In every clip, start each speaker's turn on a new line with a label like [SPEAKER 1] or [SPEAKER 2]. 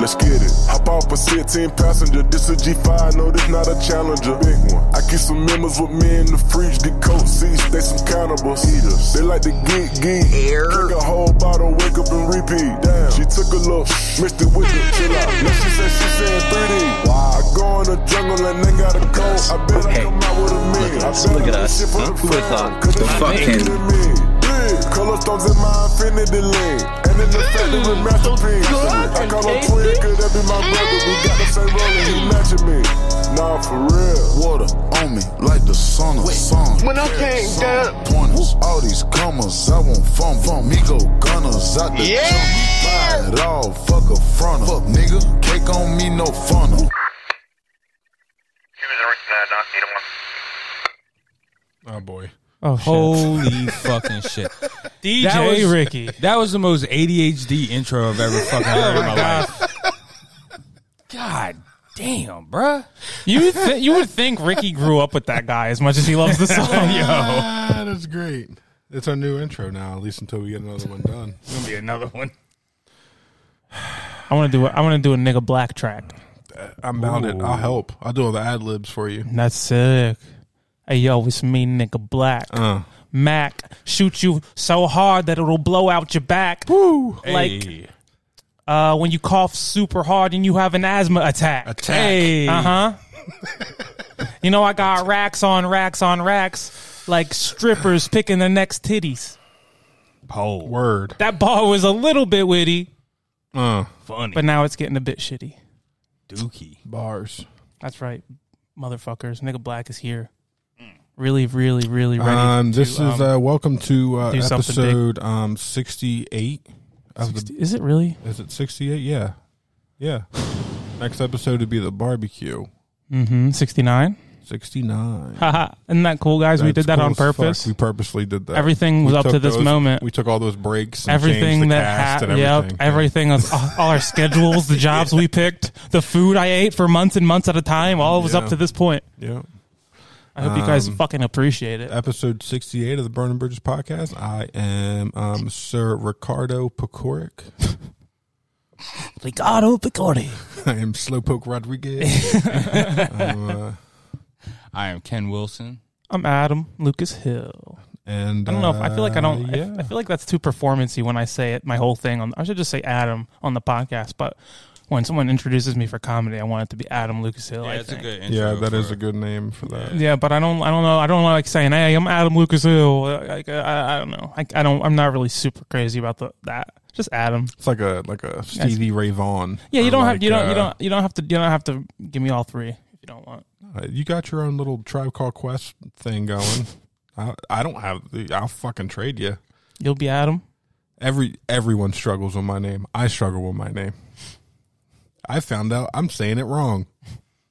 [SPEAKER 1] Let's get it. Hop off a 16 passenger. This a G5. No, this not a challenger. Big one. I keep some members with me in the fridge. The coat seats, they some cannibals. Eaters. They like to geek geek.
[SPEAKER 2] Air.
[SPEAKER 1] Drink a whole bottle, wake up and repeat. Damn. She took a look, mixed it with the chill out. Now she said she said 3D. Wow. I go in the jungle and they got a coat. I bet
[SPEAKER 3] Okay.
[SPEAKER 1] I come out with a million.
[SPEAKER 3] Look at
[SPEAKER 1] I
[SPEAKER 3] us.
[SPEAKER 1] bet
[SPEAKER 3] Look
[SPEAKER 1] I
[SPEAKER 3] at
[SPEAKER 1] do
[SPEAKER 3] us.
[SPEAKER 1] shit for
[SPEAKER 3] Huh?
[SPEAKER 1] the
[SPEAKER 3] Who would've
[SPEAKER 1] fam.
[SPEAKER 3] thought?
[SPEAKER 1] Cause
[SPEAKER 3] The
[SPEAKER 1] it's
[SPEAKER 3] fucking-
[SPEAKER 1] to me. Yeah. Color stones in my infinity lane. And in the fact that we masterpiece. I call him twin, could that be my brother? We got the same rolling, he matching me. Nah, for real.
[SPEAKER 4] Water on me like the sun of sun.
[SPEAKER 5] When I came down,
[SPEAKER 4] Pointers, all these commas, I want fun from me go gunners out the
[SPEAKER 5] Yeah!
[SPEAKER 4] jump. Buy it all, fuck a frontal. Fuck nigga, cake on me, no funnel.
[SPEAKER 6] Oh boy.
[SPEAKER 7] Oh, shit.
[SPEAKER 8] Holy fucking shit.
[SPEAKER 7] DJ
[SPEAKER 8] That was-
[SPEAKER 7] Ricky. Oh,
[SPEAKER 8] That was the most ADHD intro I've ever fucking heard in my life. God damn, bruh.
[SPEAKER 7] You th- you would think Ricky grew up with that guy as much as he loves the song. Yo,
[SPEAKER 6] Ah, that's great. It's our new intro now, at least until we get another one done.
[SPEAKER 7] it's gonna be another one. I want to do a, I want to do a nigga black track.
[SPEAKER 6] I'm about it. I'll help. I'll do all the ad libs for you.
[SPEAKER 7] That's sick. Hey yo, it's me nigga black.
[SPEAKER 6] Uh.
[SPEAKER 7] Mac shoot you so hard that it'll blow out your back. Woo! Like
[SPEAKER 6] Hey.
[SPEAKER 7] uh, when you cough super hard and you have an asthma attack.
[SPEAKER 6] Attack.
[SPEAKER 7] Uh huh. you know, I got racks on racks on racks, like strippers picking their next titties.
[SPEAKER 8] Pole.
[SPEAKER 6] Word.
[SPEAKER 7] That bar was a little bit witty,
[SPEAKER 6] Uh,
[SPEAKER 8] Funny.
[SPEAKER 7] but now it's getting a bit shitty.
[SPEAKER 8] Dookie.
[SPEAKER 6] bars.
[SPEAKER 7] That's right, motherfuckers. Nigga Black is here. Really, really, really ready.
[SPEAKER 6] Mm. Um, this
[SPEAKER 7] to,
[SPEAKER 6] is
[SPEAKER 7] um,
[SPEAKER 6] uh, welcome to uh,
[SPEAKER 7] do something big.
[SPEAKER 6] episode um, 68 of the
[SPEAKER 7] is it really?
[SPEAKER 6] Is it 68? Yeah. Yeah. Next episode would be the barbecue.
[SPEAKER 7] Mm-hmm. Sixty-nine.
[SPEAKER 6] 69.
[SPEAKER 7] Haha. Isn't that cool, guys? we
[SPEAKER 6] That's
[SPEAKER 7] did that
[SPEAKER 6] cool
[SPEAKER 7] on
[SPEAKER 6] as fuck.
[SPEAKER 7] purpose.
[SPEAKER 6] We purposely did that.
[SPEAKER 7] Everything was
[SPEAKER 6] We
[SPEAKER 7] up to
[SPEAKER 6] took
[SPEAKER 7] this
[SPEAKER 6] those-
[SPEAKER 7] moment.
[SPEAKER 6] We took all those breaks. And
[SPEAKER 7] everything
[SPEAKER 6] changed the
[SPEAKER 7] that
[SPEAKER 6] cast
[SPEAKER 7] happened.
[SPEAKER 6] and everything.
[SPEAKER 7] Yep, everything was all, all our schedules, the jobs we picked, the food I ate for months and months at a time. All was up
[SPEAKER 6] Yeah.
[SPEAKER 7] to this point.
[SPEAKER 6] Yep.
[SPEAKER 7] I hope you guys
[SPEAKER 6] Um,
[SPEAKER 7] fucking appreciate it.
[SPEAKER 6] Episode 68 of the Burning Bridges podcast. I am um, Sir Ricardo Pecoric.
[SPEAKER 7] Ricardo Picordi.
[SPEAKER 6] I am Slowpoke Rodriguez. I'm, uh,
[SPEAKER 8] I am Ken Wilson.
[SPEAKER 7] I'm Adam Lucas Hill.
[SPEAKER 6] and
[SPEAKER 7] I don't know if I feel like I don't.
[SPEAKER 6] uh,
[SPEAKER 7] I-
[SPEAKER 6] yeah.
[SPEAKER 7] I, feel like that's too performancy when I say it. My whole thing. On, I should just say Adam on the podcast. But when someone introduces me for comedy, I want it to be Adam Lucas Hill.
[SPEAKER 8] Yeah,
[SPEAKER 7] Oh, I
[SPEAKER 8] that's a
[SPEAKER 7] think.
[SPEAKER 8] good intro.
[SPEAKER 6] yeah, that is
[SPEAKER 8] for-
[SPEAKER 6] a good name for that.
[SPEAKER 7] Yeah, but I don't. I don't know. I don't like saying, "Hey, I'm Adam Lucas Hill." Like, uh, I, I don't know. I, I don't. I'm not really super crazy about the that. Just Adam.
[SPEAKER 6] It's like a like a Stevie Ray Vaughan.
[SPEAKER 7] Yeah, you
[SPEAKER 6] Or
[SPEAKER 7] don't have
[SPEAKER 6] like,
[SPEAKER 7] you don't you
[SPEAKER 6] uh,
[SPEAKER 7] don't you don't have to you don't have to give me all three if you don't want.
[SPEAKER 6] Uh, You got your own little tribe called Quest thing going. I, I don't have. The, I'll fucking trade you.
[SPEAKER 7] You'll be Adam.
[SPEAKER 6] Every everyone struggles with my name. I struggle with my name. I found out I'm saying it wrong.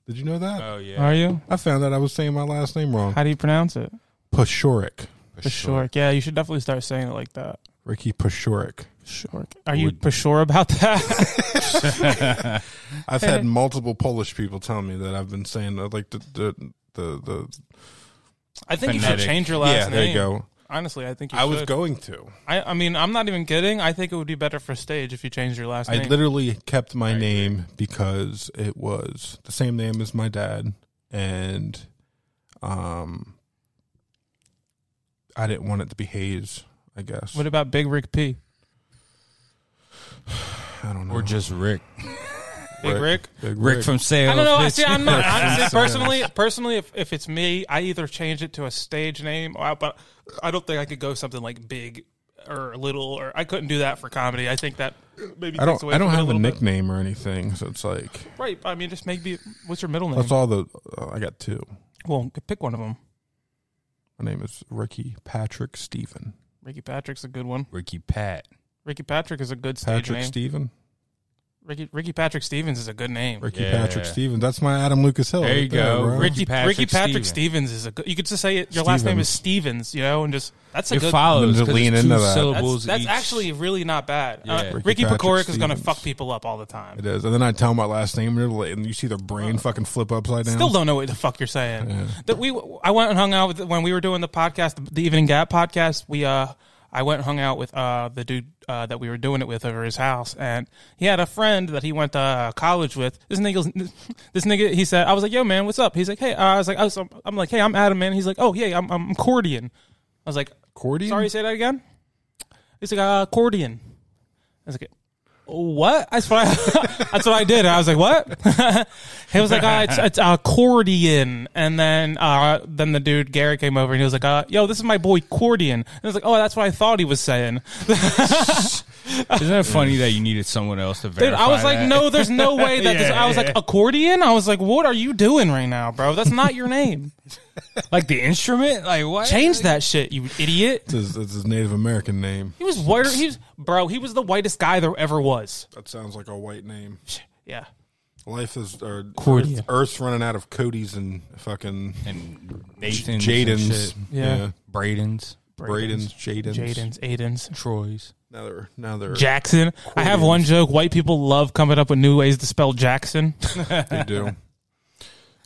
[SPEAKER 6] Did you know that?
[SPEAKER 8] Oh, yeah.
[SPEAKER 7] Are you?
[SPEAKER 6] I found out I was saying my last name wrong.
[SPEAKER 7] How do you pronounce it?
[SPEAKER 6] Pashoric,
[SPEAKER 7] Peshork. Yeah, you should definitely start saying it like that.
[SPEAKER 6] Ricky Pashoric.
[SPEAKER 7] Peshork. Are you for sure about that?
[SPEAKER 6] I've had multiple Polish people tell me that I've been saying that, like the the the, the
[SPEAKER 7] I think you should
[SPEAKER 8] Phonetic.
[SPEAKER 7] change your last
[SPEAKER 6] yeah.
[SPEAKER 7] name.
[SPEAKER 6] There you go.
[SPEAKER 7] Honestly, I think you
[SPEAKER 6] I
[SPEAKER 7] should.
[SPEAKER 6] was going to.
[SPEAKER 7] I, I mean, I'm not even kidding. I think it would be better for stage if you changed your last
[SPEAKER 6] I
[SPEAKER 7] name.
[SPEAKER 6] literally kept my name because it was the same name as my dad, and um, I didn't want it to be Hayes. I guess
[SPEAKER 7] what about Big Rick P?
[SPEAKER 6] I don't know.
[SPEAKER 8] Or just Rick.
[SPEAKER 7] Big
[SPEAKER 6] Rick.
[SPEAKER 7] Rick?
[SPEAKER 6] Big
[SPEAKER 8] Rick from Sales.
[SPEAKER 7] I don't know. I
[SPEAKER 8] bitch.
[SPEAKER 7] see. I'm not honestly personally. Personally, if, if it's me, I either change it to a stage name, or I, but I don't think I could go something like big or little, or I couldn't do that for comedy. I think that maybe
[SPEAKER 6] I
[SPEAKER 7] takes
[SPEAKER 6] don't.
[SPEAKER 7] away
[SPEAKER 6] I don't
[SPEAKER 7] from it
[SPEAKER 6] have a
[SPEAKER 7] little bit.
[SPEAKER 6] nickname or anything, so it's like
[SPEAKER 7] Right. I mean, just maybe. What's your middle name?
[SPEAKER 6] that's all the. Uh, I got two.
[SPEAKER 7] Well, pick one of them.
[SPEAKER 6] My name is Ricky Patrick Stephen.
[SPEAKER 7] Ricky Patrick's a good one.
[SPEAKER 8] Ricky Pat.
[SPEAKER 7] Ricky Patrick is a good stage
[SPEAKER 6] Patrick
[SPEAKER 7] name.
[SPEAKER 6] Stephen.
[SPEAKER 7] Ricky Ricky Patrick Stevens is a good name.
[SPEAKER 6] Ricky
[SPEAKER 8] Yeah.
[SPEAKER 6] Patrick Stephen. That's my Adam Lucas Hill.
[SPEAKER 8] There you go.
[SPEAKER 6] bro.
[SPEAKER 7] Ricky
[SPEAKER 8] Ricky
[SPEAKER 7] Patrick,
[SPEAKER 8] Patrick
[SPEAKER 7] Ricky Patrick
[SPEAKER 8] Stevens.
[SPEAKER 7] Stevens is a good. You could just say it, your last name is Stevens, you know, and just that's a
[SPEAKER 8] It
[SPEAKER 7] good.
[SPEAKER 8] follows.
[SPEAKER 6] Just
[SPEAKER 8] 'cause
[SPEAKER 6] lean
[SPEAKER 8] it's two
[SPEAKER 6] into that.
[SPEAKER 8] syllables
[SPEAKER 7] That's, that's
[SPEAKER 8] each.
[SPEAKER 7] actually really not bad.
[SPEAKER 8] Yeah.
[SPEAKER 7] Uh,
[SPEAKER 8] Ricky
[SPEAKER 7] Ricky
[SPEAKER 6] Patrick
[SPEAKER 7] Pecoric is going to
[SPEAKER 6] Stevens.
[SPEAKER 7] fuck people up all the time.
[SPEAKER 6] It is. And then I tell my last name and it'll- and you see their brain fucking flip upside down.
[SPEAKER 7] Uh, Still don't know what the fuck you're saying. That we, I went and hung out with when we were doing the podcast, the Evening Gap podcast. We uh, I went and hung out with uh, the dude uh, that we were doing it with over his house, and he had a friend that he went to uh, college with. This nigga, this nigga, he said, I was like, "Yo, man, what's up?" He's like, "Hey," uh, I was like, I was, "I'm like, hey, I'm Adam, man." He's like, "Oh, yeah, I'm, I'm Cordian." I was like,
[SPEAKER 6] Cordian?
[SPEAKER 7] Sorry, say that again." He's like, uh, "Cordian." I was like, "What?" That's what I, that's what I did. I was like, "What?" he was like, uh, "It's it's uh, Cordian," and then uh, then the dude Gary came over and he was like, uh, "Yo, this is my boy Cordian," and I was like, "Oh, that's what I thought he was saying."
[SPEAKER 8] Isn't it funny that you needed someone else to verify?
[SPEAKER 7] Dude, I was like,
[SPEAKER 8] that?
[SPEAKER 7] no, there's no way that this.
[SPEAKER 8] Yeah,
[SPEAKER 7] I was like,
[SPEAKER 8] yeah.
[SPEAKER 7] accordion. I was like, what are you doing right now, bro? That's not your name.
[SPEAKER 8] like the instrument, like what?
[SPEAKER 7] Change that shit, you idiot.
[SPEAKER 6] It's his, it's his Native American name.
[SPEAKER 7] He was whiter. He was, bro. He was the whitest guy there ever was.
[SPEAKER 6] That sounds like a white name.
[SPEAKER 7] Yeah.
[SPEAKER 6] Life is or
[SPEAKER 7] Cordia.
[SPEAKER 6] Earth, Earth's running out of Cody's and fucking
[SPEAKER 8] And Nathan's,
[SPEAKER 6] Jaden's,
[SPEAKER 7] Yeah.
[SPEAKER 8] Braden's,
[SPEAKER 6] Braden's, Jaden's,
[SPEAKER 7] Jaden's, Aiden's,
[SPEAKER 8] Troy's.
[SPEAKER 6] Now they're now they're
[SPEAKER 7] Jackson. I have one joke. White people love coming up with new ways to spell Jackson.
[SPEAKER 6] they do.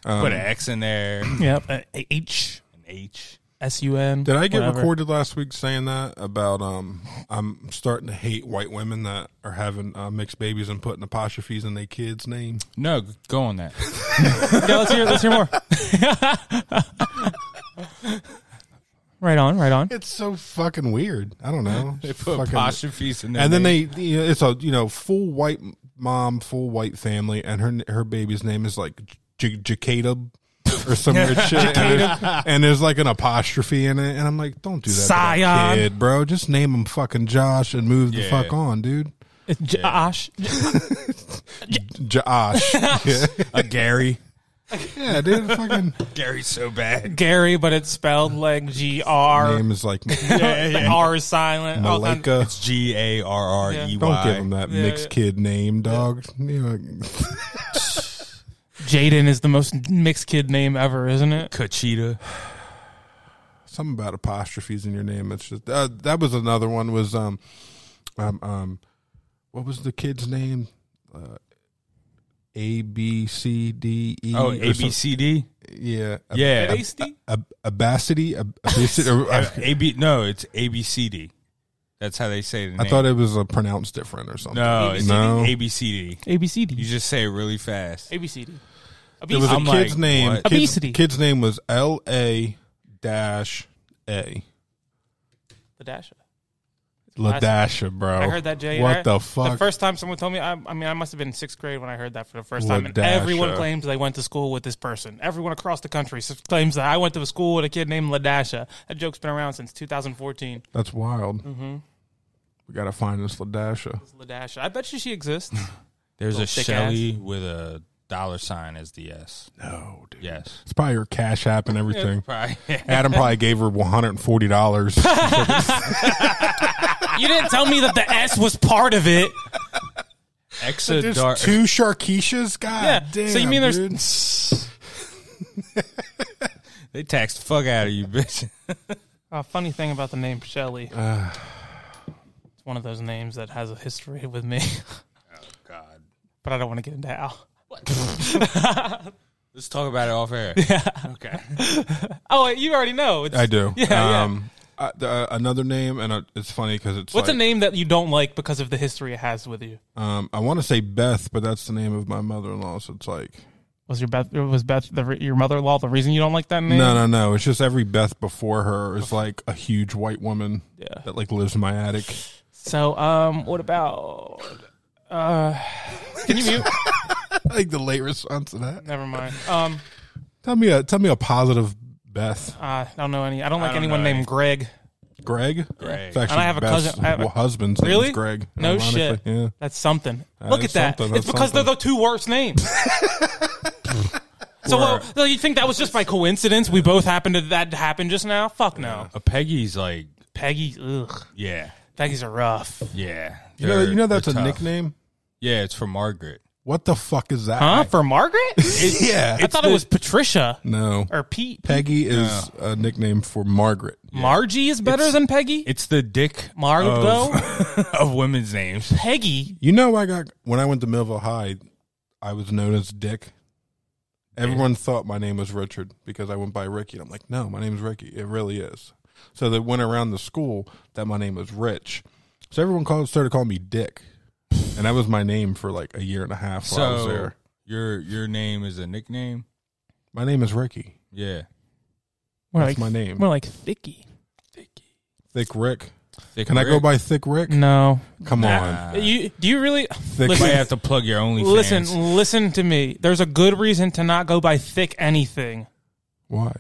[SPEAKER 8] Put an X in there, an
[SPEAKER 7] yep. A- A- H
[SPEAKER 8] H.
[SPEAKER 7] S U N.
[SPEAKER 6] Did I get
[SPEAKER 7] whatever.
[SPEAKER 6] recorded last week saying that about um I'm starting to hate white women that are having uh, mixed babies and putting apostrophes in their kids' name?
[SPEAKER 8] No, go on that.
[SPEAKER 7] Yeah, let's hear. Let's hear more. right on. Right on.
[SPEAKER 6] It's so fucking weird. I don't know.
[SPEAKER 8] They put
[SPEAKER 6] Fucking-
[SPEAKER 8] apostrophes in there,
[SPEAKER 6] and then they you know, it's a you know full white mom, full white family, and her her baby's name is like J- Jacob or some weird shit, and there's, and there's like an apostrophe in it, and I'm like, don't do that, to that
[SPEAKER 7] Sion.
[SPEAKER 6] kid, bro. Just name him fucking Josh and move the
[SPEAKER 8] Yeah.
[SPEAKER 6] fuck on, dude.
[SPEAKER 7] It's uh, Josh.
[SPEAKER 6] Josh, yeah.
[SPEAKER 8] a Gary.
[SPEAKER 6] yeah, dude, fucking
[SPEAKER 8] Gary's so bad.
[SPEAKER 7] Gary, but it's spelled like G R.
[SPEAKER 6] name is like
[SPEAKER 7] The R is silent. All kind-
[SPEAKER 6] Malika.
[SPEAKER 8] It's G A R R E Y.
[SPEAKER 6] Don't give him that
[SPEAKER 7] Yeah,
[SPEAKER 6] mixed
[SPEAKER 7] yeah.
[SPEAKER 6] kid name, dog. You know,
[SPEAKER 7] Jaden is the most mixed kid name ever, isn't it?
[SPEAKER 8] Kachita.
[SPEAKER 6] something about apostrophes in your name. It's just uh, that was another one. Was um, um, um, what was the kid's name? Uh, a B C D E.
[SPEAKER 8] Oh,
[SPEAKER 6] or
[SPEAKER 8] A B
[SPEAKER 6] some-
[SPEAKER 8] C D.
[SPEAKER 6] Yeah, Ab-
[SPEAKER 8] Yeah,
[SPEAKER 7] Tasty?
[SPEAKER 6] ab- Abacity. ab- Abacity or-
[SPEAKER 8] Uh,
[SPEAKER 6] I,
[SPEAKER 8] A B. No, it's A B C D. That's how they say the name.
[SPEAKER 6] I thought it was uh, pronounced different or something.
[SPEAKER 8] no, it's
[SPEAKER 6] no.
[SPEAKER 8] A B C D. You
[SPEAKER 7] ABCD.
[SPEAKER 8] just say it really fast.
[SPEAKER 7] ABCD.
[SPEAKER 6] It was a
[SPEAKER 8] I'm
[SPEAKER 6] kid's
[SPEAKER 8] like,
[SPEAKER 6] name.
[SPEAKER 8] what?
[SPEAKER 6] Kid's,
[SPEAKER 7] Obesity.
[SPEAKER 6] kid's name was L A dash A.
[SPEAKER 7] The dash.
[SPEAKER 6] Ladasha, bro.
[SPEAKER 7] I heard that, Jay.
[SPEAKER 6] Oh, What
[SPEAKER 7] I-
[SPEAKER 6] the fuck?
[SPEAKER 7] The first time someone told me, I, I mean, I must have been in sixth grade when I heard that for the first time. And
[SPEAKER 6] Ladasha.
[SPEAKER 7] everyone claims they went to school with this person. Everyone across the country s- claims that I went to a school with a kid named Ladasha. That joke's been around since 2014.
[SPEAKER 6] That's wild.
[SPEAKER 7] Mm-hmm.
[SPEAKER 6] We gotta find this Ladasha.
[SPEAKER 7] Ladasha. I bet you she exists.
[SPEAKER 8] There's a
[SPEAKER 7] Little thick
[SPEAKER 8] Shelly with a dollar sign as the S.
[SPEAKER 6] No, dude.
[SPEAKER 8] Yes.
[SPEAKER 6] It's probably her cash app and everything.
[SPEAKER 8] Right.
[SPEAKER 6] Adam probably gave her one hundred and forty dollars.
[SPEAKER 7] you didn't tell me that the S was part of it.
[SPEAKER 8] Exa dark.
[SPEAKER 6] two Sharkeeshas. God
[SPEAKER 7] Yeah.
[SPEAKER 6] damn.
[SPEAKER 7] so you mean there's
[SPEAKER 6] dude.
[SPEAKER 8] They tax the fuck out of you, bitch.
[SPEAKER 7] a funny thing about the name Shelley?
[SPEAKER 6] Uh.
[SPEAKER 7] it's one of those names that has a history with me,
[SPEAKER 6] Oh,
[SPEAKER 8] God.
[SPEAKER 7] but I don't want to get into how.
[SPEAKER 8] Let's talk about it off air. Okay.
[SPEAKER 7] Oh, wait, you already know. It's,
[SPEAKER 6] I do.
[SPEAKER 7] Yeah, yeah.
[SPEAKER 6] um, I- the- uh, another name, and uh, it's funny because it's
[SPEAKER 7] What's
[SPEAKER 6] like,
[SPEAKER 7] a name that you don't like because of the history it has with you?
[SPEAKER 6] Um, I want to say Beth, but that's the name of my mother-in-law. So it's like
[SPEAKER 7] Was your Beth? Was Beth the, re- your mother-in-law the reason you don't like that name?
[SPEAKER 6] no, no, no. It's just every Beth before her is like a huge white woman
[SPEAKER 7] Yeah.
[SPEAKER 6] that like lives in my attic.
[SPEAKER 7] So, um, what about? Uh, can you mute?
[SPEAKER 6] like the late response to that.
[SPEAKER 7] Never mind. Um,
[SPEAKER 6] Tell me a tell me a positive Beth.
[SPEAKER 7] uh, I don't know any. I don't like
[SPEAKER 8] don't
[SPEAKER 7] anyone
[SPEAKER 8] know
[SPEAKER 7] named
[SPEAKER 8] any.
[SPEAKER 7] Greg.
[SPEAKER 6] Greg.
[SPEAKER 8] Greg.
[SPEAKER 6] It's actually
[SPEAKER 7] And I have a
[SPEAKER 6] Beth's
[SPEAKER 7] cousin- I have a-
[SPEAKER 6] husband's name
[SPEAKER 7] Really?
[SPEAKER 6] is Greg.
[SPEAKER 7] No
[SPEAKER 6] ironically.
[SPEAKER 7] shit.
[SPEAKER 6] Yeah.
[SPEAKER 7] That's something. Look at
[SPEAKER 6] is
[SPEAKER 7] that.
[SPEAKER 6] something.
[SPEAKER 7] It's
[SPEAKER 6] That's
[SPEAKER 7] because they're
[SPEAKER 6] something.
[SPEAKER 7] the two worst names. so, well, so you think that was just by coincidence? We both happened to that happened just now? Fuck no.
[SPEAKER 8] A Peggy's like,
[SPEAKER 7] Peggy, ugh.
[SPEAKER 8] yeah,
[SPEAKER 7] Peggy's are rough.
[SPEAKER 8] yeah.
[SPEAKER 6] You know, you know that's a
[SPEAKER 8] They're tough.
[SPEAKER 6] nickname.
[SPEAKER 8] Yeah, it's for Margaret.
[SPEAKER 6] What the fuck is that?
[SPEAKER 7] Huh? For Margaret?
[SPEAKER 6] Yeah.
[SPEAKER 7] I thought it was Patricia
[SPEAKER 6] no.
[SPEAKER 7] or Pete.
[SPEAKER 6] Peggy is a nickname for Margaret.
[SPEAKER 7] Margie is better than Peggy.
[SPEAKER 8] It's the dick
[SPEAKER 7] Margaret,
[SPEAKER 6] Oh.
[SPEAKER 8] of, of women's names.
[SPEAKER 7] Peggy.
[SPEAKER 6] You know, I got when I went to Millville High, I was known as Dick. Everyone thought my name was Richard because I went by Ricky. I'm like, no, my name is Ricky. It really is. So they went around the school that my name was Rich. So everyone called started calling me Dick, and that was my name for like a year and a half while I was
[SPEAKER 8] So
[SPEAKER 6] there.
[SPEAKER 8] your your name is a nickname.
[SPEAKER 6] My name is Ricky.
[SPEAKER 8] Yeah,
[SPEAKER 7] More
[SPEAKER 6] That's my name.
[SPEAKER 7] More like Thicky.
[SPEAKER 6] Thick Rick.
[SPEAKER 8] Thick
[SPEAKER 6] Can I go
[SPEAKER 8] Rick.
[SPEAKER 6] by Thick Rick?
[SPEAKER 7] No.
[SPEAKER 6] Come on.
[SPEAKER 8] Nah.
[SPEAKER 7] Uh, you do you really
[SPEAKER 6] Thick
[SPEAKER 8] You might
[SPEAKER 7] Mm-hmm. listen,
[SPEAKER 8] have to plug your OnlyFans.
[SPEAKER 7] listen, listen to me. There's a good reason to not go by thick anything.
[SPEAKER 6] Why?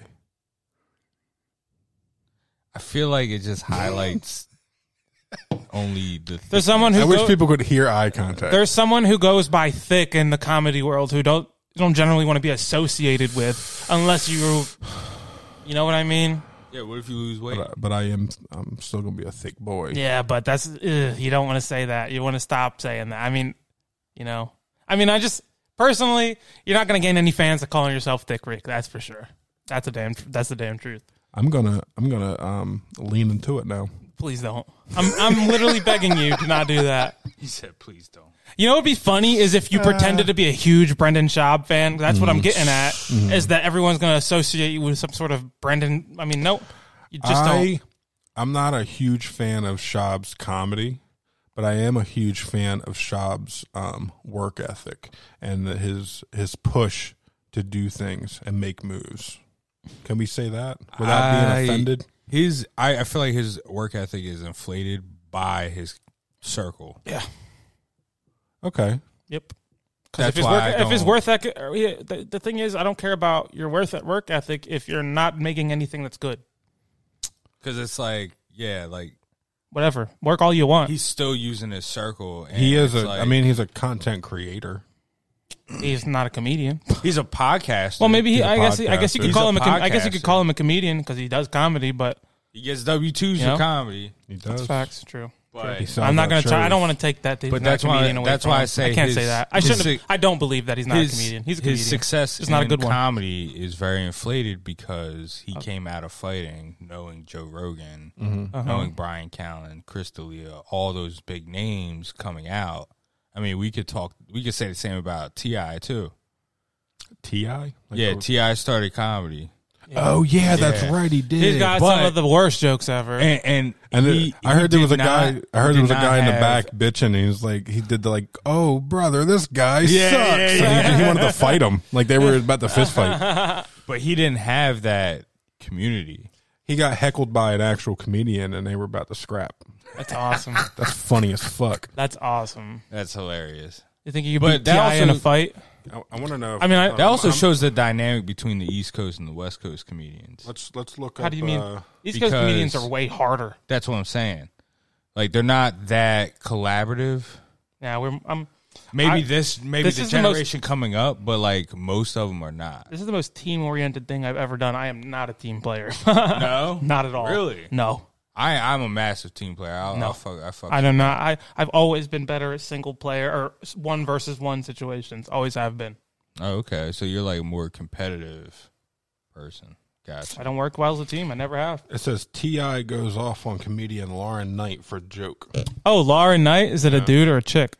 [SPEAKER 8] I feel like it just highlights only the. Thick.
[SPEAKER 7] There's someone who
[SPEAKER 6] I
[SPEAKER 7] go-
[SPEAKER 6] wish people could hear eye contact.
[SPEAKER 7] there's someone who goes by thick in the comedy world who don't don't generally want to be associated with unless you you know what I mean?
[SPEAKER 8] yeah. What if you lose weight?
[SPEAKER 6] but I, but I am I'm still gonna be a thick boy.
[SPEAKER 7] Yeah, but that's ugh, you don't want to say that. You want to stop saying that. I mean, you know. I mean, I just personally, you're not going to gain any fans of calling yourself Thick Rick. That's for sure. That's a damn. That's the damn truth.
[SPEAKER 6] I'm gonna I'm gonna um lean into it now.
[SPEAKER 7] Please don't. I'm I'm literally begging you to not do that.
[SPEAKER 8] He said, "Please don't."
[SPEAKER 7] You know what would be funny is if you pretended to be a huge Brendan Schaub fan. That's what I'm
[SPEAKER 8] Mm.
[SPEAKER 7] getting at.
[SPEAKER 8] Mm-hmm.
[SPEAKER 7] Is that everyone's going to associate you with some sort of Brendan? I mean, no, you just
[SPEAKER 6] I
[SPEAKER 7] don't.
[SPEAKER 6] I'm not a huge fan of Shab's comedy, but I am a huge fan of Shab's um, work ethic and his his push to do things and make moves. Can we say that without
[SPEAKER 8] I-
[SPEAKER 6] being offended?
[SPEAKER 8] His, I, I feel like his work ethic is inflated by his circle.
[SPEAKER 7] Yeah.
[SPEAKER 6] Okay.
[SPEAKER 7] Yep.
[SPEAKER 8] That's
[SPEAKER 7] if his
[SPEAKER 8] why
[SPEAKER 7] work,
[SPEAKER 8] I
[SPEAKER 7] if his
[SPEAKER 8] don't-
[SPEAKER 7] worth ethic, or, yeah, the, the thing is, I don't care about your worth at work ethic if you're not making anything that's good.
[SPEAKER 8] Because it's like, yeah, like
[SPEAKER 7] Whatever, work all you want.
[SPEAKER 8] he's still using his circle. And
[SPEAKER 6] He is
[SPEAKER 8] it's
[SPEAKER 6] a. I
[SPEAKER 8] like-
[SPEAKER 6] mean, he's a content creator.
[SPEAKER 7] He's not a comedian.
[SPEAKER 8] he's a podcaster.
[SPEAKER 7] Well, maybe he,
[SPEAKER 6] He's a
[SPEAKER 7] I guess he, I guess you
[SPEAKER 6] podcaster.
[SPEAKER 7] could call
[SPEAKER 8] He's
[SPEAKER 7] him.
[SPEAKER 8] a
[SPEAKER 7] A com- I guess you
[SPEAKER 8] podcaster.
[SPEAKER 7] could call him a comedian because he does comedy. But
[SPEAKER 8] he gets W twos
[SPEAKER 7] You know?
[SPEAKER 8] for comedy.
[SPEAKER 6] He does.
[SPEAKER 7] facts, true.
[SPEAKER 8] But
[SPEAKER 6] He sells
[SPEAKER 7] I'm not
[SPEAKER 6] out
[SPEAKER 7] going to. try I
[SPEAKER 6] shows.
[SPEAKER 7] don't want to take that. that he's
[SPEAKER 8] But
[SPEAKER 7] not a
[SPEAKER 8] that's why-
[SPEAKER 7] comedian away
[SPEAKER 8] that's
[SPEAKER 7] from
[SPEAKER 8] why I
[SPEAKER 7] him.
[SPEAKER 8] say
[SPEAKER 7] I can't
[SPEAKER 8] his-
[SPEAKER 7] say that. I
[SPEAKER 8] his
[SPEAKER 7] shouldn't.
[SPEAKER 8] sig-
[SPEAKER 7] I don't believe that he's not a comedian. He's a comedian.
[SPEAKER 8] His success
[SPEAKER 7] It's not a
[SPEAKER 8] in
[SPEAKER 7] good one.
[SPEAKER 8] comedy is very inflated because he came out of fighting knowing Joe Rogan, knowing Brian Callen, Chris D'Elia, all those big names coming out. I mean, we could talk. We could say the same about Ti too.
[SPEAKER 6] Ti. Like
[SPEAKER 8] yeah,
[SPEAKER 6] a-
[SPEAKER 8] Ti started comedy,
[SPEAKER 6] oh yeah, that's
[SPEAKER 8] Yeah.
[SPEAKER 6] right. He did.
[SPEAKER 7] He's got some
[SPEAKER 8] but-
[SPEAKER 7] of the worst jokes ever.
[SPEAKER 8] and and,
[SPEAKER 6] And
[SPEAKER 8] he-
[SPEAKER 6] then I
[SPEAKER 8] he
[SPEAKER 6] heard there
[SPEAKER 8] did
[SPEAKER 6] was a
[SPEAKER 8] not-
[SPEAKER 6] guy. I
[SPEAKER 8] he
[SPEAKER 6] heard
[SPEAKER 8] did
[SPEAKER 6] there was a
[SPEAKER 8] not
[SPEAKER 6] guy in the
[SPEAKER 8] have-
[SPEAKER 6] back bitching. He was like, he did the like, oh brother, this guy
[SPEAKER 8] Yeah,
[SPEAKER 6] sucks.
[SPEAKER 8] yeah,
[SPEAKER 6] And he, he wanted to fight him. Like they were about to fist fight.
[SPEAKER 8] but he didn't have that community.
[SPEAKER 6] He got heckled by an actual comedian, and they were about to scrap.
[SPEAKER 7] That's awesome.
[SPEAKER 6] That's funny as fuck.
[SPEAKER 7] That's awesome.
[SPEAKER 8] That's hilarious.
[SPEAKER 7] You think you could
[SPEAKER 8] But
[SPEAKER 7] beat
[SPEAKER 8] that
[SPEAKER 7] Ti in a
[SPEAKER 8] also-
[SPEAKER 7] fight?
[SPEAKER 6] I, I want to know.
[SPEAKER 7] I mean, I-
[SPEAKER 6] um,
[SPEAKER 8] That also
[SPEAKER 6] I'm-
[SPEAKER 8] shows the dynamic between the East Coast and the West Coast comedians.
[SPEAKER 6] Let's let's look.
[SPEAKER 7] How
[SPEAKER 6] up,
[SPEAKER 7] do you mean?
[SPEAKER 6] uh,
[SPEAKER 7] East Coast comedians
[SPEAKER 8] because-
[SPEAKER 7] are way harder.
[SPEAKER 8] That's what I'm saying. Like they're not that collaborative.
[SPEAKER 7] Yeah, we're. um, I'm.
[SPEAKER 8] Maybe
[SPEAKER 7] I-
[SPEAKER 8] this maybe
[SPEAKER 7] this
[SPEAKER 8] the
[SPEAKER 7] is the most-
[SPEAKER 8] generation coming up, but like most of them are not.
[SPEAKER 7] This is the most team-oriented thing I've ever done. I am not a team player.
[SPEAKER 8] No,
[SPEAKER 7] not at all.
[SPEAKER 8] Really?
[SPEAKER 7] No.
[SPEAKER 8] I I'm a massive team player. I'll, I'll fuck. I fuck.
[SPEAKER 7] I don't know. I I've always been better at single player or s- one versus one situations. Always have been.
[SPEAKER 8] oh, okay. So you're like a more competitive person. Gotcha.
[SPEAKER 7] I don't work well as a team. I never have.
[SPEAKER 6] It says Ti goes off on comedian Lauren Knight for joke.
[SPEAKER 7] Oh, Laura Knight. Is it a dude or a chick?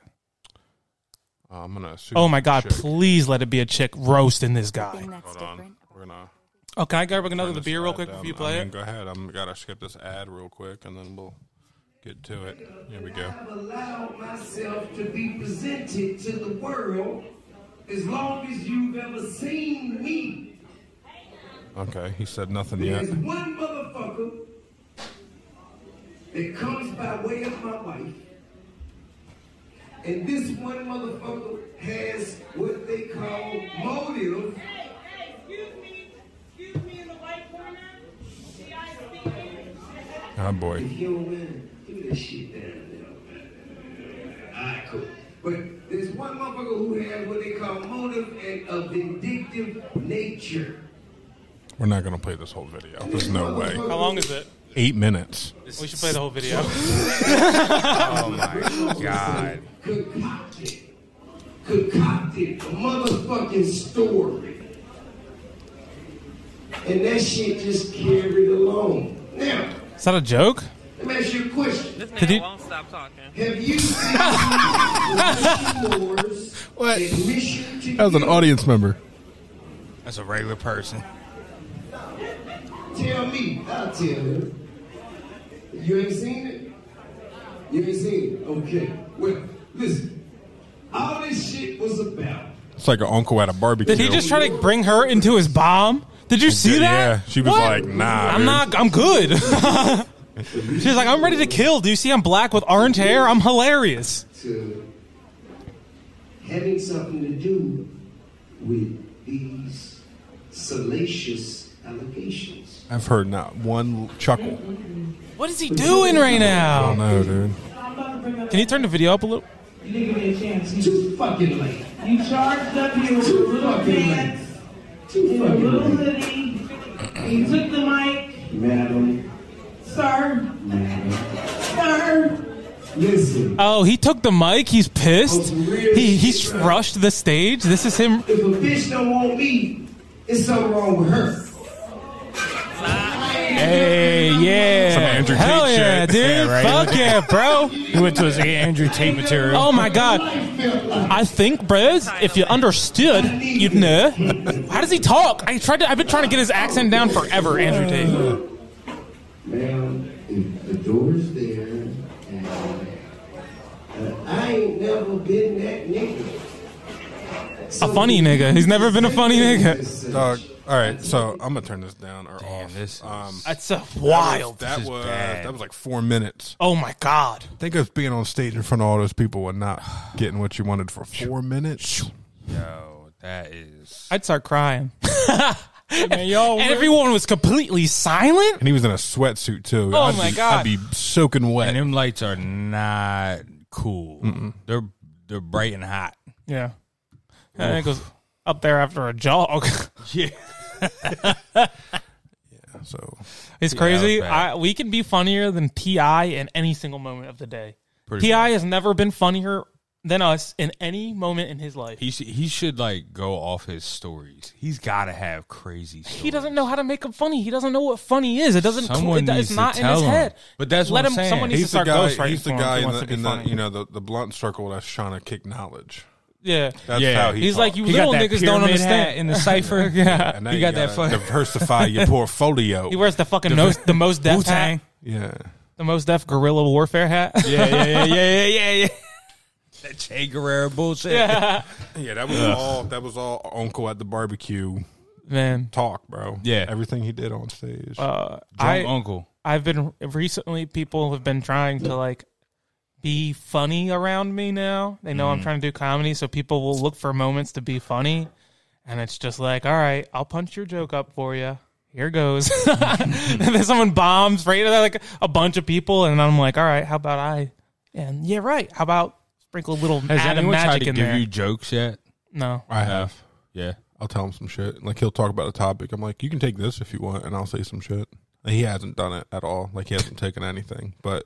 [SPEAKER 6] Uh, I'm gonna. Assume
[SPEAKER 7] Oh my God!
[SPEAKER 6] chick.
[SPEAKER 7] Please let it be a chick roasting this guy.
[SPEAKER 2] that's
[SPEAKER 6] Hold
[SPEAKER 2] different.
[SPEAKER 6] on. We're gonna.
[SPEAKER 7] Oh, can I grab another the
[SPEAKER 6] this
[SPEAKER 7] beer real
[SPEAKER 6] ad
[SPEAKER 7] quick
[SPEAKER 6] down.
[SPEAKER 7] before you
[SPEAKER 6] I
[SPEAKER 7] play
[SPEAKER 6] mean,
[SPEAKER 7] it?
[SPEAKER 6] Go ahead. I'm gotta skip this ad real quick, and then we'll get to it. Here we go.
[SPEAKER 3] have allowed myself to be presented to the world as long as you've ever seen me.
[SPEAKER 6] Okay, he said nothing yet.
[SPEAKER 3] There's one motherfucker that comes by way of my wife, and this one motherfucker has what they call motive.
[SPEAKER 5] Hey, hey, excuse me, excuse me in the white corner. See, I speaking.
[SPEAKER 6] Oh boy.
[SPEAKER 3] Yo, man, do that shit down there. Alright, cool. But there's one motherfucker who has what they call motive and a vindictive nature.
[SPEAKER 6] We're not gonna play this whole video. There's no way.
[SPEAKER 7] How long is it?
[SPEAKER 6] Eight minutes.
[SPEAKER 7] We should play the whole video.
[SPEAKER 8] God.
[SPEAKER 3] concocted, concocted a motherfucking story. And that shit just carried along. Now,
[SPEAKER 7] Is that a joke?
[SPEAKER 3] let me ask you a question.
[SPEAKER 7] Did you?
[SPEAKER 3] Have you seen the Wars
[SPEAKER 6] What?
[SPEAKER 3] admission to
[SPEAKER 6] That was an
[SPEAKER 3] you?
[SPEAKER 6] audience member.
[SPEAKER 8] That's a regular person.
[SPEAKER 3] Tell me, I'll tell him. You ain't seen it? You ain't seen it? Okay. Well, listen. All this shit was about.
[SPEAKER 6] It's like an uncle at a barbecue.
[SPEAKER 7] Did he just try to bring her into his bomb? Did you see
[SPEAKER 6] Yeah,
[SPEAKER 7] that?
[SPEAKER 6] she was
[SPEAKER 7] What?
[SPEAKER 6] like, "Nah,
[SPEAKER 7] I'm
[SPEAKER 6] dude.
[SPEAKER 7] not. I'm good." She's like, "I'm ready to kill." Do you see I'm black with orange hair? I'm hilarious.
[SPEAKER 3] to having something to do with these salacious allegations.
[SPEAKER 6] I've heard not one chuckle.
[SPEAKER 7] What is he doing right now?
[SPEAKER 6] No, dude.
[SPEAKER 2] I'm about to bring up.
[SPEAKER 7] Can you turn the video up a little?
[SPEAKER 2] You didn't give me a chance. You,
[SPEAKER 3] Too fucking late.
[SPEAKER 2] you charged up your
[SPEAKER 3] Too
[SPEAKER 2] little
[SPEAKER 3] fucking late.
[SPEAKER 2] pants,
[SPEAKER 3] Too
[SPEAKER 2] your little
[SPEAKER 3] fucking late.
[SPEAKER 2] hoodie. and You took the mic,
[SPEAKER 3] Madam,
[SPEAKER 2] sir. Sir.
[SPEAKER 3] listen.
[SPEAKER 7] Oh, he took the mic. He's pissed.
[SPEAKER 3] Oh, really?
[SPEAKER 7] He he's rushed the stage. This is him.
[SPEAKER 3] If a bitch don't want me, it's something wrong with her.
[SPEAKER 8] Hey, yeah.
[SPEAKER 6] Some Andrew Tate
[SPEAKER 7] Hell yeah,
[SPEAKER 6] shit.
[SPEAKER 7] dude!
[SPEAKER 8] Yeah, right.
[SPEAKER 7] Fuck yeah, bro!
[SPEAKER 8] He went to his Andrew Tate material.
[SPEAKER 7] Oh my god! I think, bros, if you understood, you'd know. How does he talk? I tried to. I've been trying to get his accent down forever, Andrew Tate.
[SPEAKER 3] Ma'am, if the door's there, and uh, I ain't never been that nigga. So
[SPEAKER 7] A funny nigga. He's never been a funny nigga.
[SPEAKER 6] Dog. All right, so I'm gonna turn this down or
[SPEAKER 8] Damn,
[SPEAKER 6] off. Um,
[SPEAKER 8] this is-
[SPEAKER 7] That's so wild.
[SPEAKER 6] That
[SPEAKER 8] is
[SPEAKER 6] was
[SPEAKER 8] bad.
[SPEAKER 6] that was like four minutes.
[SPEAKER 7] Oh my god!
[SPEAKER 6] Think of being on stage in front of all those people and not getting what you wanted for four minutes.
[SPEAKER 8] Yo, that is.
[SPEAKER 7] I'd start crying.
[SPEAKER 8] Man, y'all
[SPEAKER 7] And everyone was completely silent.
[SPEAKER 6] And he was in a sweatsuit too.
[SPEAKER 7] Oh
[SPEAKER 6] I'd
[SPEAKER 7] my
[SPEAKER 6] be,
[SPEAKER 7] God.
[SPEAKER 6] I'd be soaking
[SPEAKER 8] and
[SPEAKER 6] wet.
[SPEAKER 8] them lights are not cool. They're they're bright and hot.
[SPEAKER 7] Yeah. And it goes up there after a jog.
[SPEAKER 8] Yeah.
[SPEAKER 6] So
[SPEAKER 7] It's crazy.
[SPEAKER 8] bad.
[SPEAKER 7] I, we can be funnier than Pi in any single moment of the day.
[SPEAKER 8] Pretty
[SPEAKER 7] Pi has never been funnier than us in any moment in his life. He,
[SPEAKER 8] He should, he should like go off his stories. He's got to have crazy. Stories.
[SPEAKER 7] doesn't know how to make them funny. He doesn't know what funny is. It doesn't. cl-
[SPEAKER 8] Someone
[SPEAKER 7] it, it's
[SPEAKER 8] needs to
[SPEAKER 7] not in
[SPEAKER 8] tell
[SPEAKER 7] his
[SPEAKER 8] him.
[SPEAKER 7] head.
[SPEAKER 8] But that's
[SPEAKER 7] Let
[SPEAKER 8] what I'm
[SPEAKER 7] him.
[SPEAKER 8] saying.
[SPEAKER 7] Someone needs
[SPEAKER 6] he's
[SPEAKER 7] to start
[SPEAKER 6] the guy.
[SPEAKER 7] ghostwriting
[SPEAKER 6] He's the
[SPEAKER 7] for him if
[SPEAKER 6] guy
[SPEAKER 7] he
[SPEAKER 6] in
[SPEAKER 7] wants
[SPEAKER 6] the,
[SPEAKER 7] to be
[SPEAKER 6] in the
[SPEAKER 7] funny.
[SPEAKER 6] you know the, the blunt circle that's trying to kick knowledge.
[SPEAKER 7] yeah.
[SPEAKER 6] That's
[SPEAKER 8] Yeah.
[SPEAKER 6] how he
[SPEAKER 7] He's like
[SPEAKER 6] talks.
[SPEAKER 7] you
[SPEAKER 8] Oh, He got
[SPEAKER 7] little
[SPEAKER 8] that
[SPEAKER 7] niggas don't
[SPEAKER 8] pyramid
[SPEAKER 7] understand.
[SPEAKER 8] hat in the cipher. yeah,
[SPEAKER 6] And now
[SPEAKER 8] he got that.
[SPEAKER 6] gotta
[SPEAKER 8] Fuck.
[SPEAKER 6] diversify your portfolio.
[SPEAKER 7] He wears the fucking most, the most deaf
[SPEAKER 8] Wu-Tang.
[SPEAKER 7] hat,
[SPEAKER 6] yeah.
[SPEAKER 7] the most deaf guerrilla warfare hat.
[SPEAKER 8] Yeah, yeah, yeah, yeah, yeah, yeah, yeah. That Che Guerrero bullshit.
[SPEAKER 6] Yeah, that was all that was all uncle at the barbecue
[SPEAKER 7] Man,
[SPEAKER 6] talk, bro.
[SPEAKER 8] Yeah.
[SPEAKER 6] Everything he did on stage.
[SPEAKER 7] I
[SPEAKER 8] Drunk uncle.
[SPEAKER 7] I've been recently people have been trying to like be funny around me now. They know I'm
[SPEAKER 8] Mm.
[SPEAKER 7] trying to do comedy, so people will look for moments to be funny. And it's just like, all right, I'll punch your joke up for you. Here goes. and then someone bombs, right? They're Like a bunch of people, and I'm like, all right, how about I? And yeah, right. How about sprinkle a little
[SPEAKER 8] Has
[SPEAKER 7] add of
[SPEAKER 8] anyone tried
[SPEAKER 7] magic
[SPEAKER 8] to
[SPEAKER 7] in
[SPEAKER 8] give
[SPEAKER 7] there?
[SPEAKER 8] you jokes yet?
[SPEAKER 7] no,
[SPEAKER 6] I have.
[SPEAKER 8] Yeah.
[SPEAKER 6] I'll tell him some shit. Like he'll talk about a topic. I'm like, you can take this if you want, and I'll say some shit. And he hasn't done it at all. Like he hasn't taken anything, but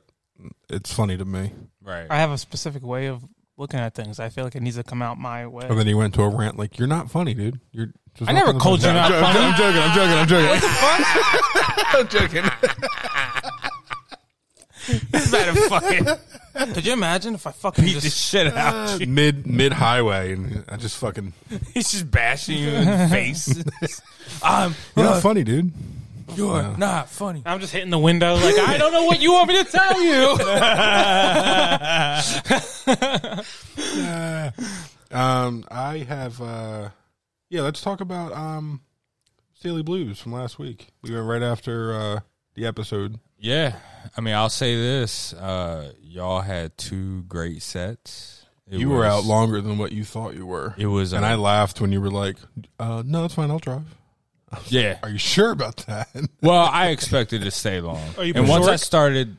[SPEAKER 6] it's funny to me.
[SPEAKER 8] Right.
[SPEAKER 7] I have a specific way of looking at things. I feel like it needs to come out my way.
[SPEAKER 6] And then he went to a rant like, "You're not funny, dude. You're." Just
[SPEAKER 7] I never called you not
[SPEAKER 6] I'm,
[SPEAKER 7] funny.
[SPEAKER 6] I'm joking. I'm joking. I'm joking.
[SPEAKER 7] Could you imagine if I fucking
[SPEAKER 8] Beat the
[SPEAKER 7] just
[SPEAKER 8] shit out. you.
[SPEAKER 6] mid mid highway, and I just fucking.
[SPEAKER 8] He's just bashing you in the face. I'm
[SPEAKER 6] You're not funny, dude.
[SPEAKER 8] you're not funny.
[SPEAKER 7] I'm just hitting the window like I don't know what you want me to tell you.
[SPEAKER 6] Um, I have. uh Yeah, let's talk about um, Steely Blues from last week. We went right after uh the episode.
[SPEAKER 8] Yeah. I mean, I'll say this. Uh, y'all had two great sets. It
[SPEAKER 6] you were
[SPEAKER 8] was-
[SPEAKER 6] out longer than what you thought you were.
[SPEAKER 8] It was,
[SPEAKER 6] and
[SPEAKER 8] uh,
[SPEAKER 6] I laughed when you were like, uh, "No, it's fine. I'll drive."
[SPEAKER 8] Yeah.
[SPEAKER 6] Are you sure about that?
[SPEAKER 8] Well, I expected to stay long.
[SPEAKER 7] you
[SPEAKER 8] and once I
[SPEAKER 7] berserk?
[SPEAKER 8] started,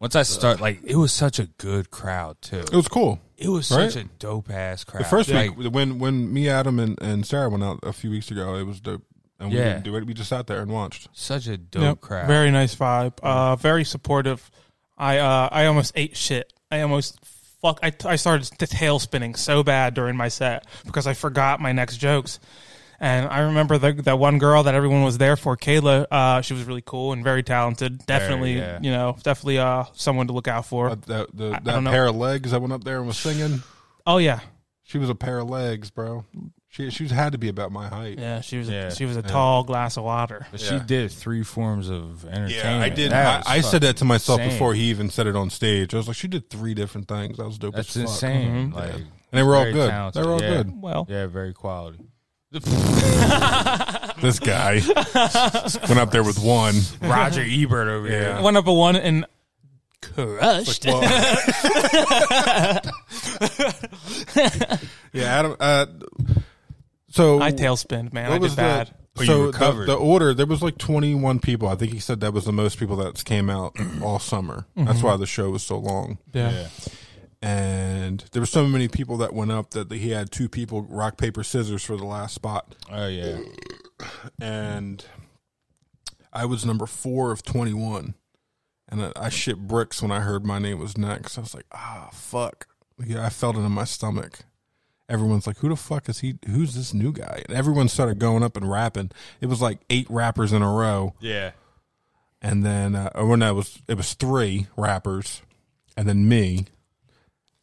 [SPEAKER 8] once I start, like, it was such a good crowd, too.
[SPEAKER 6] it was cool.
[SPEAKER 8] It was
[SPEAKER 6] Right?
[SPEAKER 8] such a dope ass crowd.
[SPEAKER 6] The first
[SPEAKER 8] like,
[SPEAKER 6] week when when me, Adam, and, and Sarah went out a few weeks ago, it was dope. And we
[SPEAKER 8] Yeah.
[SPEAKER 6] didn't do it. We just sat there and watched.
[SPEAKER 8] such a dope crowd.
[SPEAKER 7] Very nice vibe. Uh, very supportive. I uh, I almost ate shit. I almost fuck. I, I started the tail spinning so bad during my set because I forgot my next jokes. And I remember the, that one girl that everyone was there for, Kayla. Uh, she was really cool and very talented. Definitely,
[SPEAKER 8] yeah.
[SPEAKER 7] you know, definitely uh, someone to look out for.
[SPEAKER 6] Uh, that the,
[SPEAKER 7] I
[SPEAKER 6] that
[SPEAKER 7] don't know.
[SPEAKER 6] pair of legs that went up there and was singing.
[SPEAKER 7] oh yeah,
[SPEAKER 6] She was a pair of legs, bro. She she was, had to be about my height.
[SPEAKER 7] Yeah, she was.
[SPEAKER 8] Yeah.
[SPEAKER 7] a, she was a tall glass of water.
[SPEAKER 8] But
[SPEAKER 6] Yeah.
[SPEAKER 8] she did three forms of entertainment.
[SPEAKER 6] Yeah, I did. I,
[SPEAKER 8] That
[SPEAKER 6] I
[SPEAKER 8] was
[SPEAKER 6] said that to
[SPEAKER 8] fucking
[SPEAKER 6] myself
[SPEAKER 8] insane.
[SPEAKER 6] before he even said it on stage. I was like, she did three different things. That was dope.
[SPEAKER 8] That's
[SPEAKER 6] as fuck.
[SPEAKER 8] insane. Like,
[SPEAKER 6] and they were all
[SPEAKER 8] very
[SPEAKER 6] good.
[SPEAKER 8] talented.
[SPEAKER 6] They were all
[SPEAKER 8] Yeah.
[SPEAKER 6] good.
[SPEAKER 7] Well,
[SPEAKER 8] Yeah, very quality.
[SPEAKER 6] This guy went up there with one.
[SPEAKER 8] Roger Ebert over
[SPEAKER 6] Yeah.
[SPEAKER 8] here.
[SPEAKER 7] went up a one and crushed.
[SPEAKER 6] Well- yeah, Adam. Uh, so
[SPEAKER 7] I tailspinned, man. I
[SPEAKER 6] What
[SPEAKER 7] did
[SPEAKER 6] was
[SPEAKER 7] bad.
[SPEAKER 6] the
[SPEAKER 8] But you
[SPEAKER 6] so the,
[SPEAKER 8] recovered.
[SPEAKER 6] the order? There was like twenty one people. I think he said that was the most people that came out all summer. That's why the show was so long.
[SPEAKER 7] yeah.
[SPEAKER 6] And there were so many people that went up that he had two people rock paper scissors for the last spot.
[SPEAKER 8] Oh yeah.
[SPEAKER 6] And I was number four of twenty one, and I, I shit bricks when I heard my name was next. I was like, ah, fuck. Yeah, I felt it in my stomach. Everyone's like, who the fuck is he? Who's this new guy? And everyone started going up and rapping. It was like eight rappers in a row.
[SPEAKER 8] Yeah.
[SPEAKER 6] and then uh, or when I was it was three rappers, and then me,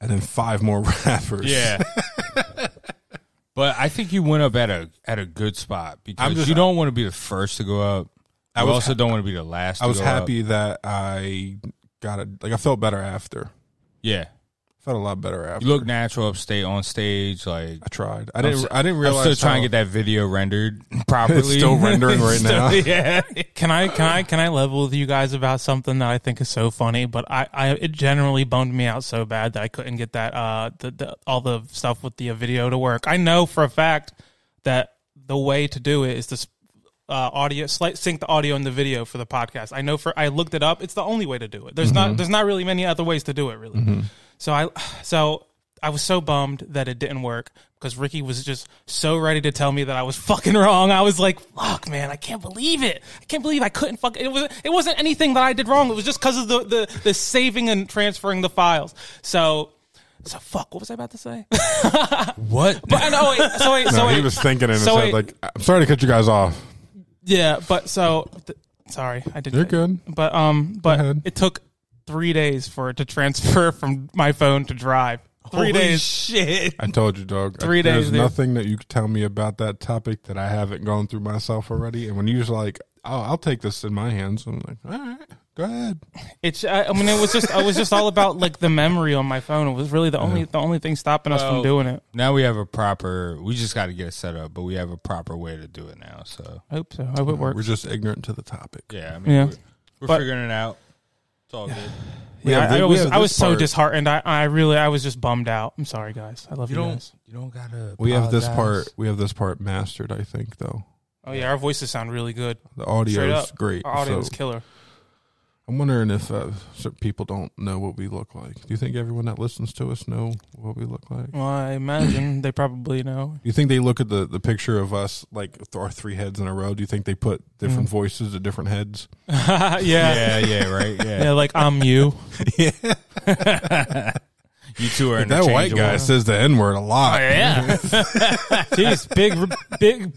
[SPEAKER 6] and then five more rappers.
[SPEAKER 8] Yeah. but I think you went up at a at a good spot because
[SPEAKER 6] I'm just-
[SPEAKER 8] you don't want to be the first to go up. I
[SPEAKER 6] was
[SPEAKER 8] also don't want to be the last.
[SPEAKER 6] I
[SPEAKER 8] to
[SPEAKER 6] was
[SPEAKER 8] go up.
[SPEAKER 6] happy that I got it. Like I felt better after.
[SPEAKER 8] Yeah,
[SPEAKER 6] Felt a lot better after.
[SPEAKER 8] you look natural up state on stage. Like
[SPEAKER 6] I tried. I
[SPEAKER 8] I'm
[SPEAKER 6] didn't.
[SPEAKER 8] s-
[SPEAKER 6] I didn't realize.
[SPEAKER 8] I'm still trying
[SPEAKER 6] how-
[SPEAKER 8] to get that video rendered properly.
[SPEAKER 6] It's still rendering right now.
[SPEAKER 8] Yeah,
[SPEAKER 7] Can I can I can I level with you guys about something that I think is so funny? But I, I it generally bummed me out so bad that I couldn't get that uh the, the all the stuff with the uh, video to work. I know for a fact that the way to do it is to s- uh, audio slight sync the audio and the video for the podcast. I know for I looked it up. It's the only way to do it. There's not there's not really many other ways to do it really. So I so I was so bummed that it didn't work because Ricky was just so ready to tell me that I was fucking wrong. I was like, "Fuck, man, I can't believe it! I can't believe I couldn't fuck it was it wasn't anything that I did wrong. It was just because of the, the the saving and transferring the files." So. So fuck. What was I about to say?
[SPEAKER 8] What?
[SPEAKER 7] But I know. Wait, so wait.
[SPEAKER 6] No,
[SPEAKER 7] so
[SPEAKER 6] he
[SPEAKER 7] wait.
[SPEAKER 6] was thinking in his
[SPEAKER 7] so
[SPEAKER 6] head
[SPEAKER 7] wait.
[SPEAKER 6] like, "I'm sorry to cut you guys off."
[SPEAKER 7] Yeah, but so th- sorry, I did.
[SPEAKER 6] You're good.
[SPEAKER 7] But um, but
[SPEAKER 6] ahead.
[SPEAKER 7] it took three days for it to transfer from my phone to Drive. Three
[SPEAKER 8] Holy
[SPEAKER 7] days. Shit.
[SPEAKER 6] I told you, dog.
[SPEAKER 7] Three
[SPEAKER 6] There's
[SPEAKER 7] days, dude.
[SPEAKER 6] nothing that you could tell me about that topic that I haven't gone through myself already. And when you was like, "Oh, I'll take this in my hands," I'm like, "All right, go ahead."
[SPEAKER 7] It's. I, I mean, it was just. I was just all about like the memory on my phone. It was really the only the only thing stopping us from
[SPEAKER 8] Well,
[SPEAKER 7] doing it.
[SPEAKER 8] Now we have a proper. We just got to get it set up, but we have a proper way to do it now. So
[SPEAKER 7] I hope so. I hope it
[SPEAKER 6] We're
[SPEAKER 7] works.
[SPEAKER 6] just ignorant to the topic.
[SPEAKER 8] yeah, I mean,
[SPEAKER 7] Yeah.
[SPEAKER 8] we're, we're
[SPEAKER 7] But-
[SPEAKER 8] figuring it out. It's all good.
[SPEAKER 7] Yeah, I, I
[SPEAKER 6] we
[SPEAKER 7] was.
[SPEAKER 6] have
[SPEAKER 7] I
[SPEAKER 6] this
[SPEAKER 7] was so
[SPEAKER 6] part.
[SPEAKER 7] disheartened. I. I really. I was just bummed out. I'm sorry, guys. I love you, guys.
[SPEAKER 8] You don't gotta.
[SPEAKER 6] We have this
[SPEAKER 8] apologize.
[SPEAKER 6] part. We have this part mastered. I think though
[SPEAKER 7] Oh yeah, our voices sound really good.
[SPEAKER 6] the
[SPEAKER 7] Straight
[SPEAKER 6] audio is
[SPEAKER 7] up,
[SPEAKER 6] great.
[SPEAKER 7] Our audio
[SPEAKER 6] so
[SPEAKER 7] is killer.
[SPEAKER 6] I'm wondering if uh, certain people don't know what we look like. Do you think everyone that listens to us know what we look like? Do
[SPEAKER 7] Well, I imagine they probably know.
[SPEAKER 6] you think they look at the, the picture of us like with our three heads in a row? Do you think they put different
[SPEAKER 7] Mm-hmm.
[SPEAKER 6] voices to different heads?
[SPEAKER 7] yeah.
[SPEAKER 8] Yeah, yeah, right. Yeah,
[SPEAKER 7] Yeah, like I'm you.
[SPEAKER 8] you two are.
[SPEAKER 6] That white guy says the N word a lot.
[SPEAKER 7] Oh, yeah. Jeez, big, big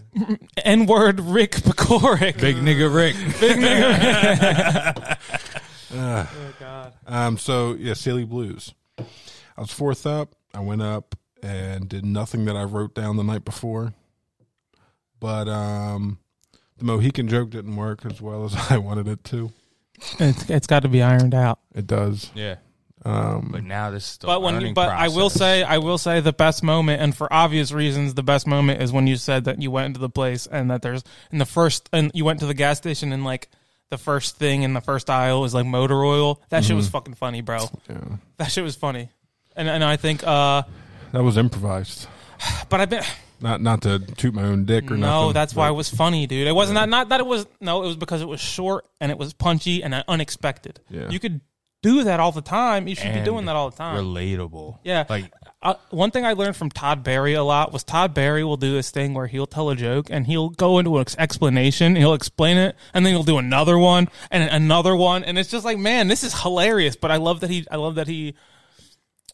[SPEAKER 7] N-word Rick Pecoric.
[SPEAKER 8] Big nigga Rick.
[SPEAKER 6] Um, so yeah, Silly Blues. I was fourth up. I went up and did nothing that I wrote down the night before. But um, the Mohican joke didn't work as well as I wanted it to.
[SPEAKER 7] It's, it's got to be ironed out.
[SPEAKER 6] It does.
[SPEAKER 8] Yeah.
[SPEAKER 6] Um,
[SPEAKER 8] But now this is the
[SPEAKER 7] But when you,
[SPEAKER 8] learning
[SPEAKER 7] but I will
[SPEAKER 8] process.
[SPEAKER 7] say, I will say the best moment, and for obvious reasons, the best moment is when you said that you went into the place and that there's in the first, and you went to the gas station and like the first thing in the first aisle is like motor oil. That shit was fucking funny, bro.
[SPEAKER 6] Mm-hmm. yeah.
[SPEAKER 7] That shit was funny, and and I think, uh,
[SPEAKER 6] that was improvised.
[SPEAKER 7] but I've been.
[SPEAKER 6] Not not to toot my own dick or nothing.
[SPEAKER 7] No, that's why
[SPEAKER 6] but
[SPEAKER 7] it was funny, dude. It wasn't that not that it was no, it was because it was short and it was punchy and unexpected.
[SPEAKER 6] Yeah.
[SPEAKER 7] You could do that all the time. You should be
[SPEAKER 8] And
[SPEAKER 7] doing that all the time.
[SPEAKER 8] Relatable.
[SPEAKER 7] Yeah.
[SPEAKER 8] Like
[SPEAKER 7] Uh, one thing I learned from Todd Barry a lot was Todd Barry will do this thing where he'll tell a joke and he'll go into an ex- explanation, and he'll explain it, and then he'll do another one and another one, and it's just like, man, this is hilarious. But I love that he, I love that he.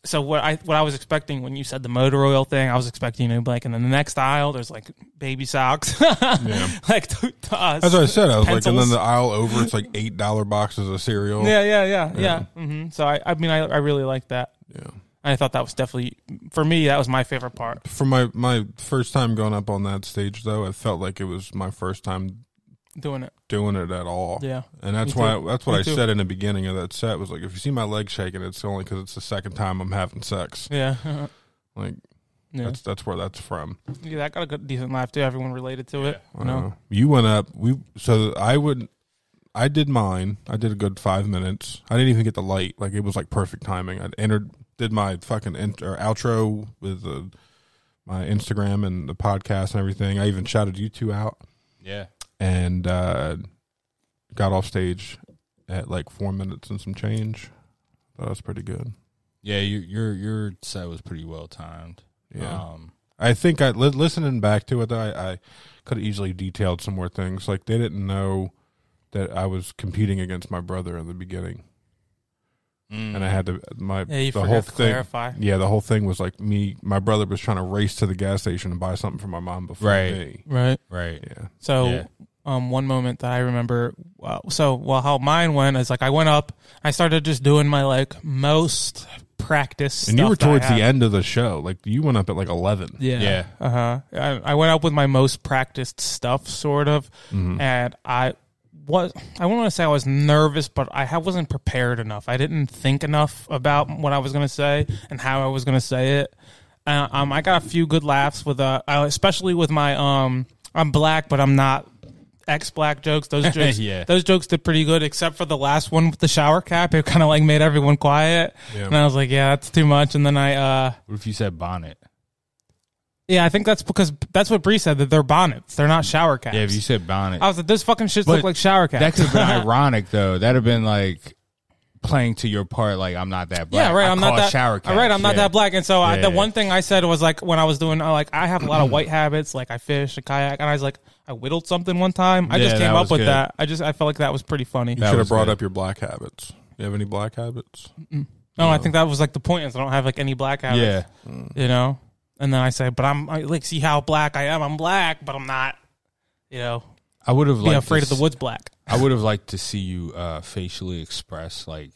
[SPEAKER 7] So what I what I was expecting when you said the motor oil thing, I was expecting you know, like, and then the next aisle there's like baby socks, like to, to us.
[SPEAKER 6] That's what I said. I was like, and then
[SPEAKER 7] Pencils.
[SPEAKER 6] the aisle over, it's like eight dollar boxes of cereal.
[SPEAKER 7] Mm-hmm. yeah, yeah, yeah, yeah. hmm So I, I mean, I, I really like that.
[SPEAKER 6] yeah.
[SPEAKER 7] I thought that was definitely for me, that was my favorite part.
[SPEAKER 6] For my my first time going up on that stage, though, it felt like it was my first time
[SPEAKER 7] Doing it.
[SPEAKER 6] doing it at all.
[SPEAKER 7] Yeah.
[SPEAKER 6] and that's
[SPEAKER 7] Me
[SPEAKER 6] why
[SPEAKER 7] too.
[SPEAKER 6] that's what
[SPEAKER 7] Me
[SPEAKER 6] I
[SPEAKER 7] too.
[SPEAKER 6] said in the beginning of that set was like, if you see my leg shaking, it's only because it's the second time I'm having sex.
[SPEAKER 7] Yeah.
[SPEAKER 6] Like
[SPEAKER 7] Yeah.
[SPEAKER 6] that's that's where that's from.
[SPEAKER 7] yeah, that got a good, decent laugh too. Everyone related to it. You know?
[SPEAKER 6] Uh, you went up. We so I would. I did mine. I did a good five minutes. I didn't even get the light. Like it was like perfect timing. I entered, did my fucking in, or outro with the, my Instagram and the podcast and everything. I even shouted you two out
[SPEAKER 8] Yeah.
[SPEAKER 6] and uh, got off stage at like four minutes and some change. That was pretty good.
[SPEAKER 8] Yeah, your your your set was pretty well timed.
[SPEAKER 6] Yeah.
[SPEAKER 8] Um,
[SPEAKER 6] I think I li- listening back to it, though, I, I could have easily detailed some more things. Like they didn't know that I was competing against my brother in the beginning,
[SPEAKER 8] Mm.
[SPEAKER 6] and I had to my
[SPEAKER 7] Yeah, you
[SPEAKER 6] the
[SPEAKER 7] forgot
[SPEAKER 6] whole
[SPEAKER 7] to
[SPEAKER 6] thing.
[SPEAKER 7] clarify.
[SPEAKER 6] Yeah, the whole thing was like me. My brother was trying to race to the gas station and buy something for my mom before
[SPEAKER 8] Right.
[SPEAKER 6] me.
[SPEAKER 7] Right.
[SPEAKER 8] right.
[SPEAKER 6] Yeah,
[SPEAKER 7] So,
[SPEAKER 8] Yeah.
[SPEAKER 7] um, one moment that I remember, uh, so well, how mine went is like I went up, I started just doing my like most practice,
[SPEAKER 6] and you
[SPEAKER 7] stuff
[SPEAKER 6] were
[SPEAKER 7] that I
[SPEAKER 6] towards the
[SPEAKER 7] had.
[SPEAKER 6] end of the show. Like you went up at like eleven.
[SPEAKER 7] Yeah.
[SPEAKER 8] Yeah. Uh-huh.
[SPEAKER 7] Uh huh. I, I went up with my most practiced stuff, sort of, and I was I wouldn't want to say I was nervous, but I ha- wasn't prepared enough. I didn't think enough about what I was going to say and how I was going to say it. Uh, um, I got a few good laughs with uh, uh, especially with my um, I'm black, but I'm not. Ex black jokes, those jokes,
[SPEAKER 8] Yeah.
[SPEAKER 7] those jokes did pretty good, except for the last one with the shower cap. It kind of like made everyone quiet,
[SPEAKER 6] Yeah.
[SPEAKER 7] and I was like, "Yeah, that's too much." And then I, uh,
[SPEAKER 8] What if you said bonnet?
[SPEAKER 7] yeah, I think that's because that's what Bree said that they're bonnets. They're not shower caps.
[SPEAKER 8] Yeah, if you said bonnet,
[SPEAKER 7] I was like, those fucking shits
[SPEAKER 8] But
[SPEAKER 7] look like shower caps.
[SPEAKER 8] that could have been ironic though. That'd have been like playing to your part. Like I'm not that black.
[SPEAKER 7] yeah, right.
[SPEAKER 8] I
[SPEAKER 7] I'm not
[SPEAKER 8] cause
[SPEAKER 7] that
[SPEAKER 8] shower.
[SPEAKER 7] All right,
[SPEAKER 8] caps.
[SPEAKER 7] I'm not
[SPEAKER 8] Yeah.
[SPEAKER 7] that black. And so I,
[SPEAKER 8] Yeah.
[SPEAKER 7] the one thing I said was like when I was doing uh, like I have a lot of white habits. Like I fish, I kayak, and I was like I whittled something one time. I
[SPEAKER 8] Yeah,
[SPEAKER 7] just
[SPEAKER 8] that
[SPEAKER 7] came up
[SPEAKER 8] was
[SPEAKER 7] with
[SPEAKER 8] good.
[SPEAKER 7] that. I just I felt like that was pretty funny.
[SPEAKER 6] You should have
[SPEAKER 8] was
[SPEAKER 6] brought
[SPEAKER 8] good.
[SPEAKER 6] up your black habits. You have any black habits?
[SPEAKER 7] No, I think that was like the point is I don't have like any black habits.
[SPEAKER 8] Yeah,
[SPEAKER 7] you know. And then I say, but I'm I, like see how black I am. I'm black, but I'm not. You know,
[SPEAKER 8] I would have
[SPEAKER 7] being
[SPEAKER 8] liked
[SPEAKER 7] afraid
[SPEAKER 8] to
[SPEAKER 7] of the
[SPEAKER 8] s-
[SPEAKER 7] woods black.
[SPEAKER 8] I would have liked to see you uh, facially express like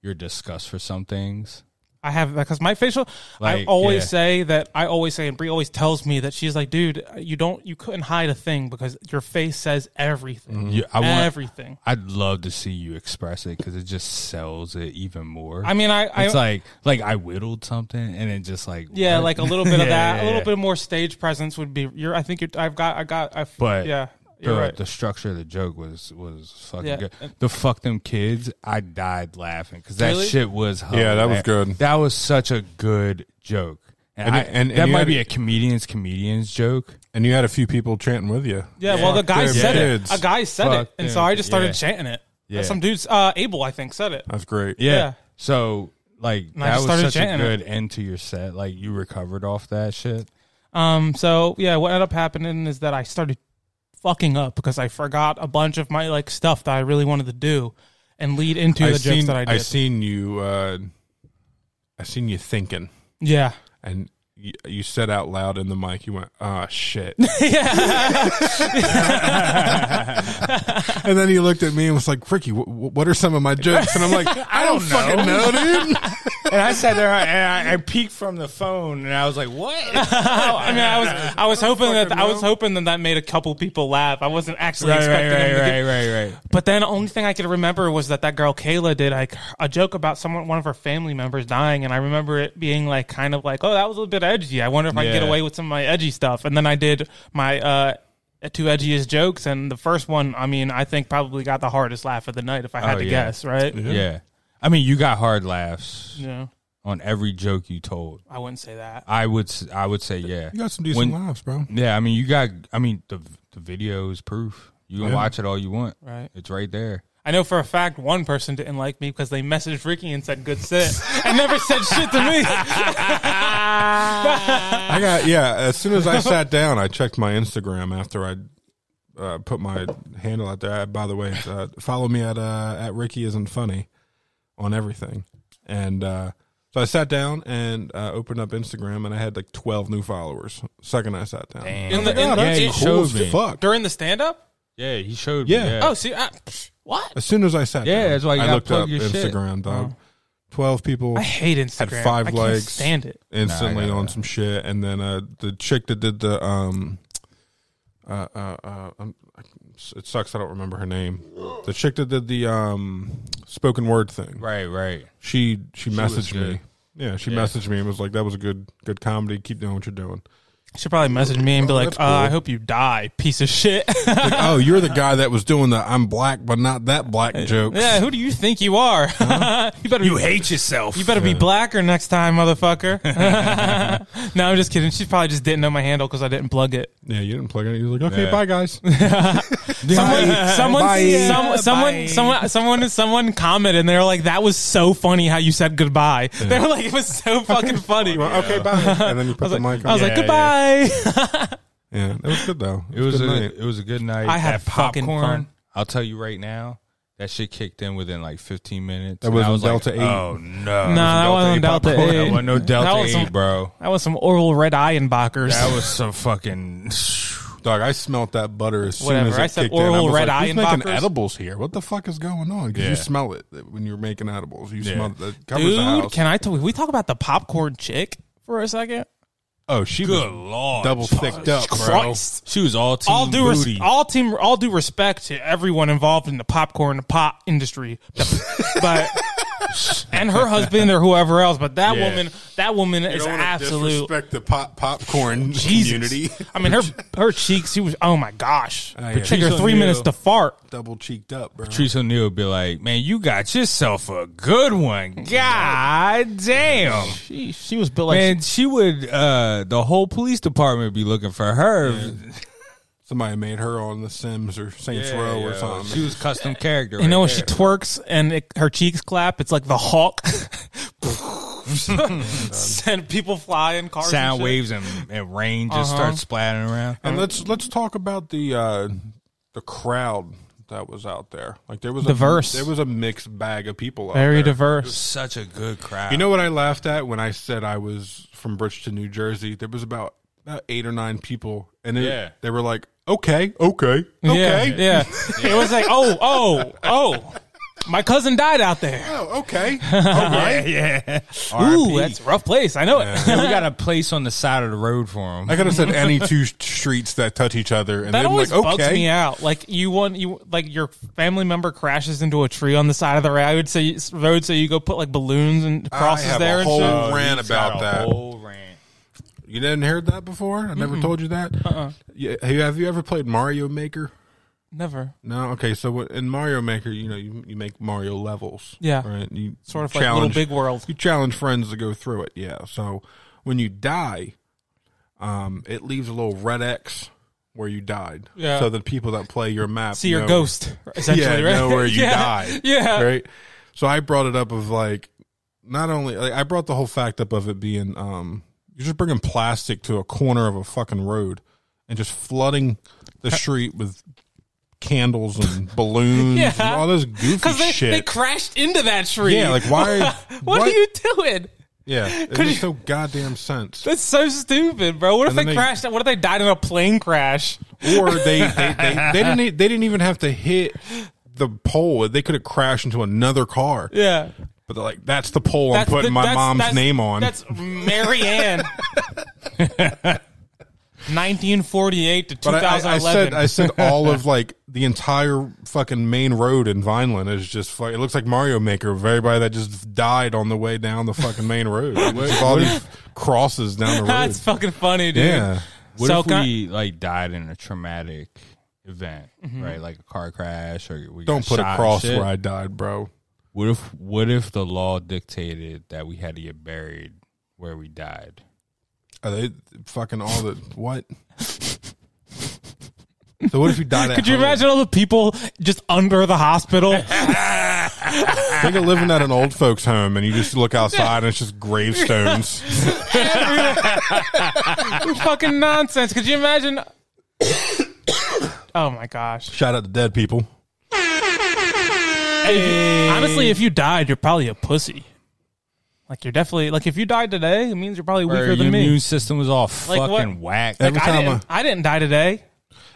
[SPEAKER 8] your disgust for some things.
[SPEAKER 7] I have because my facial. I
[SPEAKER 8] Like,
[SPEAKER 7] always
[SPEAKER 8] yeah.
[SPEAKER 7] say that I always say, and Brie always tells me that she's like, dude, you don't, you couldn't hide a thing because your face says everything,
[SPEAKER 8] You- Mm-hmm. I want.
[SPEAKER 7] everything.
[SPEAKER 8] I'd love to see you express it because it just sells it even more.
[SPEAKER 7] I mean, I, I
[SPEAKER 8] it's like like I whittled something and it just like
[SPEAKER 7] yeah,
[SPEAKER 8] what?
[SPEAKER 7] like a little bit of
[SPEAKER 8] Yeah,
[SPEAKER 7] that,
[SPEAKER 8] yeah,
[SPEAKER 7] a little
[SPEAKER 8] yeah.
[SPEAKER 7] bit more stage presence would be. You're, I think you're. I've got, I got, I.
[SPEAKER 8] But
[SPEAKER 7] yeah,
[SPEAKER 8] the,
[SPEAKER 7] you're right.
[SPEAKER 8] the structure of the joke was was fucking
[SPEAKER 7] Yeah.
[SPEAKER 8] good. The fuck them kids, I died laughing because that
[SPEAKER 7] Really?
[SPEAKER 8] shit was
[SPEAKER 6] Yeah, that was
[SPEAKER 8] hilarious.
[SPEAKER 6] good.
[SPEAKER 8] That was such a good joke, and
[SPEAKER 6] And-
[SPEAKER 8] I,
[SPEAKER 6] and-
[SPEAKER 8] and,
[SPEAKER 6] and
[SPEAKER 8] that
[SPEAKER 6] you
[SPEAKER 8] might
[SPEAKER 6] had-
[SPEAKER 8] be a comedian's comedian's joke.
[SPEAKER 6] And you had a few people chanting with you.
[SPEAKER 7] yeah, well, the
[SPEAKER 6] Fuck
[SPEAKER 7] guy
[SPEAKER 6] them
[SPEAKER 7] said
[SPEAKER 6] kids.
[SPEAKER 7] it. A guy said
[SPEAKER 8] Fuck
[SPEAKER 7] it, and
[SPEAKER 8] them
[SPEAKER 7] so I just started
[SPEAKER 8] kids. Yeah.
[SPEAKER 7] chanting it.
[SPEAKER 8] Yeah.
[SPEAKER 7] Some dudes, uh, Abel, I think, said it.
[SPEAKER 6] That's great.
[SPEAKER 8] Yeah.
[SPEAKER 7] Yeah.
[SPEAKER 8] So like
[SPEAKER 7] I
[SPEAKER 8] that
[SPEAKER 7] just
[SPEAKER 8] was
[SPEAKER 7] started
[SPEAKER 8] such a
[SPEAKER 7] chanting it.
[SPEAKER 8] good end to your set. Like you recovered off that shit.
[SPEAKER 7] Um, so yeah, what ended up happening is that I started fucking up because I forgot a bunch of my like stuff that I really wanted to do and lead into the jokes
[SPEAKER 6] seen,
[SPEAKER 7] that I did.
[SPEAKER 6] seen you. Uh, I seen you thinking,
[SPEAKER 7] Yeah.
[SPEAKER 6] and you, you said out loud in the mic, "You went, ah, shit." and then he looked at me and was like, "Ricky, wh- wh- what are some of my jokes?" And I'm like, "I don't fucking know, dude."
[SPEAKER 8] And I sat there and I, I peeked from the phone and I was like, "What?"
[SPEAKER 7] Oh, I mean, I was I was hoping that I was hoping that that made a couple people laugh. I wasn't actually
[SPEAKER 8] right, right,
[SPEAKER 7] expecting
[SPEAKER 8] right,
[SPEAKER 7] him to get-
[SPEAKER 8] right, right, right.
[SPEAKER 7] But then the only thing I could remember was that that girl Kayla did like a joke about someone, one of her family members dying, and I remember it being like kind of like, oh, that was a bit edgy. I wonder if I can get
[SPEAKER 8] Yeah.
[SPEAKER 7] away with some of my edgy stuff. And then I did my uh, two edgiest jokes, and the first one, I mean, I think probably got the hardest laugh of the night if I had
[SPEAKER 8] Oh,
[SPEAKER 7] to
[SPEAKER 8] yeah.
[SPEAKER 7] guess, right?
[SPEAKER 8] Yeah. I mean, you got hard laughs
[SPEAKER 7] No,
[SPEAKER 8] on every joke you told.
[SPEAKER 7] I wouldn't say that.
[SPEAKER 8] I would s- I would say yeah.
[SPEAKER 6] You got some decent
[SPEAKER 8] When-
[SPEAKER 6] laughs, bro.
[SPEAKER 8] Yeah, I mean you got I mean the the video is proof. You can
[SPEAKER 6] Yeah.
[SPEAKER 8] watch it all you want.
[SPEAKER 7] Right.
[SPEAKER 8] It's right there.
[SPEAKER 7] I know for a fact one person didn't like me because they messaged Ricky and said good sit and never said shit to me.
[SPEAKER 6] I got yeah. As soon as I sat down, I checked my Instagram after I uh, put my handle out there. I, by the way, it's, uh, follow me at uh, at Ricky isn't funny on everything. And uh, so I sat down and uh, opened up Instagram, and I had like twelve new followers. Second, I sat down.
[SPEAKER 7] In the- in-
[SPEAKER 6] Oh, that's
[SPEAKER 8] yeah, he
[SPEAKER 6] cool
[SPEAKER 8] showed
[SPEAKER 6] as
[SPEAKER 8] me.
[SPEAKER 6] fuck.
[SPEAKER 7] During the stand up?
[SPEAKER 8] Yeah, he showed
[SPEAKER 6] Yeah.
[SPEAKER 8] me. Yeah.
[SPEAKER 7] Oh, see, I, what?
[SPEAKER 6] As soon as I sat
[SPEAKER 8] Yeah,
[SPEAKER 6] down,
[SPEAKER 8] that's why you
[SPEAKER 6] I
[SPEAKER 8] gotta
[SPEAKER 6] looked
[SPEAKER 8] plug
[SPEAKER 6] up
[SPEAKER 8] your shit.
[SPEAKER 6] Instagram, dog. twelve people.
[SPEAKER 7] I hate Instagram.
[SPEAKER 6] had five
[SPEAKER 7] I can't
[SPEAKER 6] legs.
[SPEAKER 7] stand it.
[SPEAKER 6] instantly
[SPEAKER 8] Nah, I
[SPEAKER 6] on
[SPEAKER 8] gotta-
[SPEAKER 6] some shit, and then uh, the chick that did the um, uh, uh, uh, um, it sucks. I don't remember her name. The chick that did the um spoken word thing.
[SPEAKER 8] Right, right.
[SPEAKER 6] She she
[SPEAKER 8] was
[SPEAKER 6] messaged
[SPEAKER 8] good.
[SPEAKER 6] me. Yeah, she messaged me and was like, "That was a good good comedy. Keep doing what you're doing."
[SPEAKER 7] She'll probably message me and be like,
[SPEAKER 6] Oh, that's
[SPEAKER 7] uh, "I
[SPEAKER 6] cool.
[SPEAKER 7] hope you die, piece of shit."
[SPEAKER 6] Like, oh, you're the guy that was doing the "I'm black but not that black" joke.
[SPEAKER 7] yeah, who do you think you are? you better you hate yourself. You better be blacker next time, motherfucker. no, I'm just kidding. She probably just didn't know my handle because I didn't plug it.
[SPEAKER 6] Yeah, you didn't plug it. You're like, okay,
[SPEAKER 8] Yeah.
[SPEAKER 6] bye guys.
[SPEAKER 7] Someone, someone,
[SPEAKER 6] Bye.
[SPEAKER 7] some, someone, someone, someone, someone commented, and they were like, "That was so funny how you said goodbye." They were like, "It was so fucking funny." I
[SPEAKER 6] okay, bye. And then you put
[SPEAKER 7] was
[SPEAKER 6] the
[SPEAKER 7] like,
[SPEAKER 6] mic on.
[SPEAKER 7] I was like,
[SPEAKER 8] Yeah,
[SPEAKER 7] "Goodbye."
[SPEAKER 6] yeah, it was good though.
[SPEAKER 8] It was
[SPEAKER 6] good
[SPEAKER 8] a
[SPEAKER 6] night.
[SPEAKER 8] it was a good night.
[SPEAKER 7] I had
[SPEAKER 8] That
[SPEAKER 7] fucking fun.
[SPEAKER 8] I'll tell you right now, that shit kicked in within like 15 minutes.
[SPEAKER 6] That was
[SPEAKER 8] And I
[SPEAKER 6] on
[SPEAKER 8] like,
[SPEAKER 6] Delta 8.
[SPEAKER 8] Oh
[SPEAKER 7] Nah,
[SPEAKER 8] no, It
[SPEAKER 7] that wasn't
[SPEAKER 8] popcorn.
[SPEAKER 7] Delta 8.
[SPEAKER 8] That wasn't no Delta
[SPEAKER 7] That was some-
[SPEAKER 8] Eight, bro.
[SPEAKER 7] That was some Oral Red Eyenbachers.
[SPEAKER 8] That was some fucking.
[SPEAKER 6] Dog, I smelt that butter as
[SPEAKER 7] Whatever,
[SPEAKER 6] soon as it
[SPEAKER 7] I said
[SPEAKER 6] kicked in.
[SPEAKER 7] oral
[SPEAKER 6] was
[SPEAKER 7] red
[SPEAKER 6] like,
[SPEAKER 7] eye
[SPEAKER 6] Who's
[SPEAKER 7] and
[SPEAKER 6] making
[SPEAKER 7] boppers?"
[SPEAKER 6] edibles here? What the fuck is going on? Because
[SPEAKER 8] Yeah.
[SPEAKER 6] you smell it when you're making edibles. You
[SPEAKER 8] Yeah.
[SPEAKER 6] smell that covers the
[SPEAKER 7] Dude,
[SPEAKER 6] house.
[SPEAKER 7] can I? T- can we talk about the popcorn chick for a second?
[SPEAKER 6] oh, she
[SPEAKER 8] Good
[SPEAKER 6] was
[SPEAKER 8] lord,
[SPEAKER 6] double thicked up, bro.
[SPEAKER 7] Christ.
[SPEAKER 8] She was all team
[SPEAKER 7] all due res-
[SPEAKER 8] booty.
[SPEAKER 7] all team all due respect to everyone involved in the popcorn and pop industry, The- but and her husband or whoever else. But that
[SPEAKER 8] Yeah.
[SPEAKER 7] woman, that woman is absolute.
[SPEAKER 6] Respect the pop popcorn
[SPEAKER 7] Jesus. I mean, her her cheeks. She was. Oh my gosh!
[SPEAKER 6] yeah.
[SPEAKER 7] It took her
[SPEAKER 8] Patrice
[SPEAKER 7] three
[SPEAKER 8] O'Neal.
[SPEAKER 7] minutes to fart.
[SPEAKER 6] Double cheeked up, bro.
[SPEAKER 8] Patrice O'Neill would be like, "Man, you got yourself a good one. God damn."
[SPEAKER 7] She she was built like.
[SPEAKER 8] Man, she would. uh The whole police department would be looking for her.
[SPEAKER 6] Somebody made her on The Sims or Saints
[SPEAKER 8] Yeah,
[SPEAKER 6] Row or
[SPEAKER 8] yeah.
[SPEAKER 6] something.
[SPEAKER 8] She was custom character.
[SPEAKER 7] you know when
[SPEAKER 8] right
[SPEAKER 7] she
[SPEAKER 8] there.
[SPEAKER 7] twerks and it, her cheeks clap, it's like the Hawk. Send people fly in cars.
[SPEAKER 8] sound
[SPEAKER 7] and shit.
[SPEAKER 8] waves and, and rain just
[SPEAKER 7] Uh-huh.
[SPEAKER 8] starts splattering around.
[SPEAKER 6] and let's let's talk about the uh, the crowd that was out there. Like there was
[SPEAKER 7] Diverse.
[SPEAKER 6] A, there was a mixed bag of people. Out
[SPEAKER 7] Very
[SPEAKER 6] there.
[SPEAKER 7] diverse.
[SPEAKER 8] Such a good crowd.
[SPEAKER 6] You know what I laughed at when I said I was from Bridgeton, New Jersey? There was about, about eight or nine people, and it,
[SPEAKER 8] Yeah.
[SPEAKER 6] they were like, "Okay, okay, okay,
[SPEAKER 7] Yeah, yeah. it was like, oh, oh, oh. My cousin died out there.
[SPEAKER 6] oh, okay, all right."
[SPEAKER 8] yeah.
[SPEAKER 7] Ooh, that's a rough place. I know it.
[SPEAKER 8] Oh, we got a place on the side of the road for him.
[SPEAKER 6] I could have said any two streets that touch each other, and
[SPEAKER 7] That
[SPEAKER 6] then
[SPEAKER 7] always
[SPEAKER 6] like,
[SPEAKER 7] bugs
[SPEAKER 6] okay,
[SPEAKER 7] me out. Like you want you like your family member crashes into a tree on the side of the road, so you, road, so you go put like balloons and crosses
[SPEAKER 6] I have
[SPEAKER 7] there
[SPEAKER 6] a
[SPEAKER 7] and
[SPEAKER 6] whole uh,
[SPEAKER 7] shit.
[SPEAKER 6] rant about that.
[SPEAKER 8] Whole rant.
[SPEAKER 6] You didn't hear that before? I never told you that. Uh-uh. Yeah, have you- have you ever played Mario Maker?
[SPEAKER 7] Never.
[SPEAKER 6] No, okay. So what- in Mario Maker, you know, you, you make Mario levels.
[SPEAKER 7] Yeah.
[SPEAKER 6] right. You
[SPEAKER 7] Sort of
[SPEAKER 6] you
[SPEAKER 7] like Little
[SPEAKER 6] challenge-
[SPEAKER 7] Big World.
[SPEAKER 6] You challenge friends to go through it. Yeah. So when you die, um, it leaves a little red X where you died.
[SPEAKER 7] Yeah.
[SPEAKER 6] So the people that play your map
[SPEAKER 7] See your
[SPEAKER 6] know-
[SPEAKER 7] ghost, essentially,
[SPEAKER 6] yeah,
[SPEAKER 7] right?
[SPEAKER 6] know where you
[SPEAKER 7] yeah.
[SPEAKER 6] died.
[SPEAKER 7] Yeah.
[SPEAKER 6] Right. So I brought it up of like, not only like, I brought the whole fact up of it being um, you're just bringing plastic to a corner of a fucking road and just flooding the street with candles and balloons
[SPEAKER 7] Yeah.
[SPEAKER 6] and all this goofy
[SPEAKER 7] Because they,
[SPEAKER 6] shit.
[SPEAKER 7] they crashed into that tree.
[SPEAKER 6] yeah, like why?
[SPEAKER 7] what, are you doing?
[SPEAKER 6] Yeah, it
[SPEAKER 7] Could
[SPEAKER 6] makes
[SPEAKER 7] you-
[SPEAKER 6] no goddamn sense.
[SPEAKER 7] That's so stupid, bro. What if
[SPEAKER 6] And
[SPEAKER 7] they,
[SPEAKER 6] then they-
[SPEAKER 7] crashed? What if they died in a plane crash?
[SPEAKER 6] Or they they, they, they didn't e- they didn't even have to hit the pole. They could have crashed into another car.
[SPEAKER 7] Yeah.
[SPEAKER 6] But they're like, that's the pole
[SPEAKER 7] That's
[SPEAKER 6] I'm putting
[SPEAKER 7] the-
[SPEAKER 6] my
[SPEAKER 7] that's-
[SPEAKER 6] mom's
[SPEAKER 7] that's-
[SPEAKER 6] name on.
[SPEAKER 7] That's Mary Ann. 1948 to
[SPEAKER 6] But I-
[SPEAKER 7] 2011.
[SPEAKER 6] I, I said I said all of like the entire fucking main road in Vineland is just fu- it looks like Mario Maker of everybody that just died on the way down the fucking main road. It's just all these crosses down the road.
[SPEAKER 7] That's fucking funny, dude.
[SPEAKER 6] Yeah.
[SPEAKER 8] What
[SPEAKER 7] So
[SPEAKER 8] if
[SPEAKER 7] can I-
[SPEAKER 8] we like died in a traumatic event,
[SPEAKER 7] Mm-hmm.
[SPEAKER 8] right? Like a car crash, or we got
[SPEAKER 6] Don't put
[SPEAKER 8] shot
[SPEAKER 6] a
[SPEAKER 8] and
[SPEAKER 6] cross
[SPEAKER 8] shit?
[SPEAKER 6] where I died, bro.
[SPEAKER 8] What if What if the law dictated that we had to get buried where we died?
[SPEAKER 6] Are they fucking all the what? So what if you died? At
[SPEAKER 7] Could you
[SPEAKER 6] home?
[SPEAKER 7] imagine all the people just under the hospital?
[SPEAKER 6] Think of living at an old folks' home and you just look outside and it's just gravestones.
[SPEAKER 7] fucking nonsense. Could you imagine? oh my gosh.
[SPEAKER 6] Shout out to dead people.
[SPEAKER 7] Honestly, if you died, you're probably a pussy. Like you're definitely like if you died today, it means you're probably
[SPEAKER 8] Or
[SPEAKER 7] weaker
[SPEAKER 8] your
[SPEAKER 7] than
[SPEAKER 8] immune
[SPEAKER 7] me.
[SPEAKER 8] system was all
[SPEAKER 7] Like what?
[SPEAKER 8] fucking whack.
[SPEAKER 6] Every
[SPEAKER 7] I
[SPEAKER 6] time
[SPEAKER 7] didn't, I didn't die today.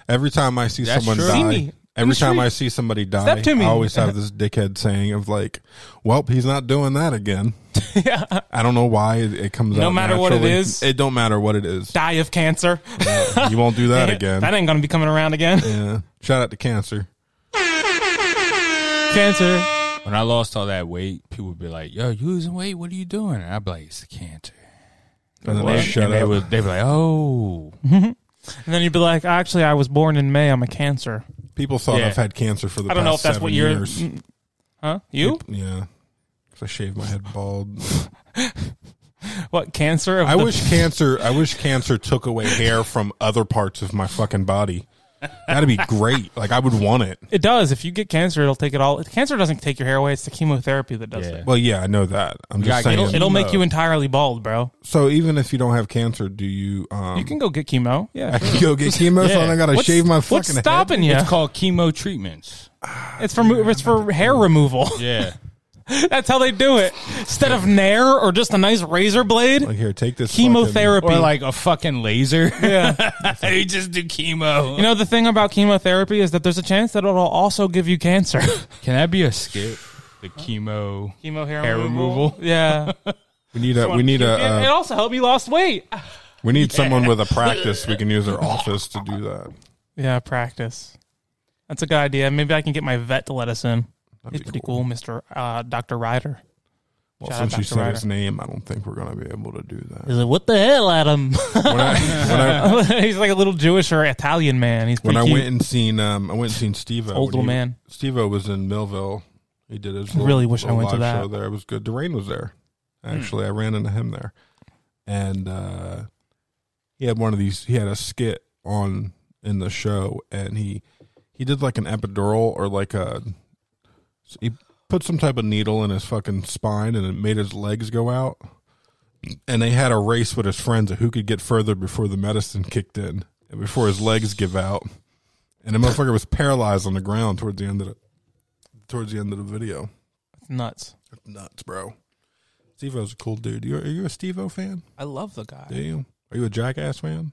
[SPEAKER 6] Every time I see
[SPEAKER 8] That's
[SPEAKER 6] someone
[SPEAKER 8] true.
[SPEAKER 6] die,
[SPEAKER 7] See me.
[SPEAKER 6] Every
[SPEAKER 7] the
[SPEAKER 6] time
[SPEAKER 7] street.
[SPEAKER 6] I see somebody die,
[SPEAKER 7] Step to me.
[SPEAKER 6] I always have this dickhead saying of like, "Well, he's not doing that again."
[SPEAKER 7] yeah.
[SPEAKER 6] I don't know why it, it comes.
[SPEAKER 7] No
[SPEAKER 6] out
[SPEAKER 7] matter what it
[SPEAKER 6] naturally.
[SPEAKER 7] is.
[SPEAKER 6] it don't matter what it is.
[SPEAKER 7] Die of cancer.
[SPEAKER 6] you won't do that again.
[SPEAKER 7] That ain't gonna be coming around again.
[SPEAKER 6] yeah. Shout out to cancer.
[SPEAKER 7] Cancer.
[SPEAKER 8] When I lost all that weight, people would be like, "Yo, you losing weight? What are you doing?" And I'd be like, "It's the cancer."
[SPEAKER 6] And then
[SPEAKER 8] And,
[SPEAKER 6] they shut
[SPEAKER 8] and they
[SPEAKER 6] up.
[SPEAKER 8] would they would be like, "Oh,
[SPEAKER 7] And then you'd be like, actually, I was born in May. I'm a cancer.
[SPEAKER 6] People thought
[SPEAKER 8] Yeah.
[SPEAKER 6] I've had cancer for the.
[SPEAKER 7] I don't know if
[SPEAKER 6] past
[SPEAKER 7] that's what
[SPEAKER 6] seven
[SPEAKER 7] you're.
[SPEAKER 6] years.
[SPEAKER 7] Mm. Huh? You?
[SPEAKER 6] Yeah. 'Cause I shaved my head bald.
[SPEAKER 7] What cancer? Of
[SPEAKER 6] I
[SPEAKER 7] the-
[SPEAKER 6] wish cancer. I wish cancer took away hair from other parts of my fucking body. That'd be great. Like I would want it.
[SPEAKER 7] it does. If you get cancer, it'll take it all. Cancer doesn't take your hair away. It's the chemotherapy that does
[SPEAKER 8] Yeah.
[SPEAKER 7] it.
[SPEAKER 6] Well, yeah, I know that. I'm just
[SPEAKER 8] gotta get
[SPEAKER 6] saying.
[SPEAKER 7] It'll, it'll make
[SPEAKER 8] Chemo.
[SPEAKER 7] you entirely bald, bro.
[SPEAKER 6] so even if you don't have cancer, do you? Um,
[SPEAKER 7] You can go get chemo.
[SPEAKER 6] I
[SPEAKER 7] Yeah.
[SPEAKER 6] can go get chemo. So
[SPEAKER 8] Yeah.
[SPEAKER 6] I gotta
[SPEAKER 7] What's-
[SPEAKER 6] shave my
[SPEAKER 7] What's
[SPEAKER 6] fucking
[SPEAKER 7] stopping you?
[SPEAKER 8] it's called chemo treatments."
[SPEAKER 7] It's for mo- it's for hair removal.
[SPEAKER 8] Yeah,
[SPEAKER 7] That's how they do it. Instead of nair or just a nice razor blade,
[SPEAKER 6] head. Like here, take this
[SPEAKER 7] chemotherapy.
[SPEAKER 8] or like a fucking laser.
[SPEAKER 7] yeah.
[SPEAKER 8] you just do chemo.
[SPEAKER 7] You know the thing about chemotherapy is that there's a chance that it'll also give you cancer.
[SPEAKER 8] Can that be a skit? The chemo.
[SPEAKER 7] Chemo hair, Uh,
[SPEAKER 8] Hair removal.
[SPEAKER 7] Yeah.
[SPEAKER 6] Fucking, we need a. We need a.
[SPEAKER 7] it, it
[SPEAKER 6] Uh,
[SPEAKER 7] also helped me lost weight.
[SPEAKER 6] we need someone with a practice. We can use their office to do that.
[SPEAKER 7] Yeah, practice. That's a good idea. Maybe I can get my vet to let us in. He's pretty cool, Mister uh, Doctor Ryder.
[SPEAKER 6] Well,
[SPEAKER 7] Shout out
[SPEAKER 6] since you
[SPEAKER 7] Dr.
[SPEAKER 6] said
[SPEAKER 7] Ryder.
[SPEAKER 6] his name, I don't think we're gonna be able to do that.
[SPEAKER 7] He's like, "What the hell, Adam?"
[SPEAKER 6] When I, when I,
[SPEAKER 7] He's like a little Jewish or Italian man. He's
[SPEAKER 6] when
[SPEAKER 7] pretty
[SPEAKER 6] I
[SPEAKER 7] cute.
[SPEAKER 6] went and seen um I went and seen Steve
[SPEAKER 7] Old little man.
[SPEAKER 6] Steve O was in Millville. He did his little,
[SPEAKER 7] really wish I
[SPEAKER 6] little
[SPEAKER 7] went to
[SPEAKER 6] live
[SPEAKER 7] that. Hmm.
[SPEAKER 6] show there. It was good. Derain was there. Actually, I ran into him there. And uh he had one of these he had a skit on in the show and he he did like an epidural or like a he put some type of needle in his fucking spine and it made his legs go out. And they had a race with his friends of who could get further before the medicine kicked in and before his legs give out. And the motherfucker was paralyzed on the ground towards the end of the towards the end of the video.
[SPEAKER 7] nuts.
[SPEAKER 6] Nuts, bro. Steve O's a cool dude. You, are you a Steve O fan?
[SPEAKER 7] I love the guy.
[SPEAKER 6] Damn. Are you a jackass fan?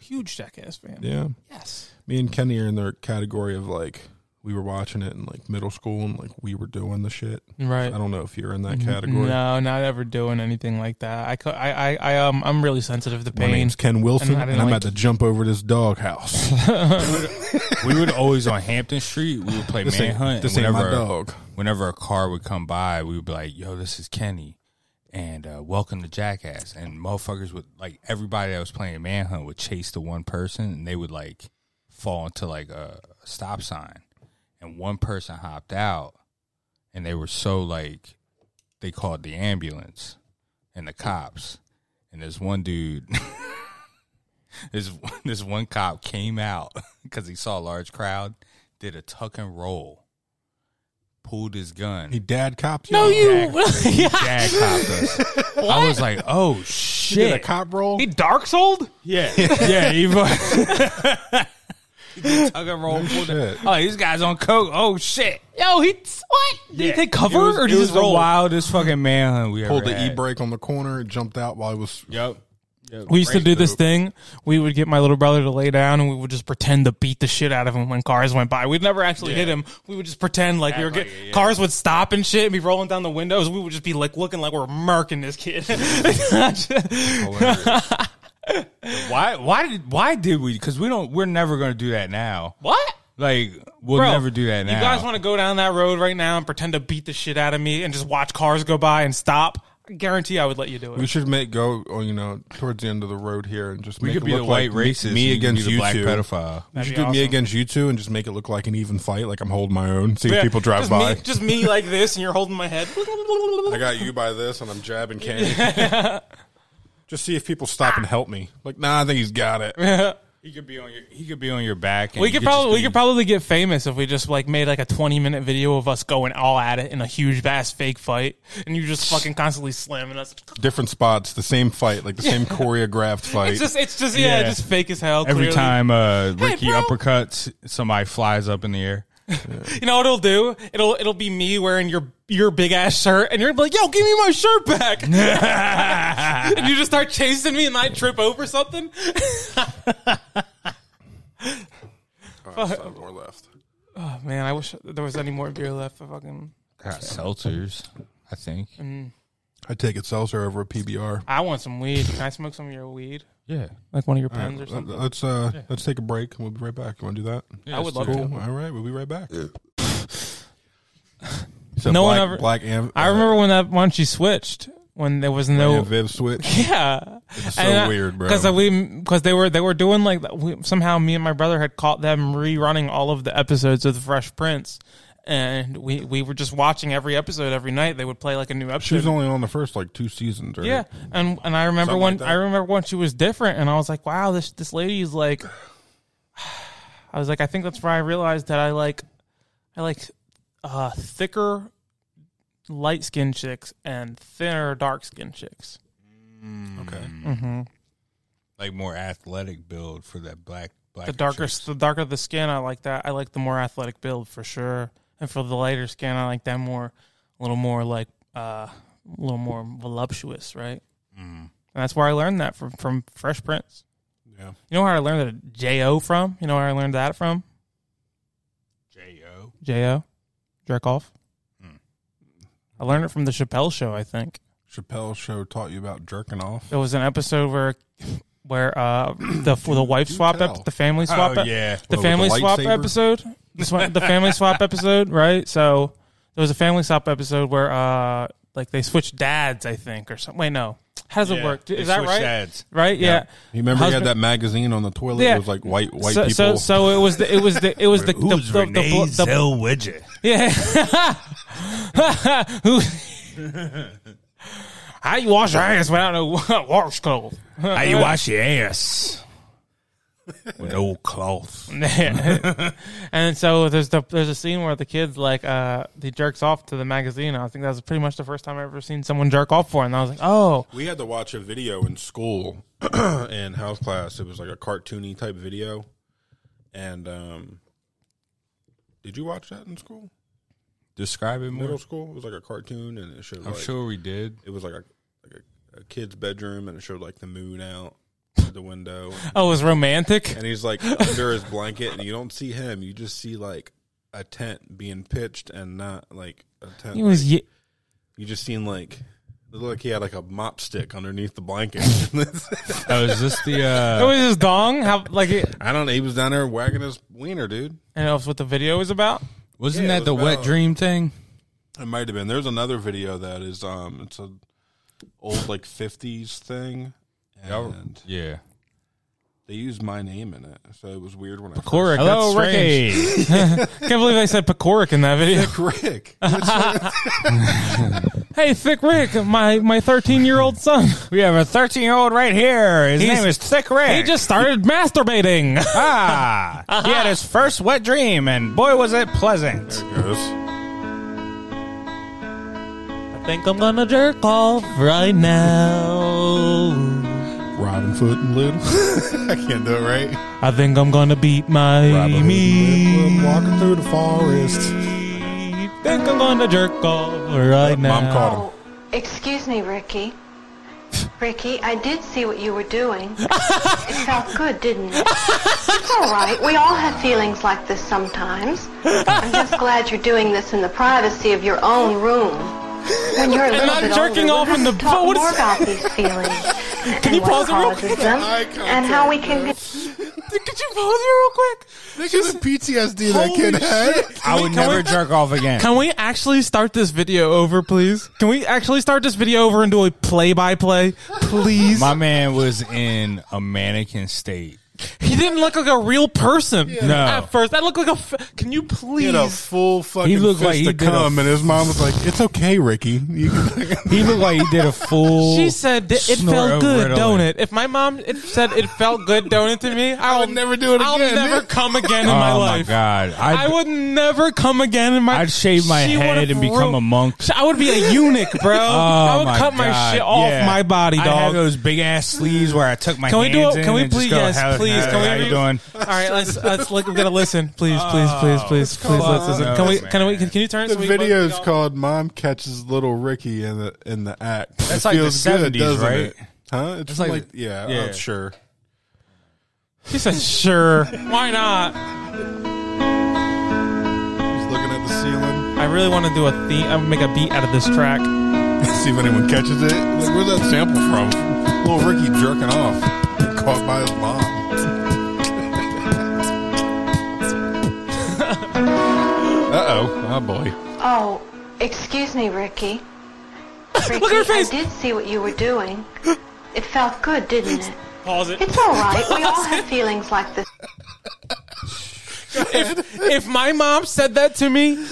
[SPEAKER 7] Huge jackass fan.
[SPEAKER 6] Yeah.
[SPEAKER 7] Yes.
[SPEAKER 6] Me and Kenny are in their category of like we were watching it in like middle school and like we were doing the shit.
[SPEAKER 7] Right. Mm-hmm.
[SPEAKER 6] I don't know if you're in that category.
[SPEAKER 7] No, not ever doing anything like that. I, cou- I, I, I um, I'm really sensitive to
[SPEAKER 6] My
[SPEAKER 7] pain.
[SPEAKER 6] name's Ken Wilson,
[SPEAKER 7] And I
[SPEAKER 6] and,
[SPEAKER 7] didn't
[SPEAKER 6] I'm
[SPEAKER 7] like
[SPEAKER 6] about to jump over this doghouse.
[SPEAKER 8] We would always on Hampton Street. We would play
[SPEAKER 6] This ain't-
[SPEAKER 8] manhunt.
[SPEAKER 6] this
[SPEAKER 8] and
[SPEAKER 6] ain't my
[SPEAKER 8] whenever-
[SPEAKER 6] dog.
[SPEAKER 8] Whenever a car would come by, we would be like, "Yo, this is Kenny," and uh, "Welcome to Jackass." And motherfuckers would like everybody that was playing manhunt would chase the one person, and they would like fall into like a stop sign, and one person hopped out, and they were so like they called the ambulance and the cops, and this one dude. this this one cop came out because he saw a large crowd, did a tuck and roll, pulled his gun.
[SPEAKER 6] He dad cops.
[SPEAKER 7] No, you.
[SPEAKER 8] He dad copped us. I was like, oh
[SPEAKER 6] did a
[SPEAKER 8] shit.
[SPEAKER 6] cop roll.
[SPEAKER 7] He dark sold.
[SPEAKER 8] Yeah, yeah. He, fu- He did tuck and roll. Pulled it.
[SPEAKER 6] Shit.
[SPEAKER 8] Oh, these guys on coke. Oh shit.
[SPEAKER 7] Yo, he what? Did he
[SPEAKER 8] Yeah.
[SPEAKER 7] take cover
[SPEAKER 8] It was,
[SPEAKER 7] or
[SPEAKER 8] it
[SPEAKER 7] did he
[SPEAKER 8] was
[SPEAKER 7] just roll?
[SPEAKER 8] the wildest fucking manhunt we
[SPEAKER 6] pulled
[SPEAKER 8] ever
[SPEAKER 6] the e
[SPEAKER 8] had.
[SPEAKER 6] brake on the corner, jumped out while I was.
[SPEAKER 8] Yep.
[SPEAKER 7] We used to
[SPEAKER 6] Brake
[SPEAKER 7] do this
[SPEAKER 6] loop.
[SPEAKER 7] thing. We would get my little brother to lay down, and we would just pretend to beat the shit out of him when cars went by. We'd never actually hit him. We would just pretend like we were
[SPEAKER 8] like
[SPEAKER 7] get,
[SPEAKER 8] it, yeah.
[SPEAKER 7] cars would stop and shit, and be rolling down the windows. We would just be like looking like we're murking this kid.
[SPEAKER 8] Why? Why did? Why did we? Because we don't. We're never gonna do that now.
[SPEAKER 7] what?
[SPEAKER 8] Like we'll
[SPEAKER 7] Bro,
[SPEAKER 8] never do that now.
[SPEAKER 7] You guys want to go down that road right now and pretend to beat the shit out of me and just watch cars go by and stop? I guarantee I would let you do
[SPEAKER 6] We
[SPEAKER 7] it.
[SPEAKER 6] should make go, oh, you know, towards the end of the road here, and just
[SPEAKER 8] We
[SPEAKER 6] make
[SPEAKER 8] could
[SPEAKER 6] it
[SPEAKER 8] be
[SPEAKER 6] look
[SPEAKER 8] the
[SPEAKER 6] like
[SPEAKER 8] white
[SPEAKER 6] me-
[SPEAKER 8] racist.
[SPEAKER 6] Me
[SPEAKER 8] you could
[SPEAKER 6] against
[SPEAKER 8] be the
[SPEAKER 6] you
[SPEAKER 8] black
[SPEAKER 6] two.
[SPEAKER 8] pedophile.
[SPEAKER 6] You should
[SPEAKER 7] be
[SPEAKER 6] do me
[SPEAKER 7] awesome.
[SPEAKER 6] against you two, and just make it look like an even fight. Like I'm holding my own. See if
[SPEAKER 7] Yeah,
[SPEAKER 6] people drive
[SPEAKER 7] just
[SPEAKER 6] by.
[SPEAKER 7] Me, just me like this, and you're holding my head.
[SPEAKER 6] I got you by this, and I'm jabbing candy. just see if people stop and help me. Like, nah, I think he's got it.
[SPEAKER 8] He could be on your. He could be on your back. And
[SPEAKER 7] We
[SPEAKER 8] you
[SPEAKER 7] could
[SPEAKER 8] just
[SPEAKER 7] probably we
[SPEAKER 8] be-
[SPEAKER 7] could probably get famous if we just like made like a twenty minute video of us going all at it in a huge vast fake fight, and you just fucking constantly slamming us.
[SPEAKER 6] Different spots, the same fight, like the same choreographed fight.
[SPEAKER 7] It's just it's just yeah,
[SPEAKER 8] Yeah.
[SPEAKER 7] just fake as hell.
[SPEAKER 8] every
[SPEAKER 7] clearly.
[SPEAKER 8] time uh, Ricky
[SPEAKER 7] bro.
[SPEAKER 8] uppercuts somebody flies up in the air.
[SPEAKER 7] you know what it'll do? It'll it'll be me wearing your your big ass shirt, and you're like, "Yo, give me my shirt back!" and you just start chasing me, and I trip over something.
[SPEAKER 6] All right, so I have more left.
[SPEAKER 7] man, I wish there was any more beer left. I fucking,
[SPEAKER 8] Got seltzers, I think.
[SPEAKER 6] I take it seltzer over a PBR.
[SPEAKER 7] I want some weed. Can I smoke some of your weed?
[SPEAKER 8] Yeah.
[SPEAKER 7] Like one of your
[SPEAKER 6] All
[SPEAKER 7] pens
[SPEAKER 6] right,
[SPEAKER 7] or something?
[SPEAKER 6] let's uh, let's take a break and we'll be right back. You want to do that?
[SPEAKER 8] Yeah,
[SPEAKER 7] I would love
[SPEAKER 8] let's do
[SPEAKER 7] to.
[SPEAKER 8] it.
[SPEAKER 6] Cool. All right, we'll be right back. So
[SPEAKER 7] No one
[SPEAKER 6] black,
[SPEAKER 7] ever-
[SPEAKER 6] Black uh, and
[SPEAKER 7] I remember when that when she switched when there was
[SPEAKER 6] no
[SPEAKER 7] no.
[SPEAKER 6] Viv switch.
[SPEAKER 7] Yeah,
[SPEAKER 6] It's so weird, bro.
[SPEAKER 7] Because we because they were they were doing like we, somehow me and my brother had caught them rerunning all of the episodes of The Fresh Prince, and we we were just watching every episode every night. They would play like a new episode.
[SPEAKER 6] She was only on the first like two seasons. Right?
[SPEAKER 7] Yeah, and and I remember
[SPEAKER 6] Something
[SPEAKER 7] when
[SPEAKER 6] like that.
[SPEAKER 7] I remember when she was different, and I was like, wow, this this lady is like, I was like, I think that's where I realized that I like, I like, uh, thicker, light skinned chicks and thinner, dark skinned chicks.
[SPEAKER 6] Okay.
[SPEAKER 8] Like more athletic build for that black black.
[SPEAKER 7] The darker, the darker the skin, I like that. I like the more athletic build for sure, and for the lighter skin, I like that more, a little more like, uh, a little more voluptuous, right? And that's where I learned that from from Fresh Prince.
[SPEAKER 6] Yeah.
[SPEAKER 7] You know where I learned that J.O. from? You know where I learned that from?
[SPEAKER 8] J O.
[SPEAKER 7] J.O. Jerk off. I learned it from the Chappelle show, I think.
[SPEAKER 6] Chappelle show taught you about jerking off.
[SPEAKER 7] It was an episode where where uh the for the wife swap
[SPEAKER 6] tell.
[SPEAKER 7] ep- the family swap
[SPEAKER 8] Oh,
[SPEAKER 7] ep-
[SPEAKER 8] yeah.
[SPEAKER 6] What,
[SPEAKER 7] the
[SPEAKER 6] with
[SPEAKER 7] family
[SPEAKER 6] the
[SPEAKER 7] swap
[SPEAKER 6] lightsaber?
[SPEAKER 7] episode this one, the family swap episode right so there was a family swap episode where uh like they switched dads I think or something wait no how does it
[SPEAKER 8] Yeah,
[SPEAKER 7] work
[SPEAKER 8] they
[SPEAKER 7] is that
[SPEAKER 8] switched
[SPEAKER 7] right
[SPEAKER 8] dads.
[SPEAKER 7] right yeah,
[SPEAKER 6] You remember he
[SPEAKER 7] Husband-
[SPEAKER 6] had that magazine on the toilet?
[SPEAKER 7] Yeah.
[SPEAKER 6] It was like white white
[SPEAKER 7] so, so
[SPEAKER 6] people.
[SPEAKER 7] so it was the it was the it was the the, the, the, the-
[SPEAKER 8] Widget?
[SPEAKER 7] yeah who how you wash your ass without no washcloth
[SPEAKER 8] How you wash your ass? With old cloth.
[SPEAKER 7] Yeah. and so there's the there's a scene where the kid's like uh he jerks off to the magazine. I think that was pretty much the first time I ever seen someone jerk off for, it. and I was like, oh,
[SPEAKER 6] We had to watch a video in school in house class. It was like a cartoony type video. And um did you watch that in school?
[SPEAKER 8] Describe it more.
[SPEAKER 6] Middle school? It was like a cartoon and it showed
[SPEAKER 8] I'm
[SPEAKER 6] like,
[SPEAKER 8] sure we did.
[SPEAKER 6] it was like a like a, a kid's bedroom and it showed like the moon out through the window.
[SPEAKER 7] oh, it was romantic.
[SPEAKER 6] And he's like under his blanket and you don't see him, you just see like a tent being pitched and not like a tent.
[SPEAKER 7] He was
[SPEAKER 6] like-
[SPEAKER 7] ye-
[SPEAKER 6] you just seen like it looked like he had like a mop stick underneath the blanket.
[SPEAKER 8] Oh, is this the
[SPEAKER 7] it
[SPEAKER 8] uh
[SPEAKER 7] was his dong. How like it,
[SPEAKER 6] I don't know. He was down there wagging his wiener, dude.
[SPEAKER 7] and that's what the video was about.
[SPEAKER 8] wasn't
[SPEAKER 6] Yeah, it
[SPEAKER 8] that the
[SPEAKER 6] was
[SPEAKER 8] wet
[SPEAKER 6] about-
[SPEAKER 8] dream thing?
[SPEAKER 6] It might have been. There's another video that is um, it's a old like '50s thing, and
[SPEAKER 8] Oh, Yeah.
[SPEAKER 6] they used my name in it, so it was weird when I
[SPEAKER 7] Pecoric.
[SPEAKER 8] Hello,
[SPEAKER 7] that's strange.
[SPEAKER 8] Ricky.
[SPEAKER 7] Can't believe they said Pecoric in that video.
[SPEAKER 6] first- Rick.
[SPEAKER 7] hey, Thick Rick, my my 13 year old son.
[SPEAKER 8] we have a 13 year old right here. His
[SPEAKER 7] He's-
[SPEAKER 8] name is Thick Rick.
[SPEAKER 7] He just started masturbating.
[SPEAKER 8] ah, he had his first wet dream, and boy, was it pleasant.
[SPEAKER 6] Goes.
[SPEAKER 7] I think I'm gonna jerk off right now.
[SPEAKER 6] Robin Foot and Little. I can't do it right.
[SPEAKER 7] I think I'm gonna beat my
[SPEAKER 6] Robin Hood and Little walking through the forest.
[SPEAKER 7] Think I'm gonna jerk off right now.
[SPEAKER 6] Mom called him.
[SPEAKER 9] Excuse me, Ricky. Ricky, I did see what you were doing. It felt good, didn't it? It's all right. We all have feelings like this sometimes. I'm just glad you're doing this in the privacy of your own room. When you're a little
[SPEAKER 7] not
[SPEAKER 9] bit
[SPEAKER 7] jerking
[SPEAKER 9] older, we'll
[SPEAKER 7] off in
[SPEAKER 9] have
[SPEAKER 7] the-
[SPEAKER 9] to talk
[SPEAKER 7] what is-
[SPEAKER 9] more about these feelings. Can
[SPEAKER 7] you pause it real quick?
[SPEAKER 9] Them,
[SPEAKER 6] Eye
[SPEAKER 9] and how we can get
[SPEAKER 7] Could you pause it real quick?
[SPEAKER 6] Look at the PTSD that
[SPEAKER 7] Holy
[SPEAKER 6] kid had.
[SPEAKER 8] I would never jerk off again.
[SPEAKER 7] Can we actually start this video over, please? Can we actually start this video over and do a play-by-play, please?
[SPEAKER 8] My man was in a mannequin state.
[SPEAKER 7] he didn't look like a real person
[SPEAKER 8] No.
[SPEAKER 7] at first. That looked like a. F- Can you
[SPEAKER 6] He
[SPEAKER 7] please?
[SPEAKER 6] had a full fucking
[SPEAKER 8] He
[SPEAKER 6] fist
[SPEAKER 8] looked like he
[SPEAKER 6] to
[SPEAKER 8] did a-
[SPEAKER 6] come, and his mom was like, "It's okay, Ricky." You can-
[SPEAKER 8] He looked like he did a full.
[SPEAKER 7] she said that it
[SPEAKER 8] snort
[SPEAKER 7] felt
[SPEAKER 8] of
[SPEAKER 7] good,
[SPEAKER 8] Ritalin.
[SPEAKER 7] don't it? If my mom it said it felt good, don't it to me, I'll
[SPEAKER 6] never do it again.
[SPEAKER 7] I'll never come again in
[SPEAKER 8] Oh
[SPEAKER 7] my
[SPEAKER 8] my,
[SPEAKER 7] life.
[SPEAKER 8] god! I'd,
[SPEAKER 7] I would never come again in my.
[SPEAKER 8] I'd shave my
[SPEAKER 7] She
[SPEAKER 8] head
[SPEAKER 7] would've
[SPEAKER 8] and become a
[SPEAKER 7] ru-
[SPEAKER 8] monk.
[SPEAKER 7] I would be a eunuch, bro.
[SPEAKER 8] Oh
[SPEAKER 7] I would cut my
[SPEAKER 8] God,
[SPEAKER 7] shit off
[SPEAKER 8] yeah.
[SPEAKER 7] my body,
[SPEAKER 8] I have
[SPEAKER 7] dog.
[SPEAKER 8] those big ass sleeves where I took my
[SPEAKER 7] Can we do
[SPEAKER 8] hands
[SPEAKER 7] it?
[SPEAKER 8] in
[SPEAKER 7] Can we
[SPEAKER 8] and just
[SPEAKER 7] please?
[SPEAKER 8] go,
[SPEAKER 7] Yes,
[SPEAKER 8] "How-
[SPEAKER 7] please.
[SPEAKER 8] how-
[SPEAKER 7] Can we?
[SPEAKER 8] How you
[SPEAKER 7] re-
[SPEAKER 8] doing? Oh,
[SPEAKER 7] All right, let's let's look. We gotta listen, please, please, please, please, please. Let's listen. Can we? Can we? Can you turn it?
[SPEAKER 6] the
[SPEAKER 7] so we can
[SPEAKER 6] video
[SPEAKER 7] both
[SPEAKER 6] is
[SPEAKER 7] be on?
[SPEAKER 6] called "Mom Catches Little Ricky in the in the Act."
[SPEAKER 8] That's
[SPEAKER 6] It
[SPEAKER 8] like the
[SPEAKER 6] feels good,
[SPEAKER 8] 70s,
[SPEAKER 6] doesn't
[SPEAKER 8] right?
[SPEAKER 6] it? Huh? It's,
[SPEAKER 8] like
[SPEAKER 6] like,
[SPEAKER 8] the-
[SPEAKER 6] yeah,
[SPEAKER 8] yeah.
[SPEAKER 6] uh, sure.
[SPEAKER 7] He said, "Sure, why not?" I really want to do a theme. I would make a beat out of this track.
[SPEAKER 6] See if anyone catches it. Like, where's that sample from? Little Ricky jerking off, caught by his mom. uh oh, oh boy.
[SPEAKER 9] Oh, excuse me, Ricky. Ricky,
[SPEAKER 7] her face.
[SPEAKER 9] I did see what you were doing. It felt good, didn't it?
[SPEAKER 7] Pause it.
[SPEAKER 9] It's all right. We all have feelings like this.
[SPEAKER 7] if my mom said that to me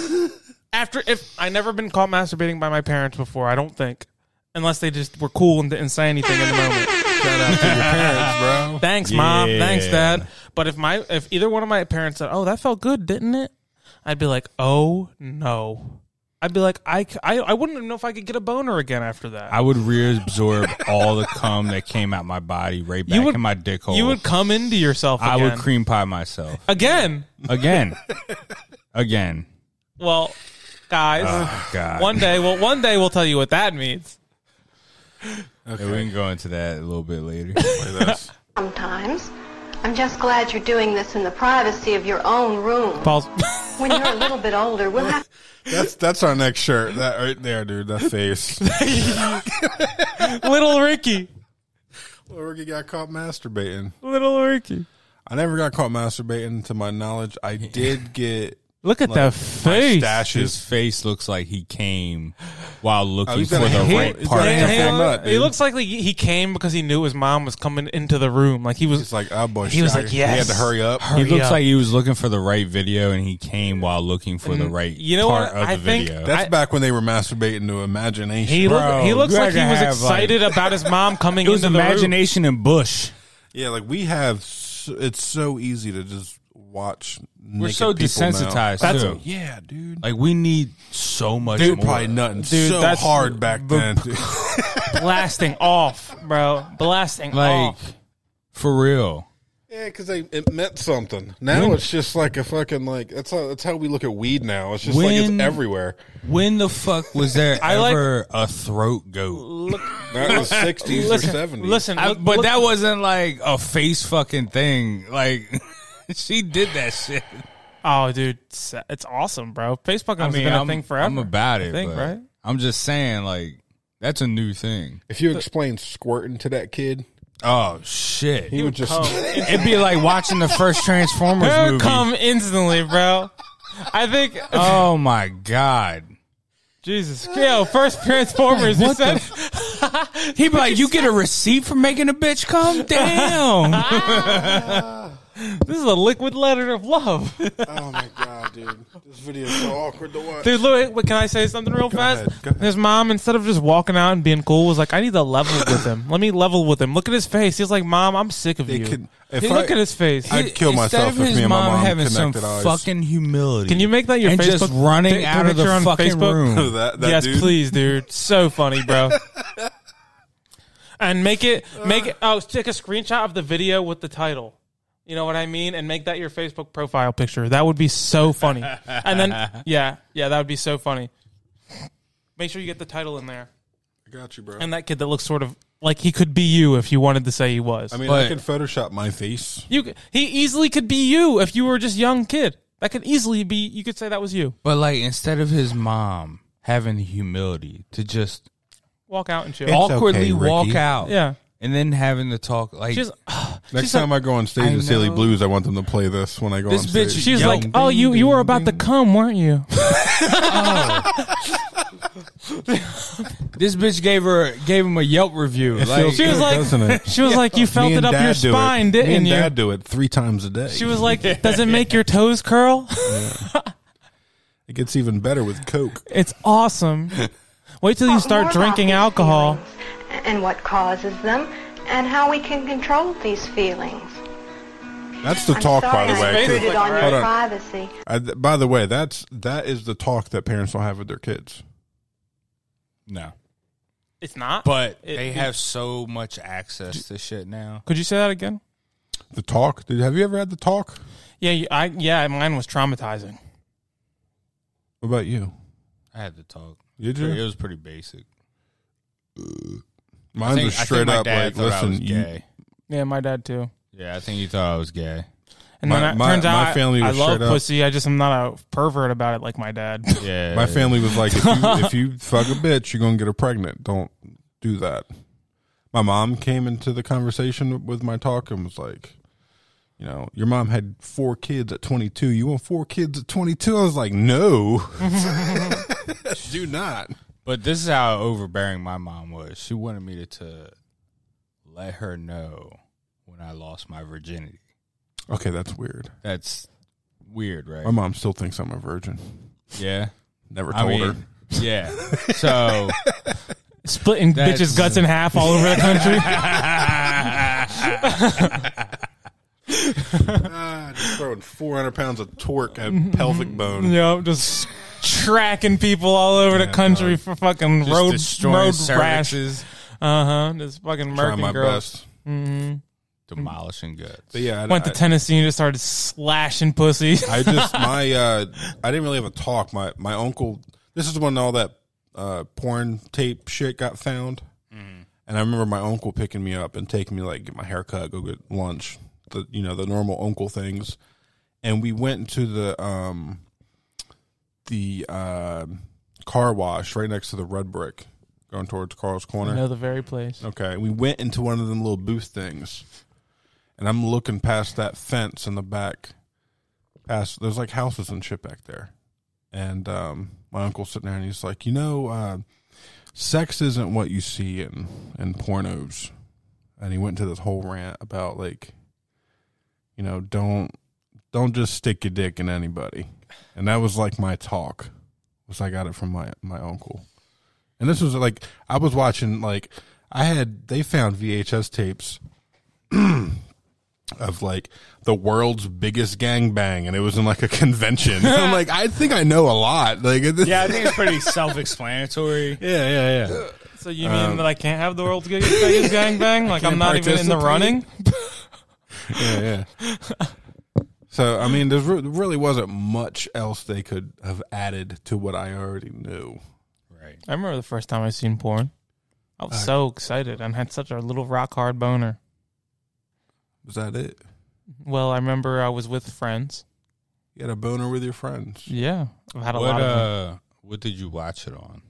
[SPEAKER 7] after if I never been caught masturbating by my parents before, I don't think. Unless they just were cool and didn't say anything in the moment.
[SPEAKER 6] Shout out to your parents, bro.
[SPEAKER 7] Thanks, mom. Thanks,
[SPEAKER 8] Yeah.
[SPEAKER 7] dad. But if my if either one of my parents said, "Oh, that felt good, didn't it?" I'd be like, "Oh no." I'd be like, I, c- I, I wouldn't know if I could get a boner again after that.
[SPEAKER 8] I would reabsorb all the cum that came out my body right back
[SPEAKER 7] you would
[SPEAKER 8] in my dick hole.
[SPEAKER 7] You would come into yourself. Again.
[SPEAKER 8] I would cream pie myself
[SPEAKER 7] again.
[SPEAKER 8] again, again.
[SPEAKER 7] Well, guys,
[SPEAKER 8] Oh, God,
[SPEAKER 7] one day, well, one day we'll tell you what that means.
[SPEAKER 8] Yeah, we can go into that a little bit later.
[SPEAKER 9] Sometimes. I'm just glad you're doing this in the privacy of your own room.
[SPEAKER 7] Paul's.
[SPEAKER 9] When you're a little bit older, we'll have
[SPEAKER 6] That's that's our next shirt. That right there, dude. That face.
[SPEAKER 7] Little Ricky.
[SPEAKER 6] Little Ricky got caught masturbating.
[SPEAKER 7] Little Ricky.
[SPEAKER 6] I never got caught masturbating, to my knowledge. I did get.
[SPEAKER 7] Look at
[SPEAKER 6] Like,
[SPEAKER 7] that
[SPEAKER 6] my
[SPEAKER 7] face.
[SPEAKER 6] stash
[SPEAKER 8] His
[SPEAKER 6] is
[SPEAKER 8] face looks like he came
[SPEAKER 7] Oh,
[SPEAKER 8] while looking
[SPEAKER 6] he's
[SPEAKER 8] for
[SPEAKER 6] got a
[SPEAKER 8] the
[SPEAKER 6] hand-
[SPEAKER 8] right
[SPEAKER 6] he's
[SPEAKER 8] part.
[SPEAKER 6] got a
[SPEAKER 8] to
[SPEAKER 6] hand-
[SPEAKER 8] fit.
[SPEAKER 6] full nut,
[SPEAKER 7] he
[SPEAKER 6] dude.
[SPEAKER 7] looks like he he came because he knew his mom was coming into the room. Like he was
[SPEAKER 6] It's like, oh boy,
[SPEAKER 7] He was
[SPEAKER 6] shit,
[SPEAKER 7] like,
[SPEAKER 6] I- We had
[SPEAKER 7] yes.
[SPEAKER 6] to hurry up.
[SPEAKER 8] He
[SPEAKER 7] Hurry
[SPEAKER 8] looks
[SPEAKER 7] up.
[SPEAKER 8] like he was looking for the right video, and he came while looking for the right
[SPEAKER 7] Mm, you know
[SPEAKER 8] part
[SPEAKER 7] what?
[SPEAKER 8] of the
[SPEAKER 7] I think
[SPEAKER 8] video.
[SPEAKER 6] That's
[SPEAKER 7] I-
[SPEAKER 6] back when they were masturbating to imagination.
[SPEAKER 7] he
[SPEAKER 8] Bro,
[SPEAKER 7] looked he looks
[SPEAKER 8] you
[SPEAKER 7] like he
[SPEAKER 8] gotta
[SPEAKER 7] was
[SPEAKER 8] have, like-
[SPEAKER 7] excited about his mom coming
[SPEAKER 8] it was
[SPEAKER 7] into the room.
[SPEAKER 8] imagination and Bush.
[SPEAKER 6] yeah, like we have. So, it's so easy to just watch.
[SPEAKER 8] We're so desensitized
[SPEAKER 7] That's-
[SPEAKER 8] too.
[SPEAKER 6] Yeah, dude.
[SPEAKER 8] Like we need so much.
[SPEAKER 6] They were
[SPEAKER 8] more.
[SPEAKER 6] probably nutting
[SPEAKER 7] Dude,
[SPEAKER 6] so
[SPEAKER 7] that's-
[SPEAKER 6] hard back
[SPEAKER 7] the-
[SPEAKER 6] then. dude.
[SPEAKER 7] Blasting off, bro. Blasting
[SPEAKER 8] Like
[SPEAKER 7] off.
[SPEAKER 8] for real.
[SPEAKER 6] yeah, because they it meant something. Now it's just like a fucking like that's how, that's how we look at weed now. It's just like
[SPEAKER 8] When-
[SPEAKER 6] it's everywhere.
[SPEAKER 8] When the fuck was there
[SPEAKER 7] I like-
[SPEAKER 8] ever a throat goat?
[SPEAKER 6] Not in the sixties or
[SPEAKER 7] Listen,
[SPEAKER 6] seventies.
[SPEAKER 7] listen,
[SPEAKER 8] I-
[SPEAKER 7] look-
[SPEAKER 8] but
[SPEAKER 7] look-
[SPEAKER 8] that wasn't like a face fucking thing. Like she did that shit.
[SPEAKER 7] oh, dude, it's it's awesome, bro. Facebook has been a thing forever.
[SPEAKER 8] I'm about
[SPEAKER 7] I
[SPEAKER 8] it.
[SPEAKER 7] think,
[SPEAKER 8] but
[SPEAKER 7] right?
[SPEAKER 8] I'm just saying, like that's a new thing.
[SPEAKER 6] if you explain squirting to that kid,
[SPEAKER 8] Oh shit!
[SPEAKER 6] he would just.
[SPEAKER 8] It'd be like watching the first Transformers
[SPEAKER 7] Her
[SPEAKER 8] movie.
[SPEAKER 7] come instantly, bro. I think.
[SPEAKER 8] Oh my god!
[SPEAKER 7] Jesus, yo, first Transformers. You
[SPEAKER 8] What the
[SPEAKER 7] said
[SPEAKER 8] He'd be like, "You get a receipt for making a bitch come? Damn!"
[SPEAKER 7] this is a liquid letter of love,
[SPEAKER 6] oh my god, dude! This video is so awkward to watch.
[SPEAKER 7] dude. Look, wait, can I say something real fast?
[SPEAKER 6] ahead, go ahead.
[SPEAKER 7] His mom, instead of just walking out and being cool, was like, "I need to level with him. Let me level with him. Look at his face. He's like, Mom, I'm sick of you.
[SPEAKER 6] could- if
[SPEAKER 7] Hey, look
[SPEAKER 6] I-
[SPEAKER 7] at his face.
[SPEAKER 6] I'd kill myself
[SPEAKER 8] Instead
[SPEAKER 6] if
[SPEAKER 8] of his
[SPEAKER 6] me and my mom
[SPEAKER 8] having some
[SPEAKER 6] connected eyes.
[SPEAKER 8] fucking humility.
[SPEAKER 7] Can you make that your
[SPEAKER 8] and
[SPEAKER 7] Facebook
[SPEAKER 8] just running
[SPEAKER 7] pic-
[SPEAKER 8] out of the
[SPEAKER 7] picture on
[SPEAKER 8] fucking
[SPEAKER 7] Facebook?
[SPEAKER 8] room?
[SPEAKER 6] that, that
[SPEAKER 7] yes,
[SPEAKER 6] dude.
[SPEAKER 7] please, dude. So funny, bro. and make it make it. Oh, take a screenshot of the video with the title. You know what I mean? And make that your Facebook profile picture. That would be so funny. and then yeah, yeah, that would be so funny. Make sure you get the title in there.
[SPEAKER 6] I got you, bro.
[SPEAKER 7] And that kid that looks sort of like he could be you if you wanted to say he was.
[SPEAKER 6] I mean, I
[SPEAKER 8] But-
[SPEAKER 6] can Photoshop my face.
[SPEAKER 7] you c- he easily could be you if you were just young kid. That could easily be. You could say that was you.
[SPEAKER 8] But like, instead of his mom having the humility to just
[SPEAKER 7] Walk out and chill.
[SPEAKER 6] It's
[SPEAKER 8] awkwardly
[SPEAKER 6] okay, Ricky.
[SPEAKER 8] walk out,
[SPEAKER 7] yeah.
[SPEAKER 8] and then having the talk like
[SPEAKER 7] She's
[SPEAKER 6] Next
[SPEAKER 7] She's
[SPEAKER 6] time I go on stage
[SPEAKER 8] I
[SPEAKER 6] at Silly
[SPEAKER 8] know.
[SPEAKER 6] Blues, I want them to play this when I go
[SPEAKER 8] This
[SPEAKER 6] on
[SPEAKER 8] bitch-
[SPEAKER 6] stage.
[SPEAKER 7] She was
[SPEAKER 8] Yo,
[SPEAKER 7] like, "Oh, you you were about to come, weren't you?"
[SPEAKER 8] this bitch gave her gave him a Yelp review. Like,
[SPEAKER 7] She was like,
[SPEAKER 6] doesn't it?
[SPEAKER 7] "She was like, you felt
[SPEAKER 6] Me
[SPEAKER 7] it
[SPEAKER 6] and
[SPEAKER 7] up
[SPEAKER 6] Dad
[SPEAKER 7] your
[SPEAKER 6] do it.
[SPEAKER 7] spine,
[SPEAKER 6] Me
[SPEAKER 7] didn't
[SPEAKER 6] and
[SPEAKER 7] you?"
[SPEAKER 6] Dad do it three times a day.
[SPEAKER 7] She was like, "Does it make your toes curl?
[SPEAKER 6] it gets even better with Coke.
[SPEAKER 7] it's awesome." Wait till you
[SPEAKER 9] thought more
[SPEAKER 7] start
[SPEAKER 9] about
[SPEAKER 7] drinking
[SPEAKER 9] these
[SPEAKER 7] alcohol.
[SPEAKER 9] feelings and what causes them and how we can control these feelings.
[SPEAKER 6] That's the talk,
[SPEAKER 9] I'm sorry
[SPEAKER 6] by the
[SPEAKER 9] I
[SPEAKER 6] way.
[SPEAKER 9] intruded
[SPEAKER 6] too.
[SPEAKER 9] on
[SPEAKER 6] Hold
[SPEAKER 9] your
[SPEAKER 6] on.
[SPEAKER 9] privacy.
[SPEAKER 6] I, th- by the way, that's that is the talk that parents will have with their kids.
[SPEAKER 8] no.
[SPEAKER 7] It's not.
[SPEAKER 8] But
[SPEAKER 7] It-
[SPEAKER 8] they have so much access to shit now.
[SPEAKER 7] Could you say that again?
[SPEAKER 6] The talk. Did, have you ever had the talk?
[SPEAKER 7] Yeah, you- I yeah, mine was traumatizing.
[SPEAKER 6] What about you?
[SPEAKER 8] I had to talk.
[SPEAKER 6] Did you?
[SPEAKER 8] It was pretty basic.
[SPEAKER 6] Mine was straight up like, listen, you,
[SPEAKER 8] gay.
[SPEAKER 7] Yeah, my dad too.
[SPEAKER 8] Yeah, I think he thought I was gay.
[SPEAKER 7] And
[SPEAKER 6] My-
[SPEAKER 7] then it
[SPEAKER 6] my-
[SPEAKER 7] turns
[SPEAKER 6] my
[SPEAKER 7] out
[SPEAKER 6] family
[SPEAKER 7] I
[SPEAKER 6] was
[SPEAKER 7] love
[SPEAKER 6] straight up-
[SPEAKER 7] pussy. I just am not a pervert about it like my dad.
[SPEAKER 8] Yeah,
[SPEAKER 6] My family was like, if you, if you fuck a bitch, you're gonna get her pregnant. Don't do that. My mom came into the conversation with my talk and was like, you know, your mom had four kids at 22. You want four kids at 22? I was like, no, do not.
[SPEAKER 8] But this is how overbearing my mom was. She wanted me to, to let her know when I lost my virginity.
[SPEAKER 6] Okay, that's weird.
[SPEAKER 8] That's weird, right?
[SPEAKER 6] My mom still thinks I'm a virgin.
[SPEAKER 8] yeah.
[SPEAKER 6] Never
[SPEAKER 8] I
[SPEAKER 6] told her.
[SPEAKER 8] mean, yeah. So
[SPEAKER 7] Splitting
[SPEAKER 8] That's-
[SPEAKER 7] bitches' guts in half all over the country.
[SPEAKER 6] Ah, just throwing 400 pounds of torque at pelvic bone.
[SPEAKER 7] you know, just tracking people all over the country for fucking
[SPEAKER 8] just
[SPEAKER 7] road
[SPEAKER 8] destroying
[SPEAKER 7] road rash. Uh
[SPEAKER 8] cervixes,
[SPEAKER 7] huh. Just fucking
[SPEAKER 6] Trying my
[SPEAKER 7] murking girls.
[SPEAKER 6] best.
[SPEAKER 8] demolishing guts.
[SPEAKER 6] But yeah, I-
[SPEAKER 7] Went to
[SPEAKER 6] I-
[SPEAKER 7] Tennessee and just started slashing pussy.
[SPEAKER 6] I just my uh I didn't really have a talk. My my uncle this is when all that uh porn tape shit got found. And I remember my uncle picking me up and taking me like get my haircut, go get lunch, the you know, the normal uncle things. And we went to the um the uh car wash right next to the red brick going towards Carl's Corner.
[SPEAKER 7] I know the very place.
[SPEAKER 6] Okay. We went into one of them little booth things. And I'm looking past that fence in the back. Past there's like houses and shit back there. And um my uncle's sitting there and he's like, you know, uh sex isn't what you see in in pornos. And he went into this whole rant about like, you know, don't don't just stick your dick in anybody. And that was like my talk. Was I got it from my my uncle. And this was like I was watching like I had they found VHS tapes of like the world's biggest gangbang and it was in like a convention. I'm like I think I know a lot. Like it-
[SPEAKER 10] Yeah, I think it's pretty self-explanatory.
[SPEAKER 6] yeah, yeah, yeah.
[SPEAKER 7] So you mean that I can't have the world's biggest biggest gangbang? Like I'm not even in the
[SPEAKER 6] participate.
[SPEAKER 7] running.
[SPEAKER 6] yeah, yeah. So I mean, there really wasn't much else they could have added to what I already knew.
[SPEAKER 8] Right.
[SPEAKER 7] I remember the first time I seen porn. I was so excited and had such a little rock hard boner.
[SPEAKER 6] Was that it?
[SPEAKER 7] Well, I remember I was with friends.
[SPEAKER 6] You had a boner with your friends.
[SPEAKER 7] Yeah, I've had a
[SPEAKER 8] What
[SPEAKER 7] lot of. them.
[SPEAKER 8] uh what did you watch it on?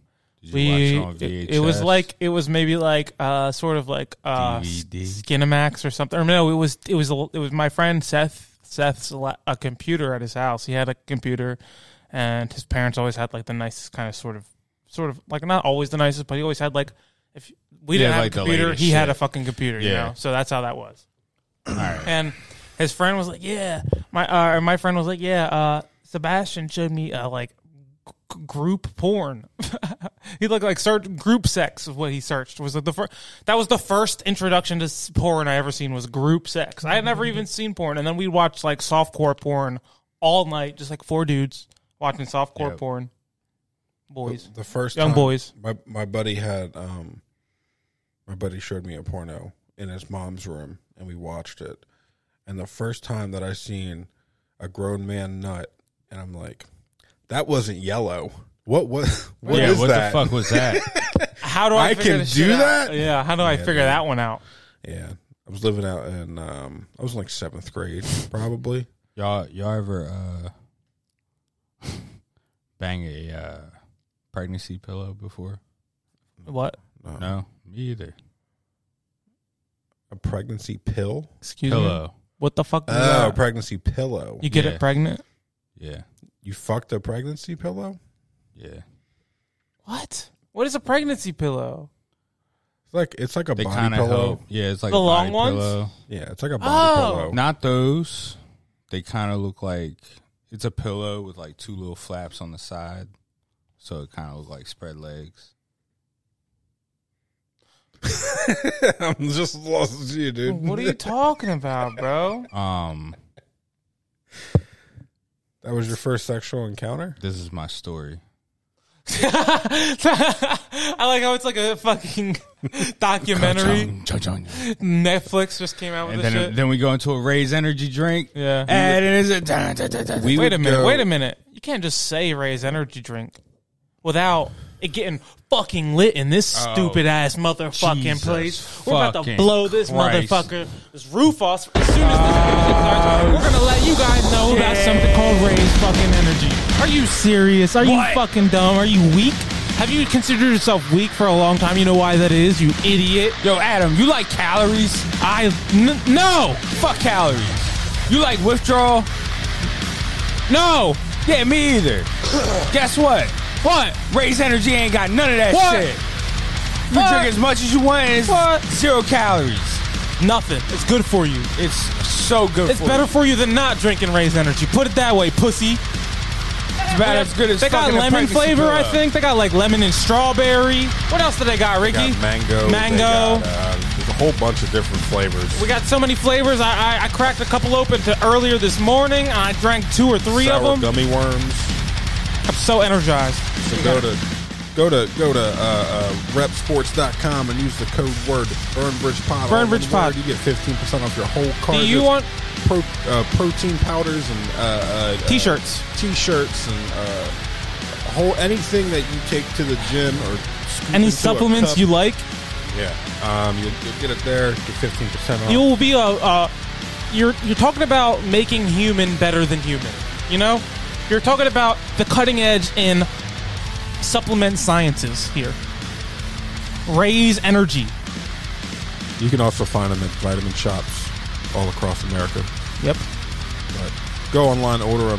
[SPEAKER 8] Did you
[SPEAKER 7] We,
[SPEAKER 8] watch it on VHS?
[SPEAKER 7] it, it was like it was maybe like uh sort of like uh
[SPEAKER 8] DVD?
[SPEAKER 7] Skinamax or something. Or no, it was it was a- it was my friend Seth Seth's la- a computer at his house. He had a computer, and his parents always had like the nicest kind of sort of sort of like not always the nicest, but he always had like if we
[SPEAKER 8] Yeah,
[SPEAKER 7] didn't have
[SPEAKER 8] like
[SPEAKER 7] a
[SPEAKER 8] the
[SPEAKER 7] computer,
[SPEAKER 8] latest
[SPEAKER 7] he had
[SPEAKER 8] shit.
[SPEAKER 7] a fucking computer. You
[SPEAKER 8] Yeah.
[SPEAKER 7] know, so that's how that was.
[SPEAKER 8] All right.
[SPEAKER 7] And his friend was like, "Yeah." My uh, my friend was like, "Yeah." Uh, Sebastian showed me uh, like g- group porn. he looked like search group sex is what he searched was the first. That was the first introduction to s- porn I ever seen was group sex. I had never even seen porn, and then we watched like softcore porn all night, just like four dudes watching softcore
[SPEAKER 8] Yeah.
[SPEAKER 7] porn. Boys,
[SPEAKER 6] The first
[SPEAKER 7] Young
[SPEAKER 6] time-
[SPEAKER 7] boys.
[SPEAKER 6] My my buddy had um, my buddy showed me a porno in his mom's room, and we watched it. And the first time that I seen a grown man nut, and I'm like, that wasn't yellow. What was? What is
[SPEAKER 8] yeah, what
[SPEAKER 6] that?
[SPEAKER 8] the fuck was that?
[SPEAKER 7] how do I?
[SPEAKER 6] I
[SPEAKER 7] figure
[SPEAKER 6] can
[SPEAKER 7] this shit
[SPEAKER 6] do
[SPEAKER 7] out?
[SPEAKER 6] that?
[SPEAKER 7] Yeah, how do I figure that one out?
[SPEAKER 6] Yeah, I was living out in um, I was in like seventh grade probably.
[SPEAKER 8] Y'all, y'all ever uh, bang a uh, pregnancy pillow before?
[SPEAKER 7] What?
[SPEAKER 8] No, me either.
[SPEAKER 6] A pregnancy pill?
[SPEAKER 7] Excuse me.
[SPEAKER 8] Pillow,
[SPEAKER 7] What the fuck? Is
[SPEAKER 6] Oh,
[SPEAKER 7] that?
[SPEAKER 6] a pregnancy pillow.
[SPEAKER 7] Ah. you get
[SPEAKER 8] Yeah.
[SPEAKER 7] it pregnant?
[SPEAKER 8] yeah,
[SPEAKER 6] You fucked a pregnancy pillow?
[SPEAKER 8] yeah.
[SPEAKER 7] What? What is a pregnancy pillow?
[SPEAKER 6] It's like it's like a
[SPEAKER 8] They
[SPEAKER 6] body
[SPEAKER 8] kind of
[SPEAKER 6] pillow.
[SPEAKER 8] help. Yeah, it's like
[SPEAKER 7] The
[SPEAKER 8] a body
[SPEAKER 7] long ones?
[SPEAKER 8] Pillow.
[SPEAKER 6] Yeah, it's like a body
[SPEAKER 7] Oh.
[SPEAKER 6] pillow.
[SPEAKER 8] Not those. They kind of look like it's a pillow with like two little flaps on the side, so it kind of look like spread legs.
[SPEAKER 6] I'm just lost as you, dude.
[SPEAKER 7] What are you talking about, bro?
[SPEAKER 8] Um,
[SPEAKER 6] That was your first sexual encounter?
[SPEAKER 8] this is my story.
[SPEAKER 7] I like how it's like a fucking documentary.
[SPEAKER 8] Cha-chung, cha-chung.
[SPEAKER 7] Netflix just came out with
[SPEAKER 8] And
[SPEAKER 7] this
[SPEAKER 8] then
[SPEAKER 7] shit.
[SPEAKER 8] then we go into a raise energy drink.
[SPEAKER 7] Yeah.
[SPEAKER 8] And it is a dun, dun, dun, dun, dun.
[SPEAKER 7] wait a minute.
[SPEAKER 6] go-
[SPEAKER 7] Wait a minute. You can't just say Ray's energy drink without it getting fucking lit in this stupid ass motherfucking
[SPEAKER 8] Oh, Jesus
[SPEAKER 7] place. We're about to
[SPEAKER 8] fucking
[SPEAKER 7] blow this
[SPEAKER 8] Christ.
[SPEAKER 7] motherfucker, this roof off. As soon as this music starts,
[SPEAKER 8] Oh,
[SPEAKER 7] we're gonna let you guys know about something called raised fucking energy. Are you serious? Are you
[SPEAKER 10] What?
[SPEAKER 7] fucking dumb? Are you weak? Have you considered yourself weak for a long time? You know why that is, you idiot.
[SPEAKER 8] Yo, Adam, you like calories?
[SPEAKER 7] I n- no
[SPEAKER 8] Fuck calories. You like withdrawal?
[SPEAKER 7] no
[SPEAKER 8] Yeah, me either. Guess what?
[SPEAKER 7] what
[SPEAKER 8] Raise Energy ain't got none of that
[SPEAKER 7] What?
[SPEAKER 8] shit. You
[SPEAKER 7] What?
[SPEAKER 8] drink as much as you want, and it's
[SPEAKER 7] What?
[SPEAKER 8] zero calories.
[SPEAKER 7] nothing. It's good for you.
[SPEAKER 8] It's so good.
[SPEAKER 7] It's
[SPEAKER 8] for
[SPEAKER 7] better
[SPEAKER 8] You.
[SPEAKER 7] for you than not drinking raised energy. Put it that way, pussy.
[SPEAKER 8] It's about as good as
[SPEAKER 7] They got
[SPEAKER 8] fucking a
[SPEAKER 7] lemon
[SPEAKER 8] pregnancy
[SPEAKER 7] flavor, I
[SPEAKER 8] drug.
[SPEAKER 7] think. They got like lemon and strawberry. What else do they got, Ricky?
[SPEAKER 11] Got mango. they
[SPEAKER 7] Mango.
[SPEAKER 11] got, uh, there's a whole bunch of different flavors.
[SPEAKER 7] we got so many flavors. I, I I cracked a couple open to earlier this morning. and I drank two or three
[SPEAKER 11] Sour
[SPEAKER 7] of them.
[SPEAKER 11] gummy worms.
[SPEAKER 7] I'm so energized.
[SPEAKER 6] So go to go to go to uh, uh, repsports.com and use the code word BurnBridgePod.
[SPEAKER 7] Burn
[SPEAKER 6] All
[SPEAKER 7] Bridge
[SPEAKER 6] one
[SPEAKER 7] Pod.
[SPEAKER 6] word. You get fifteen percent off your whole cart.
[SPEAKER 7] Do you
[SPEAKER 6] That's
[SPEAKER 7] want-
[SPEAKER 6] pro, uh, protein powders and uh, uh, uh,
[SPEAKER 7] T-shirts.
[SPEAKER 6] t-shirts, and uh, a whole anything that you take to the gym or scoop into
[SPEAKER 7] Any
[SPEAKER 6] a
[SPEAKER 7] supplements
[SPEAKER 6] cup.
[SPEAKER 7] you like,
[SPEAKER 6] Yeah, um, you'll, you'll get it there. Get fifteen percent off.
[SPEAKER 7] you will be a. Uh, you're you're talking about making human better than human. You know, you're talking about the cutting edge in supplement sciences here. Raise energy.
[SPEAKER 6] You can also find them at vitamin shops all across America.
[SPEAKER 7] Yep.
[SPEAKER 6] But go online, order them,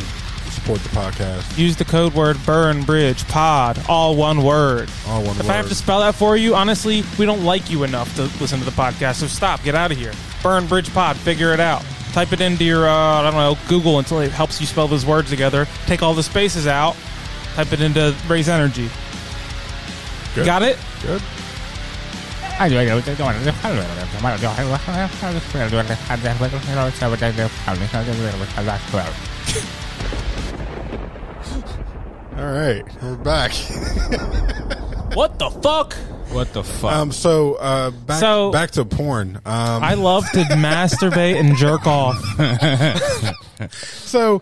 [SPEAKER 6] support the podcast.
[SPEAKER 7] Use the code word burn bridge pod all one word.
[SPEAKER 6] All one
[SPEAKER 7] if I have
[SPEAKER 6] word.
[SPEAKER 7] to spell that for you, honestly, we don't like you enough to listen to the podcast. So stop, get out of here. Burn bridge pod, figure it out. Type it into your uh, I don't know Google until it helps you spell those words together. Take all the spaces out. Type it into raise energy.
[SPEAKER 6] Good.
[SPEAKER 7] Got it?
[SPEAKER 6] Good. All right, we're back.
[SPEAKER 7] What the fuck?
[SPEAKER 8] What the fuck?
[SPEAKER 6] Um, so uh, back
[SPEAKER 7] So-
[SPEAKER 6] back to porn. Um,
[SPEAKER 7] I love to masturbate and jerk off.
[SPEAKER 6] so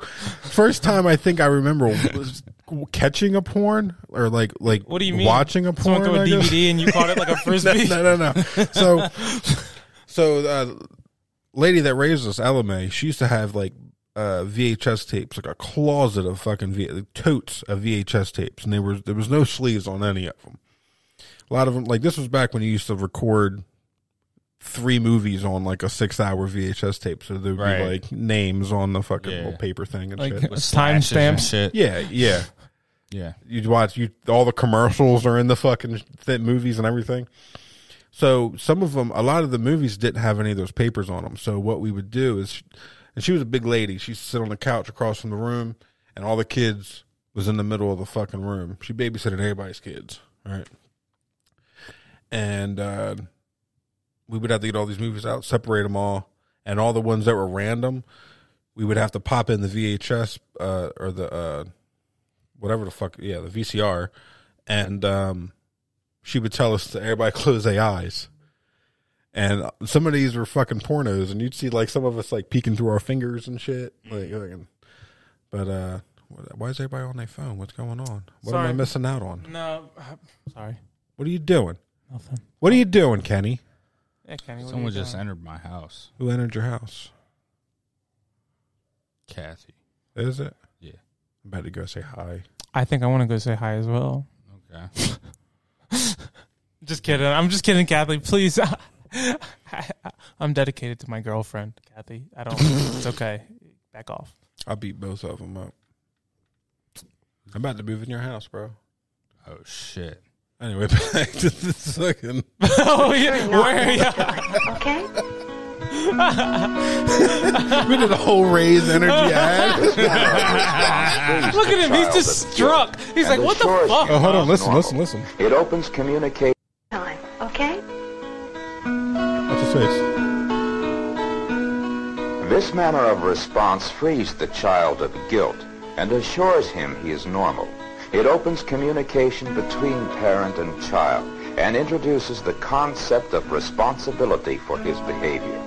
[SPEAKER 6] first time I think I remember was catching a porn or like like
[SPEAKER 7] What do you mean?
[SPEAKER 6] watching a porn
[SPEAKER 7] Someone threw a
[SPEAKER 6] I guess?
[SPEAKER 7] DVD and you caught it like a frisbee.
[SPEAKER 6] no, no, no. So, so uh, lady that raised us, Ella May, she used to have like uh, VHS tapes, like a closet of fucking v- like, totes of VHS tapes, and they were there was no sleeves on any of them. A lot of them, like this was back when you used to record three movies on like a six-hour VHS tape, so there'd
[SPEAKER 8] Right.
[SPEAKER 6] be like names on the fucking
[SPEAKER 8] Yeah.
[SPEAKER 6] little paper thing and
[SPEAKER 7] Like-
[SPEAKER 6] shit.
[SPEAKER 8] With slashes and
[SPEAKER 7] timestamps.
[SPEAKER 8] shit.
[SPEAKER 6] Yeah, yeah
[SPEAKER 8] Yeah.
[SPEAKER 6] you'd watch you all the commercials are in the fucking th- movies and everything. So some of them, a lot of the movies didn't have any of those papers on them. So what we would do is, and she was a big lady. She'd sit on the couch across from the room, and all the kids was in the middle of the fucking room. She babysitted everybody's kids, right? And uh, we would have to get all these movies out, separate them all, and all the ones that were random, we would have to pop in the VHS uh, or the uh, whatever the fuck, yeah, the VCR, and um, she would tell us to everybody close their eyes. And some of these were fucking pornos, and you'd see like some of us like peeking through our fingers and shit.
[SPEAKER 7] Mm.
[SPEAKER 6] Like, like, but uh, what- why is everybody on their phone? What's going on? What am I
[SPEAKER 7] Sorry.
[SPEAKER 6] missing out on?
[SPEAKER 7] No, uh, sorry,
[SPEAKER 6] What are you doing?
[SPEAKER 7] nothing.
[SPEAKER 6] What are you doing, Kenny?
[SPEAKER 7] Yeah, Kenny, what are
[SPEAKER 8] Someone
[SPEAKER 7] you
[SPEAKER 8] just
[SPEAKER 7] doing?
[SPEAKER 8] entered my house.
[SPEAKER 6] Who entered your house?
[SPEAKER 8] Kathy.
[SPEAKER 6] Is it?
[SPEAKER 8] Yeah.
[SPEAKER 6] I'm about to go say hi.
[SPEAKER 7] I think I want to go say hi as well.
[SPEAKER 8] Okay.
[SPEAKER 7] Just kidding. I'm just kidding, Kathy. Please. I'm dedicated to my girlfriend, Kathy. I don't. it's okay. Back off.
[SPEAKER 6] I beat both of them up. I'm about to move in your house, bro.
[SPEAKER 8] Oh shit.
[SPEAKER 6] Anyway, back to the second.
[SPEAKER 7] oh yeah. Where? Yeah.
[SPEAKER 9] Okay?
[SPEAKER 6] We did a whole raise energy ad.
[SPEAKER 7] Look at him. He's just struck. He's like, what the fuck?
[SPEAKER 6] Oh, hold on. Listen, listen, listen.
[SPEAKER 1] It opens communication.
[SPEAKER 9] Time. Okay?
[SPEAKER 6] Watch his face.
[SPEAKER 1] This manner of response frees the child of guilt and assures him he is normal. It opens communication between parent and child and introduces the concept of responsibility for his behavior.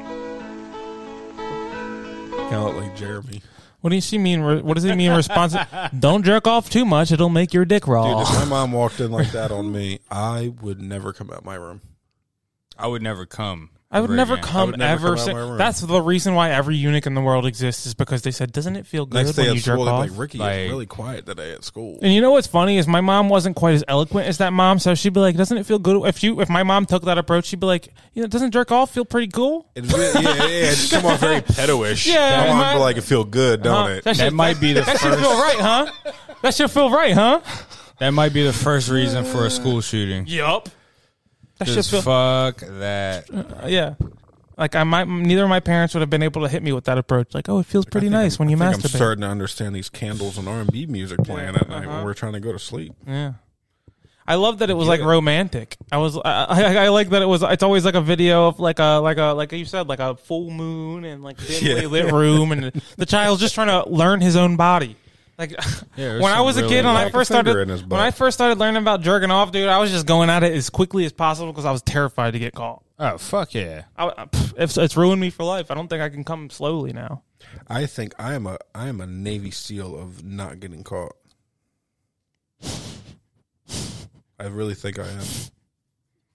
[SPEAKER 6] Kind of like Jeremy.
[SPEAKER 7] What does she mean? re- What does he mean? Responsible? Don't jerk off too much; it'll make your dick raw.
[SPEAKER 6] Dude, if my mom walked in like that on me, I would never come out my room.
[SPEAKER 8] I would never come.
[SPEAKER 7] I would
[SPEAKER 8] ever
[SPEAKER 7] never
[SPEAKER 8] again.
[SPEAKER 7] come
[SPEAKER 6] would never
[SPEAKER 7] ever.
[SPEAKER 6] come out
[SPEAKER 7] say-
[SPEAKER 6] my room.
[SPEAKER 7] that's the reason why every eunuch in the world exists is because they said, "Doesn't it feel good
[SPEAKER 6] Next
[SPEAKER 7] when
[SPEAKER 6] day at
[SPEAKER 7] you jerk
[SPEAKER 6] school, they're
[SPEAKER 7] off?"
[SPEAKER 6] like, Ricky
[SPEAKER 8] Like-
[SPEAKER 6] is really quiet today at school.
[SPEAKER 7] and you know what's funny is my mom wasn't quite as eloquent as that mom, so she'd be like, "Doesn't it feel good if you if my mom took that approach?" She'd be like, "You know, doesn't jerk off feel pretty cool?"
[SPEAKER 6] It really, yeah, yeah, yeah, just come off very pedo-ish.
[SPEAKER 7] Yeah, Uh-huh.
[SPEAKER 6] my mom
[SPEAKER 7] my-
[SPEAKER 6] would like it feel good,
[SPEAKER 7] Huh?
[SPEAKER 6] don't it?
[SPEAKER 7] shit-
[SPEAKER 8] That might be the
[SPEAKER 7] that should feel
[SPEAKER 8] first.
[SPEAKER 7] right, huh? That should feel right, huh?
[SPEAKER 8] That might be the first reason for a school shooting.
[SPEAKER 7] Yup. That should
[SPEAKER 8] Just
[SPEAKER 7] feel
[SPEAKER 8] fuck that.
[SPEAKER 7] yeah. Like I might neither of my parents would have been able to hit me with that approach. Like, oh, it feels pretty nice when you
[SPEAKER 6] I think I'm
[SPEAKER 7] masturbate.
[SPEAKER 6] starting to understand these candles and R&B music playing at night when we're trying to go to sleep.
[SPEAKER 7] Yeah. I love that it was like romantic. I was I, I, I like that it was. It's always like a video of like a like a like you said like a full moon and like dimly
[SPEAKER 6] Yeah.
[SPEAKER 7] lit room and the child's just trying to learn his own body. Like
[SPEAKER 8] there's
[SPEAKER 7] when I
[SPEAKER 8] some
[SPEAKER 7] was a
[SPEAKER 8] really
[SPEAKER 7] kid, when I
[SPEAKER 6] like-
[SPEAKER 7] first
[SPEAKER 6] Finger
[SPEAKER 7] started
[SPEAKER 6] in his butt.
[SPEAKER 7] when I first started learning about jerking off, dude, I was just going at it as quickly as possible because I was terrified to get caught.
[SPEAKER 8] Oh fuck yeah!
[SPEAKER 7] I, I- pff, it's, it's ruined me for life. I don't think I can come slowly now.
[SPEAKER 6] I think I am a I am a Navy SEAL of not getting caught. I really think I am.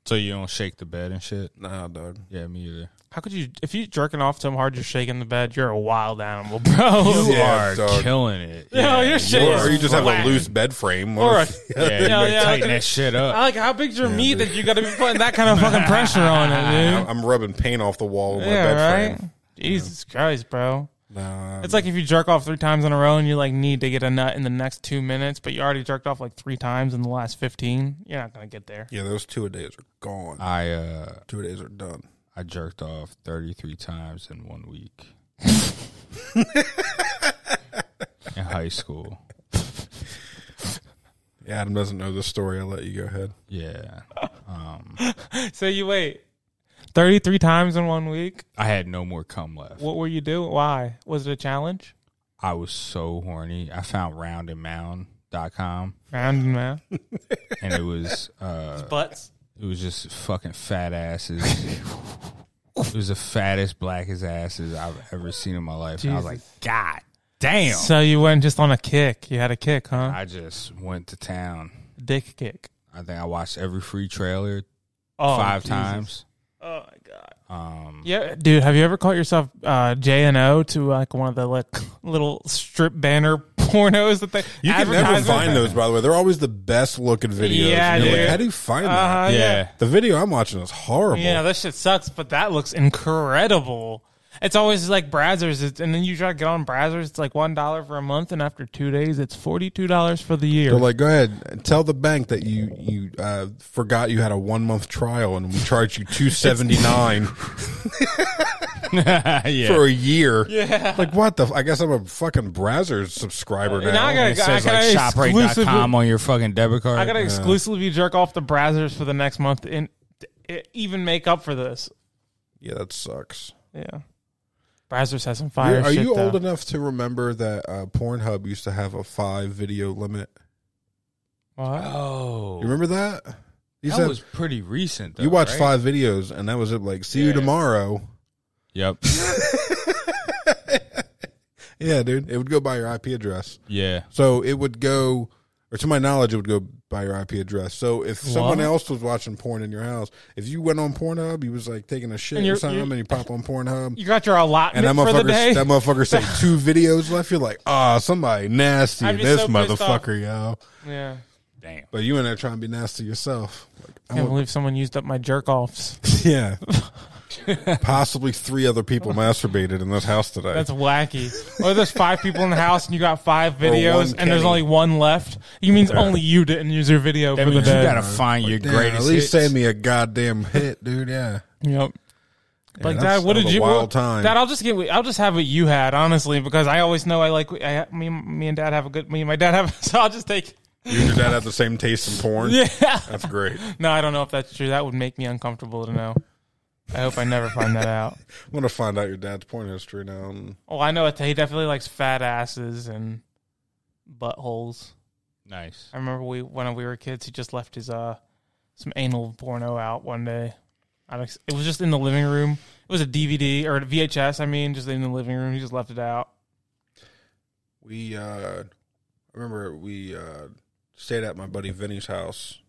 [SPEAKER 8] So you don't shake the bed and shit.
[SPEAKER 6] Nah, dog.
[SPEAKER 8] Yeah, me either.
[SPEAKER 7] How could you if you jerking off so hard you're shaking the bed? You're a wild animal, bro.
[SPEAKER 8] You
[SPEAKER 6] Yeah,
[SPEAKER 8] are
[SPEAKER 6] dog.
[SPEAKER 8] killing it.
[SPEAKER 7] Yeah, your shit
[SPEAKER 6] Or,
[SPEAKER 7] is
[SPEAKER 6] or you just have a
[SPEAKER 7] whack.
[SPEAKER 6] loose bed frame.
[SPEAKER 7] Or a-
[SPEAKER 8] Yeah, you
[SPEAKER 7] Yeah,
[SPEAKER 8] gotta
[SPEAKER 7] yeah.
[SPEAKER 8] tighten that shit up.
[SPEAKER 7] I like how big's your meat that you got to be putting that kind of fucking pressure on it, dude.
[SPEAKER 6] I'm rubbing paint off the wall with my
[SPEAKER 7] yeah, Um,
[SPEAKER 6] bed
[SPEAKER 7] right.
[SPEAKER 6] frame.
[SPEAKER 7] Jesus Christ, bro.
[SPEAKER 6] Nah,
[SPEAKER 7] It's like if you jerk off three times in a row and you like need to get a nut in the next two minutes, but you already jerked off like three times in the last fifteen. You're not gonna get there.
[SPEAKER 6] yeah, those two a days are gone.
[SPEAKER 8] I uh,
[SPEAKER 6] two days are done.
[SPEAKER 8] I jerked off thirty three times in one week. in high school.
[SPEAKER 6] Adam doesn't know this story. I'll let you go ahead.
[SPEAKER 8] Yeah.
[SPEAKER 7] So you wait thirty-three times in one week.
[SPEAKER 8] I had no more cum left.
[SPEAKER 7] What were you doing? Why was it a challenge?
[SPEAKER 8] I was so horny. I found roundandmound.com
[SPEAKER 7] Round and round.
[SPEAKER 8] and it was uh
[SPEAKER 7] Butts.
[SPEAKER 8] it was just fucking fat asses. it was the fattest, blackest asses I've ever seen in my life. And I was like,
[SPEAKER 7] Jesus.
[SPEAKER 8] God damn.
[SPEAKER 7] So you went just on a kick. You had a kick, huh?
[SPEAKER 8] I just went to town.
[SPEAKER 7] Dick kick.
[SPEAKER 8] I think I watched every free trailer
[SPEAKER 7] Oh,
[SPEAKER 8] five
[SPEAKER 7] Jesus.
[SPEAKER 8] times.
[SPEAKER 7] Oh my god.
[SPEAKER 8] Um
[SPEAKER 7] Yeah, dude, have you ever caught yourself uh, J and O to like one of the like little strip banner pornos that they
[SPEAKER 6] You can never
[SPEAKER 7] advertisement?
[SPEAKER 6] find those, by the way. They're always the best looking videos.
[SPEAKER 7] Yeah,
[SPEAKER 6] And you're like,
[SPEAKER 7] dude.
[SPEAKER 6] how do you find
[SPEAKER 7] Uh-huh,
[SPEAKER 6] that?
[SPEAKER 7] yeah.
[SPEAKER 8] yeah.
[SPEAKER 6] The video I'm watching is horrible.
[SPEAKER 7] Yeah, that shit sucks, but that looks incredible. It's always like Brazzers, it's, and then you try to get on Brazzers. It's like one dollar for a month, and after two days, it's forty two dollars for the year.
[SPEAKER 6] They're like, go ahead, and tell the bank that you you uh, forgot you had a one month trial and we charge you two seventy nine
[SPEAKER 8] yeah.
[SPEAKER 6] for a year. Yeah, like what the? f- I guess I'm a fucking Brazzers subscriber now.
[SPEAKER 7] now I gotta
[SPEAKER 8] It
[SPEAKER 7] go-
[SPEAKER 8] says like
[SPEAKER 7] I gotta exclusively-
[SPEAKER 8] shoprite.com on your fucking debit card.
[SPEAKER 7] I gotta exclusively jerk off the Brazzers for the next month, and to even make up for this.
[SPEAKER 6] yeah, that sucks.
[SPEAKER 7] Yeah, Brazzers has some
[SPEAKER 6] You're-
[SPEAKER 7] fire.
[SPEAKER 6] are
[SPEAKER 7] shit,
[SPEAKER 6] you
[SPEAKER 7] though.
[SPEAKER 6] old enough to remember that uh, Pornhub used to have a five video limit?
[SPEAKER 7] What?
[SPEAKER 8] oh.
[SPEAKER 6] You remember that? You
[SPEAKER 8] that
[SPEAKER 6] said
[SPEAKER 8] was pretty recent though.
[SPEAKER 6] you watched
[SPEAKER 8] right?
[SPEAKER 6] five videos and that was it. Like, see you tomorrow.
[SPEAKER 8] Yep.
[SPEAKER 6] Yeah, dude, it would go by your IP address.
[SPEAKER 8] Yeah.
[SPEAKER 6] So it would go, or to my knowledge, it would go by your IP address. So if someone
[SPEAKER 7] What?
[SPEAKER 6] else was watching porn in your house, if you went on Pornhub, you was like taking a shit
[SPEAKER 7] And
[SPEAKER 6] or
[SPEAKER 7] you're-
[SPEAKER 6] something,
[SPEAKER 7] you're-
[SPEAKER 6] and you pop on Pornhub,
[SPEAKER 7] You got your allotment
[SPEAKER 6] and that
[SPEAKER 7] for the
[SPEAKER 6] motherfucker,
[SPEAKER 7] day.
[SPEAKER 6] that motherfucker said two videos left. You're like, ah, somebody nasty,
[SPEAKER 7] I'd be
[SPEAKER 6] this
[SPEAKER 7] so pissed off.
[SPEAKER 6] motherfucker, yo.
[SPEAKER 7] yeah,
[SPEAKER 8] Damn.
[SPEAKER 6] But you in there trying to be nasty yourself. Like, I
[SPEAKER 7] can't
[SPEAKER 6] want-
[SPEAKER 7] believe someone used up my jerk offs.
[SPEAKER 6] yeah. Possibly three other people masturbated in this house today.
[SPEAKER 7] That's wacky. Or there's five people in the house and you got five videos and there's
[SPEAKER 6] Kenny.
[SPEAKER 7] only one left. You means only you didn't use your video
[SPEAKER 8] That
[SPEAKER 7] for the
[SPEAKER 8] means you
[SPEAKER 7] day.
[SPEAKER 8] gotta find your
[SPEAKER 6] Damn, at
[SPEAKER 8] greatest.
[SPEAKER 6] least
[SPEAKER 8] hits.
[SPEAKER 6] send me a goddamn hit, dude. Yeah.
[SPEAKER 7] yep. Like
[SPEAKER 6] that's-
[SPEAKER 7] Dad, what
[SPEAKER 6] that
[SPEAKER 7] did
[SPEAKER 6] was a
[SPEAKER 7] you?
[SPEAKER 6] wild
[SPEAKER 7] well,
[SPEAKER 6] time.
[SPEAKER 7] Dad, I'll just get. I'll just have what you had, honestly, because I always know I like. I, me, me and Dad have a good. Me and my dad have. So I'll just take.
[SPEAKER 6] You and your dad have the same taste in porn.
[SPEAKER 7] Yeah.
[SPEAKER 6] That's great.
[SPEAKER 7] No, I don't know if that's true. That would make me uncomfortable to know. I hope I never find that out.
[SPEAKER 6] I'm gonna find out your dad's porn history now. And
[SPEAKER 7] Oh, I know it. He definitely likes fat asses and buttholes.
[SPEAKER 8] Nice.
[SPEAKER 7] I remember we when we were kids, he just left his uh some anal porno out one day. I don't, it was just in the living room. It was a DVD or a VHS. I mean, just in the living room. He just left it out.
[SPEAKER 6] we uh I remember we uh stayed at my buddy Vinny's house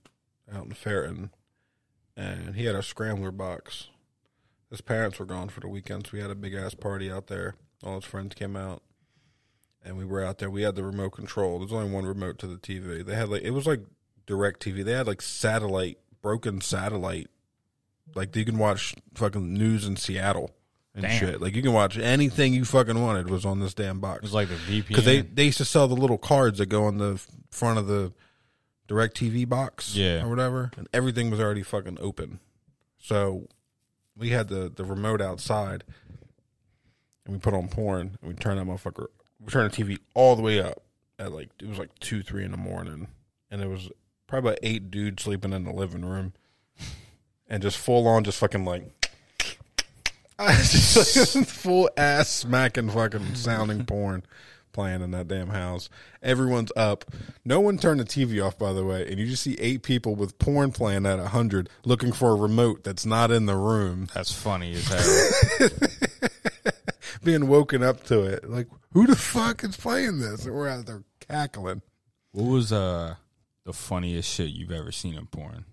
[SPEAKER 6] out in Ferreton and he had a scrambler box. His parents were gone for the weekend, so we had a big ass party out there. All his friends came out and we were out there. We had the remote control. There's only one remote to the TV. They had like it was like direct TV. They had like satellite, broken satellite. Like you can watch fucking news in Seattle and
[SPEAKER 8] Damn.
[SPEAKER 6] shit. Like you can watch anything you fucking wanted was on this damn box. It
[SPEAKER 8] was like the VPN.
[SPEAKER 6] because they they used to sell the little cards that go on the f- front of the direct tv box
[SPEAKER 8] Yeah.
[SPEAKER 6] or whatever and everything was already fucking open so we had the the remote outside and we put on porn and we turned that motherfucker we turned the tv all the way up at like it was like two three in the morning and it was probably about eight dudes sleeping in the living room and just full on just fucking like just like full ass smacking fucking sounding porn playing in that damn house. Everyone's up. No one turned the TV off, by the way, and you just see eight people with porn playing at hundred, looking for a remote that's not in the room,
[SPEAKER 8] That's funny as hell.
[SPEAKER 6] being woken up to it. Like, who the fuck is playing this? And we're out there cackling.
[SPEAKER 8] what was uh the funniest shit you've ever seen in porn?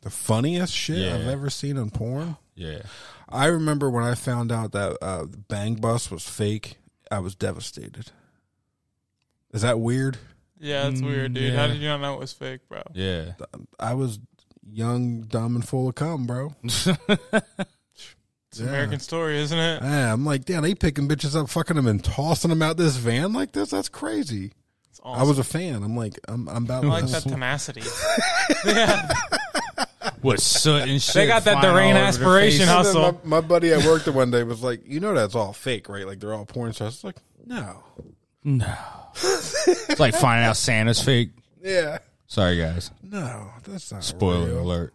[SPEAKER 6] The funniest shit I've
[SPEAKER 8] Yeah.
[SPEAKER 6] ever seen on porn.
[SPEAKER 8] Yeah.
[SPEAKER 6] I remember when I found out that uh, Bang Bus was fake. I was devastated. Is that weird?
[SPEAKER 7] Mm, Yeah, that's weird, dude.
[SPEAKER 8] yeah.
[SPEAKER 7] How did you not know it was fake, bro?
[SPEAKER 8] Yeah.
[SPEAKER 6] I was young, dumb, and full of cum, bro.
[SPEAKER 7] It's an American story, isn't it?
[SPEAKER 6] Yeah, I'm like, damn, they picking bitches up, fucking them, and tossing them out this van like this. That's crazy.
[SPEAKER 7] It's
[SPEAKER 6] I was a fan. I'm like, I'm, I'm about.
[SPEAKER 7] I like that tenacity.
[SPEAKER 8] With soot and shit.
[SPEAKER 7] They got that
[SPEAKER 8] flying all
[SPEAKER 7] Durain
[SPEAKER 8] over their
[SPEAKER 7] aspiration
[SPEAKER 6] And
[SPEAKER 8] face.
[SPEAKER 6] then
[SPEAKER 7] hustle.
[SPEAKER 6] My, my buddy at work the one day was like, you know, that's all fake, right? Like they're all porn stars. It's like, no,
[SPEAKER 8] It's like finding out Santa's fake.
[SPEAKER 6] yeah,
[SPEAKER 8] Sorry, guys.
[SPEAKER 6] no, that's not
[SPEAKER 8] Spoiler
[SPEAKER 6] real.
[SPEAKER 8] alert.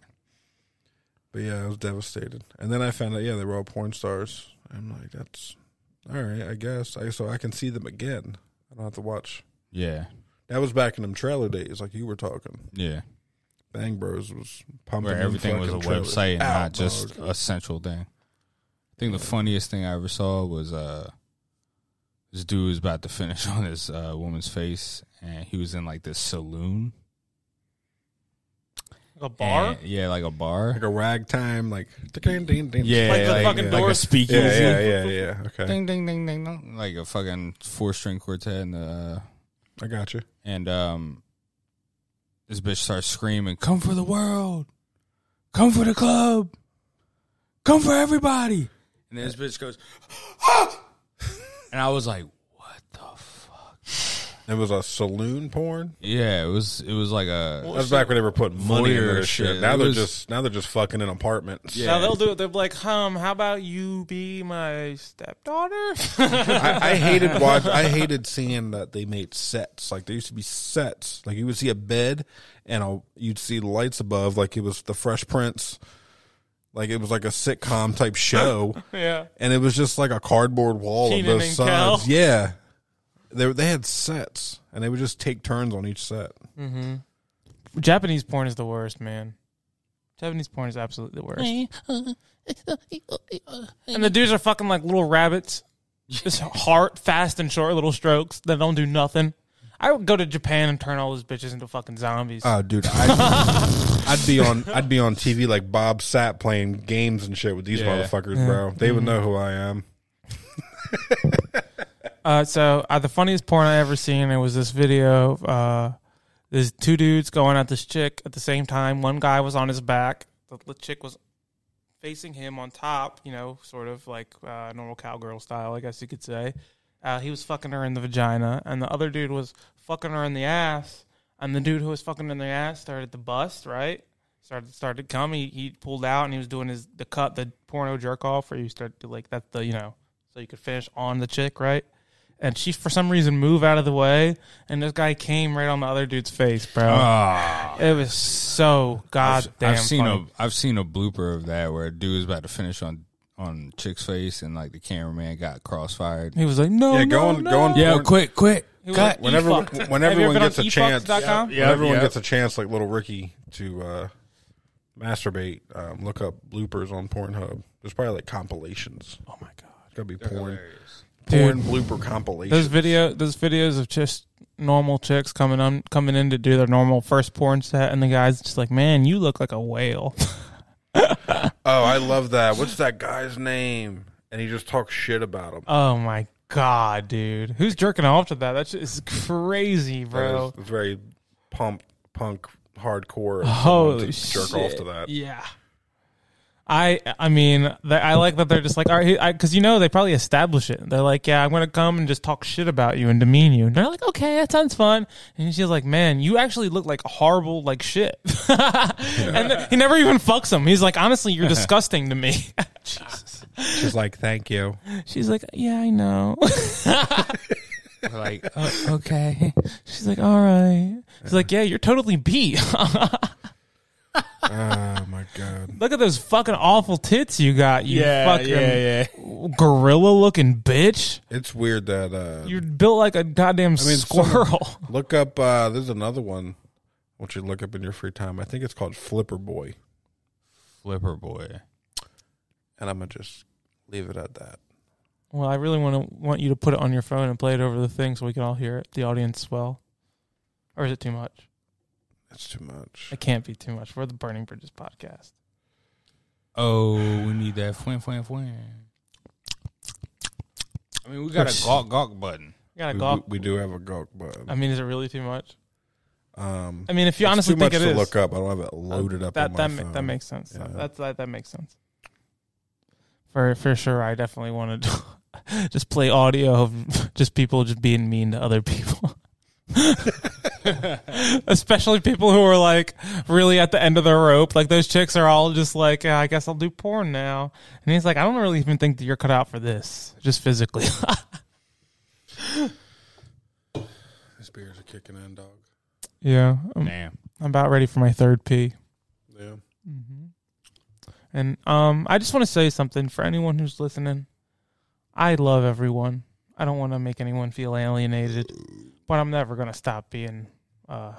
[SPEAKER 6] But yeah, I was devastated. And then I found out, yeah, they were all porn stars. I'm like, that's all right, I guess. I so I can see them again. I don't have to watch.
[SPEAKER 8] Yeah.
[SPEAKER 6] That was back in them trailer days, like you were talking.
[SPEAKER 8] Yeah.
[SPEAKER 6] Bang Bros was pumping.
[SPEAKER 8] Where
[SPEAKER 6] them
[SPEAKER 8] everything was a
[SPEAKER 6] fucking trailers
[SPEAKER 8] website and
[SPEAKER 6] out,
[SPEAKER 8] not just
[SPEAKER 6] dog.
[SPEAKER 8] a central thing. I think the funniest thing I ever saw was uh this dude was about to finish on this uh, woman's face and he was in like this saloon.
[SPEAKER 7] A bar?
[SPEAKER 8] And- yeah, like a bar.
[SPEAKER 6] like a ragtime, like ding, ding, ding.
[SPEAKER 8] yeah,
[SPEAKER 7] Like the fucking
[SPEAKER 8] like
[SPEAKER 7] door-
[SPEAKER 8] a speakeasy.
[SPEAKER 6] yeah, yeah, yeah, yeah. Okay,
[SPEAKER 8] Ding ding ding ding dong. Like a fucking four string quartet and uh
[SPEAKER 6] I got you.
[SPEAKER 8] and um this bitch starts screaming, Come for the world, come for the club, come for everybody. And then this bitch goes, "Ah!" and I was like, What the fuck?
[SPEAKER 6] It was a saloon porn.
[SPEAKER 8] Yeah, it was it was like a
[SPEAKER 6] That was back when they were putting money in
[SPEAKER 8] Voyeur
[SPEAKER 6] their shit.
[SPEAKER 8] shit.
[SPEAKER 6] Now
[SPEAKER 8] It
[SPEAKER 6] they're
[SPEAKER 8] was-
[SPEAKER 6] just now they're just fucking in apartments.
[SPEAKER 7] Now they'll do it. They'll be like, um, how about you be my stepdaughter?
[SPEAKER 6] I, I hated watch. I hated seeing that they made sets. Like there used to be sets. Like you would see a bed, and a, you'd see lights above. Like it was the Fresh Prince. Like it was like a sitcom type show,
[SPEAKER 7] yeah.
[SPEAKER 6] and it was just like a cardboard wall
[SPEAKER 7] Kenan
[SPEAKER 6] of both
[SPEAKER 7] and
[SPEAKER 6] sides.
[SPEAKER 7] Kel.
[SPEAKER 6] Yeah, they were- they had sets, and they would just take turns on each set.
[SPEAKER 7] Japanese porn is the worst, man. Japanese porn is absolutely the worst. and the dudes are fucking like little rabbits. Just hard, fast, and short little strokes that don't do nothing. I would go to Japan and turn all those bitches into fucking zombies.
[SPEAKER 6] Oh, dude, I'd, I'd be on I'd be on TV like Bob Sapp playing games and shit with these
[SPEAKER 8] Yeah.
[SPEAKER 6] motherfuckers, bro. They would know who I am.
[SPEAKER 7] Uh, so uh, the funniest porn I ever seen it was this video. Of, uh, there's two dudes going at this chick at the same time. One guy was on his back. The, the chick was facing him on top. You know, sort of like uh, normal cowgirl style, I guess you could say. Uh, he was fucking her in the vagina, and the other dude was fucking her in the ass. And the dude who was fucking in the ass started to bust, right? Started started coming. He, he pulled out and he was doing his the cut the porno jerk off where you start to like that's the you know so you could finish on the chick, right? and she for some reason moved out of the way and this guy came right on the other dude's face bro
[SPEAKER 6] Uh,
[SPEAKER 7] it was so goddamn
[SPEAKER 8] ah. I've seen
[SPEAKER 7] funny.
[SPEAKER 8] a I've seen a blooper of that where a dude was about to finish on on chick's face and like the cameraman got crossfired.
[SPEAKER 7] he was like no
[SPEAKER 6] Yeah,
[SPEAKER 7] Oh, no,
[SPEAKER 6] go on-
[SPEAKER 7] no.
[SPEAKER 6] go on-
[SPEAKER 8] Yo,
[SPEAKER 6] Porn-
[SPEAKER 8] quick, quick.
[SPEAKER 7] He was
[SPEAKER 8] Cut.
[SPEAKER 7] like,
[SPEAKER 6] Whenever
[SPEAKER 7] "E-fucked." Have you
[SPEAKER 6] when everyone
[SPEAKER 7] ever been
[SPEAKER 6] gets
[SPEAKER 7] on
[SPEAKER 6] a chance,
[SPEAKER 7] e-fucks.com?
[SPEAKER 6] when everyone
[SPEAKER 11] yep.
[SPEAKER 6] gets a chance, like little Ricky to uh, masturbate, um, look up bloopers on Pornhub. There's probably like compilations.
[SPEAKER 7] oh my god
[SPEAKER 6] It's gotta be porn.
[SPEAKER 7] Dude.
[SPEAKER 6] porn blooper compilation.
[SPEAKER 7] Those video, those videos of just normal chicks coming on, coming in to do their normal first porn set, and the guys just like, "Man, you look like a whale."
[SPEAKER 6] Oh, I love that. What's that guy's name? And he just talks shit about him.
[SPEAKER 7] oh my god, dude, who's jerking off to that? That shit is crazy, bro.
[SPEAKER 6] It's very pump punk hardcore. to
[SPEAKER 7] Holy
[SPEAKER 6] jerk off
[SPEAKER 7] shit.
[SPEAKER 6] to that.
[SPEAKER 7] Yeah. I I mean th- I like that they're just like all right because you know they probably establish it. They're like, yeah, I'm gonna come and just talk shit about you and demean you. And they're like, okay, that sounds fun. And she's like, man, you actually look like horrible like shit. and th- he never even fucks him. He's like, honestly, you're disgusting to me.
[SPEAKER 8] She's like, thank you.
[SPEAKER 7] she's like, yeah, I know.
[SPEAKER 8] We're like, "Oh, okay.
[SPEAKER 7] she's like, all right. She's like, yeah, you're totally beat.
[SPEAKER 6] Oh my god.
[SPEAKER 7] look at those fucking awful tits you got. You
[SPEAKER 12] Yeah,
[SPEAKER 7] fucking
[SPEAKER 12] yeah,
[SPEAKER 7] gorilla looking bitch.
[SPEAKER 6] It's weird that uh
[SPEAKER 7] You're built like a goddamn
[SPEAKER 6] mean,
[SPEAKER 7] squirrel.
[SPEAKER 6] look up uh there's another one. I want you to look up in your free time. I think it's called Flipper Boy.
[SPEAKER 8] Flipper boy.
[SPEAKER 6] And I'm gonna just leave it at that.
[SPEAKER 7] well, I really want to want you to put it on your phone and play it over the thing so we can all hear it, the audience as well. Or is it too much?
[SPEAKER 6] That's too much.
[SPEAKER 7] It can't be too much. We're the Burning Bridges podcast.
[SPEAKER 8] Oh, we need that fwin fwin fwin. I mean, we got a gawk gawk button.
[SPEAKER 7] We got a
[SPEAKER 6] We,
[SPEAKER 7] golf.
[SPEAKER 6] we do have a gawk button.
[SPEAKER 7] I mean, is it really too much?
[SPEAKER 6] um
[SPEAKER 7] I mean, if you
[SPEAKER 6] it's
[SPEAKER 7] honestly
[SPEAKER 6] too
[SPEAKER 7] think
[SPEAKER 6] much
[SPEAKER 7] it
[SPEAKER 6] to
[SPEAKER 7] is,
[SPEAKER 6] look up. I don't have it loaded up
[SPEAKER 7] that
[SPEAKER 6] on my
[SPEAKER 7] that ma-
[SPEAKER 6] phone.
[SPEAKER 7] that makes sense.
[SPEAKER 6] Yeah.
[SPEAKER 7] That's that, that makes sense. For for sure, I definitely want to just play audio of just people just being mean to other people. Especially people who are like really at the end of their rope. Like those chicks are all just like, "Yeah, I guess I'll do porn now. And he's like, I don't really even think that you're cut out for this, just physically.
[SPEAKER 6] These beers are kicking in, dog.
[SPEAKER 7] yeah, I'm,
[SPEAKER 8] Damn.
[SPEAKER 7] I'm about ready for my third pee.
[SPEAKER 6] Yeah.
[SPEAKER 7] And um, I just want to say something for anyone who's listening. I love everyone. I don't want to make anyone feel alienated, but I'm never gonna stop being uh,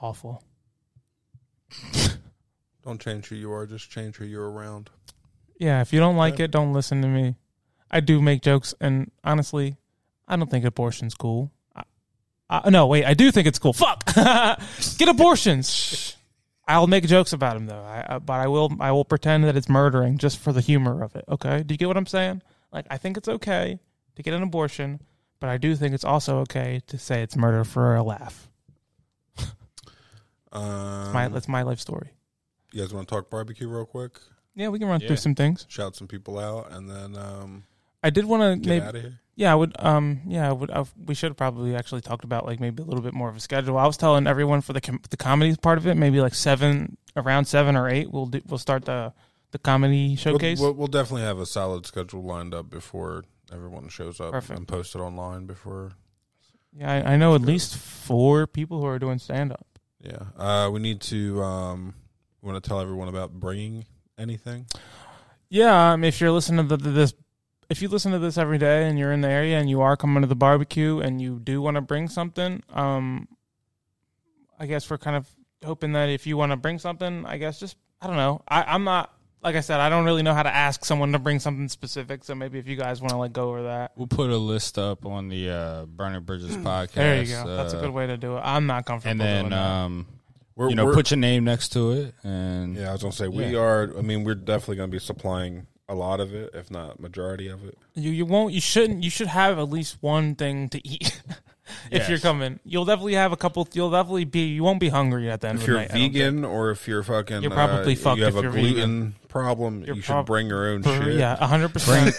[SPEAKER 7] awful.
[SPEAKER 6] Don't change who you are, just change who you're around.
[SPEAKER 7] Yeah, if you don't like it, don't listen to me. I do make jokes, and honestly, I don't think abortion's cool. I, I, no, wait, I do think it's cool. Fuck, get abortions. I'll make jokes about them though, I, I, but I will I will pretend that it's murdering just for the humor of it. Okay, do you get what I'm saying? Like, I think it's okay to get an abortion, but I do think it's also okay to say it's murder for a laugh.
[SPEAKER 6] Um,
[SPEAKER 7] My that's my life story.
[SPEAKER 6] you guys want to talk barbecue real quick?
[SPEAKER 7] Yeah, we can run
[SPEAKER 8] Yeah.
[SPEAKER 7] through some things.
[SPEAKER 6] Shout some people out, and then um,
[SPEAKER 7] I did want
[SPEAKER 6] get
[SPEAKER 7] to maybe
[SPEAKER 6] out of here.
[SPEAKER 7] Yeah, I would. Um, yeah, I would. i we should have probably actually talked about like maybe a little bit more of a schedule. I was telling everyone for the com- the comedy part of it, maybe like seven around seven or eight. We'll do, we'll start the the comedy
[SPEAKER 6] We'll,
[SPEAKER 7] showcase.
[SPEAKER 6] we'll, we'll definitely have a solid schedule lined up before everyone shows up
[SPEAKER 7] Perfect.
[SPEAKER 6] and post it online before.
[SPEAKER 7] yeah, I, I know at least four people who are doing stand up.
[SPEAKER 6] Yeah, uh, we need to. Um, we want to tell everyone about bringing anything.
[SPEAKER 7] Yeah, um, if you're listening to th- this, if you listen to this every day and you're in the area and you are coming to the barbecue and you do want to bring something, um, I guess we're kind of hoping that if you want to bring something, I guess just I don't know. I, I'm not like I said, I don't really know how to ask someone to bring something specific. So maybe if you guys want to like go over that,
[SPEAKER 8] We'll put a list up on the uh, Burner Bridges podcast.
[SPEAKER 7] Hmm. there you go. That's a
[SPEAKER 8] uh,
[SPEAKER 7] good way to do it. I'm not comfortable.
[SPEAKER 8] And then,
[SPEAKER 7] doing that.
[SPEAKER 8] um,
[SPEAKER 6] We're,
[SPEAKER 8] you know,
[SPEAKER 6] we're-
[SPEAKER 8] put your name next to it, and
[SPEAKER 6] Yeah, I was gonna say we
[SPEAKER 8] Yeah.
[SPEAKER 6] are. I mean, we're definitely gonna be supplying a lot of it, if not majority of it.
[SPEAKER 7] You you won't you shouldn't you should have at least one thing to eat. If
[SPEAKER 8] Yes.
[SPEAKER 7] you're coming, you'll definitely have a couple. You'll definitely be. You won't be hungry at the end
[SPEAKER 6] If
[SPEAKER 7] of the
[SPEAKER 6] you're
[SPEAKER 7] night. I don't think.
[SPEAKER 6] vegan or if you're fucking,
[SPEAKER 7] You're probably
[SPEAKER 6] uh,
[SPEAKER 7] fucked
[SPEAKER 6] You have
[SPEAKER 7] if
[SPEAKER 6] a
[SPEAKER 7] you're
[SPEAKER 6] gluten problem.
[SPEAKER 7] You're
[SPEAKER 6] you
[SPEAKER 7] prob-
[SPEAKER 6] should bring your own
[SPEAKER 7] For-
[SPEAKER 6] shit.
[SPEAKER 7] Yeah, hundred percent.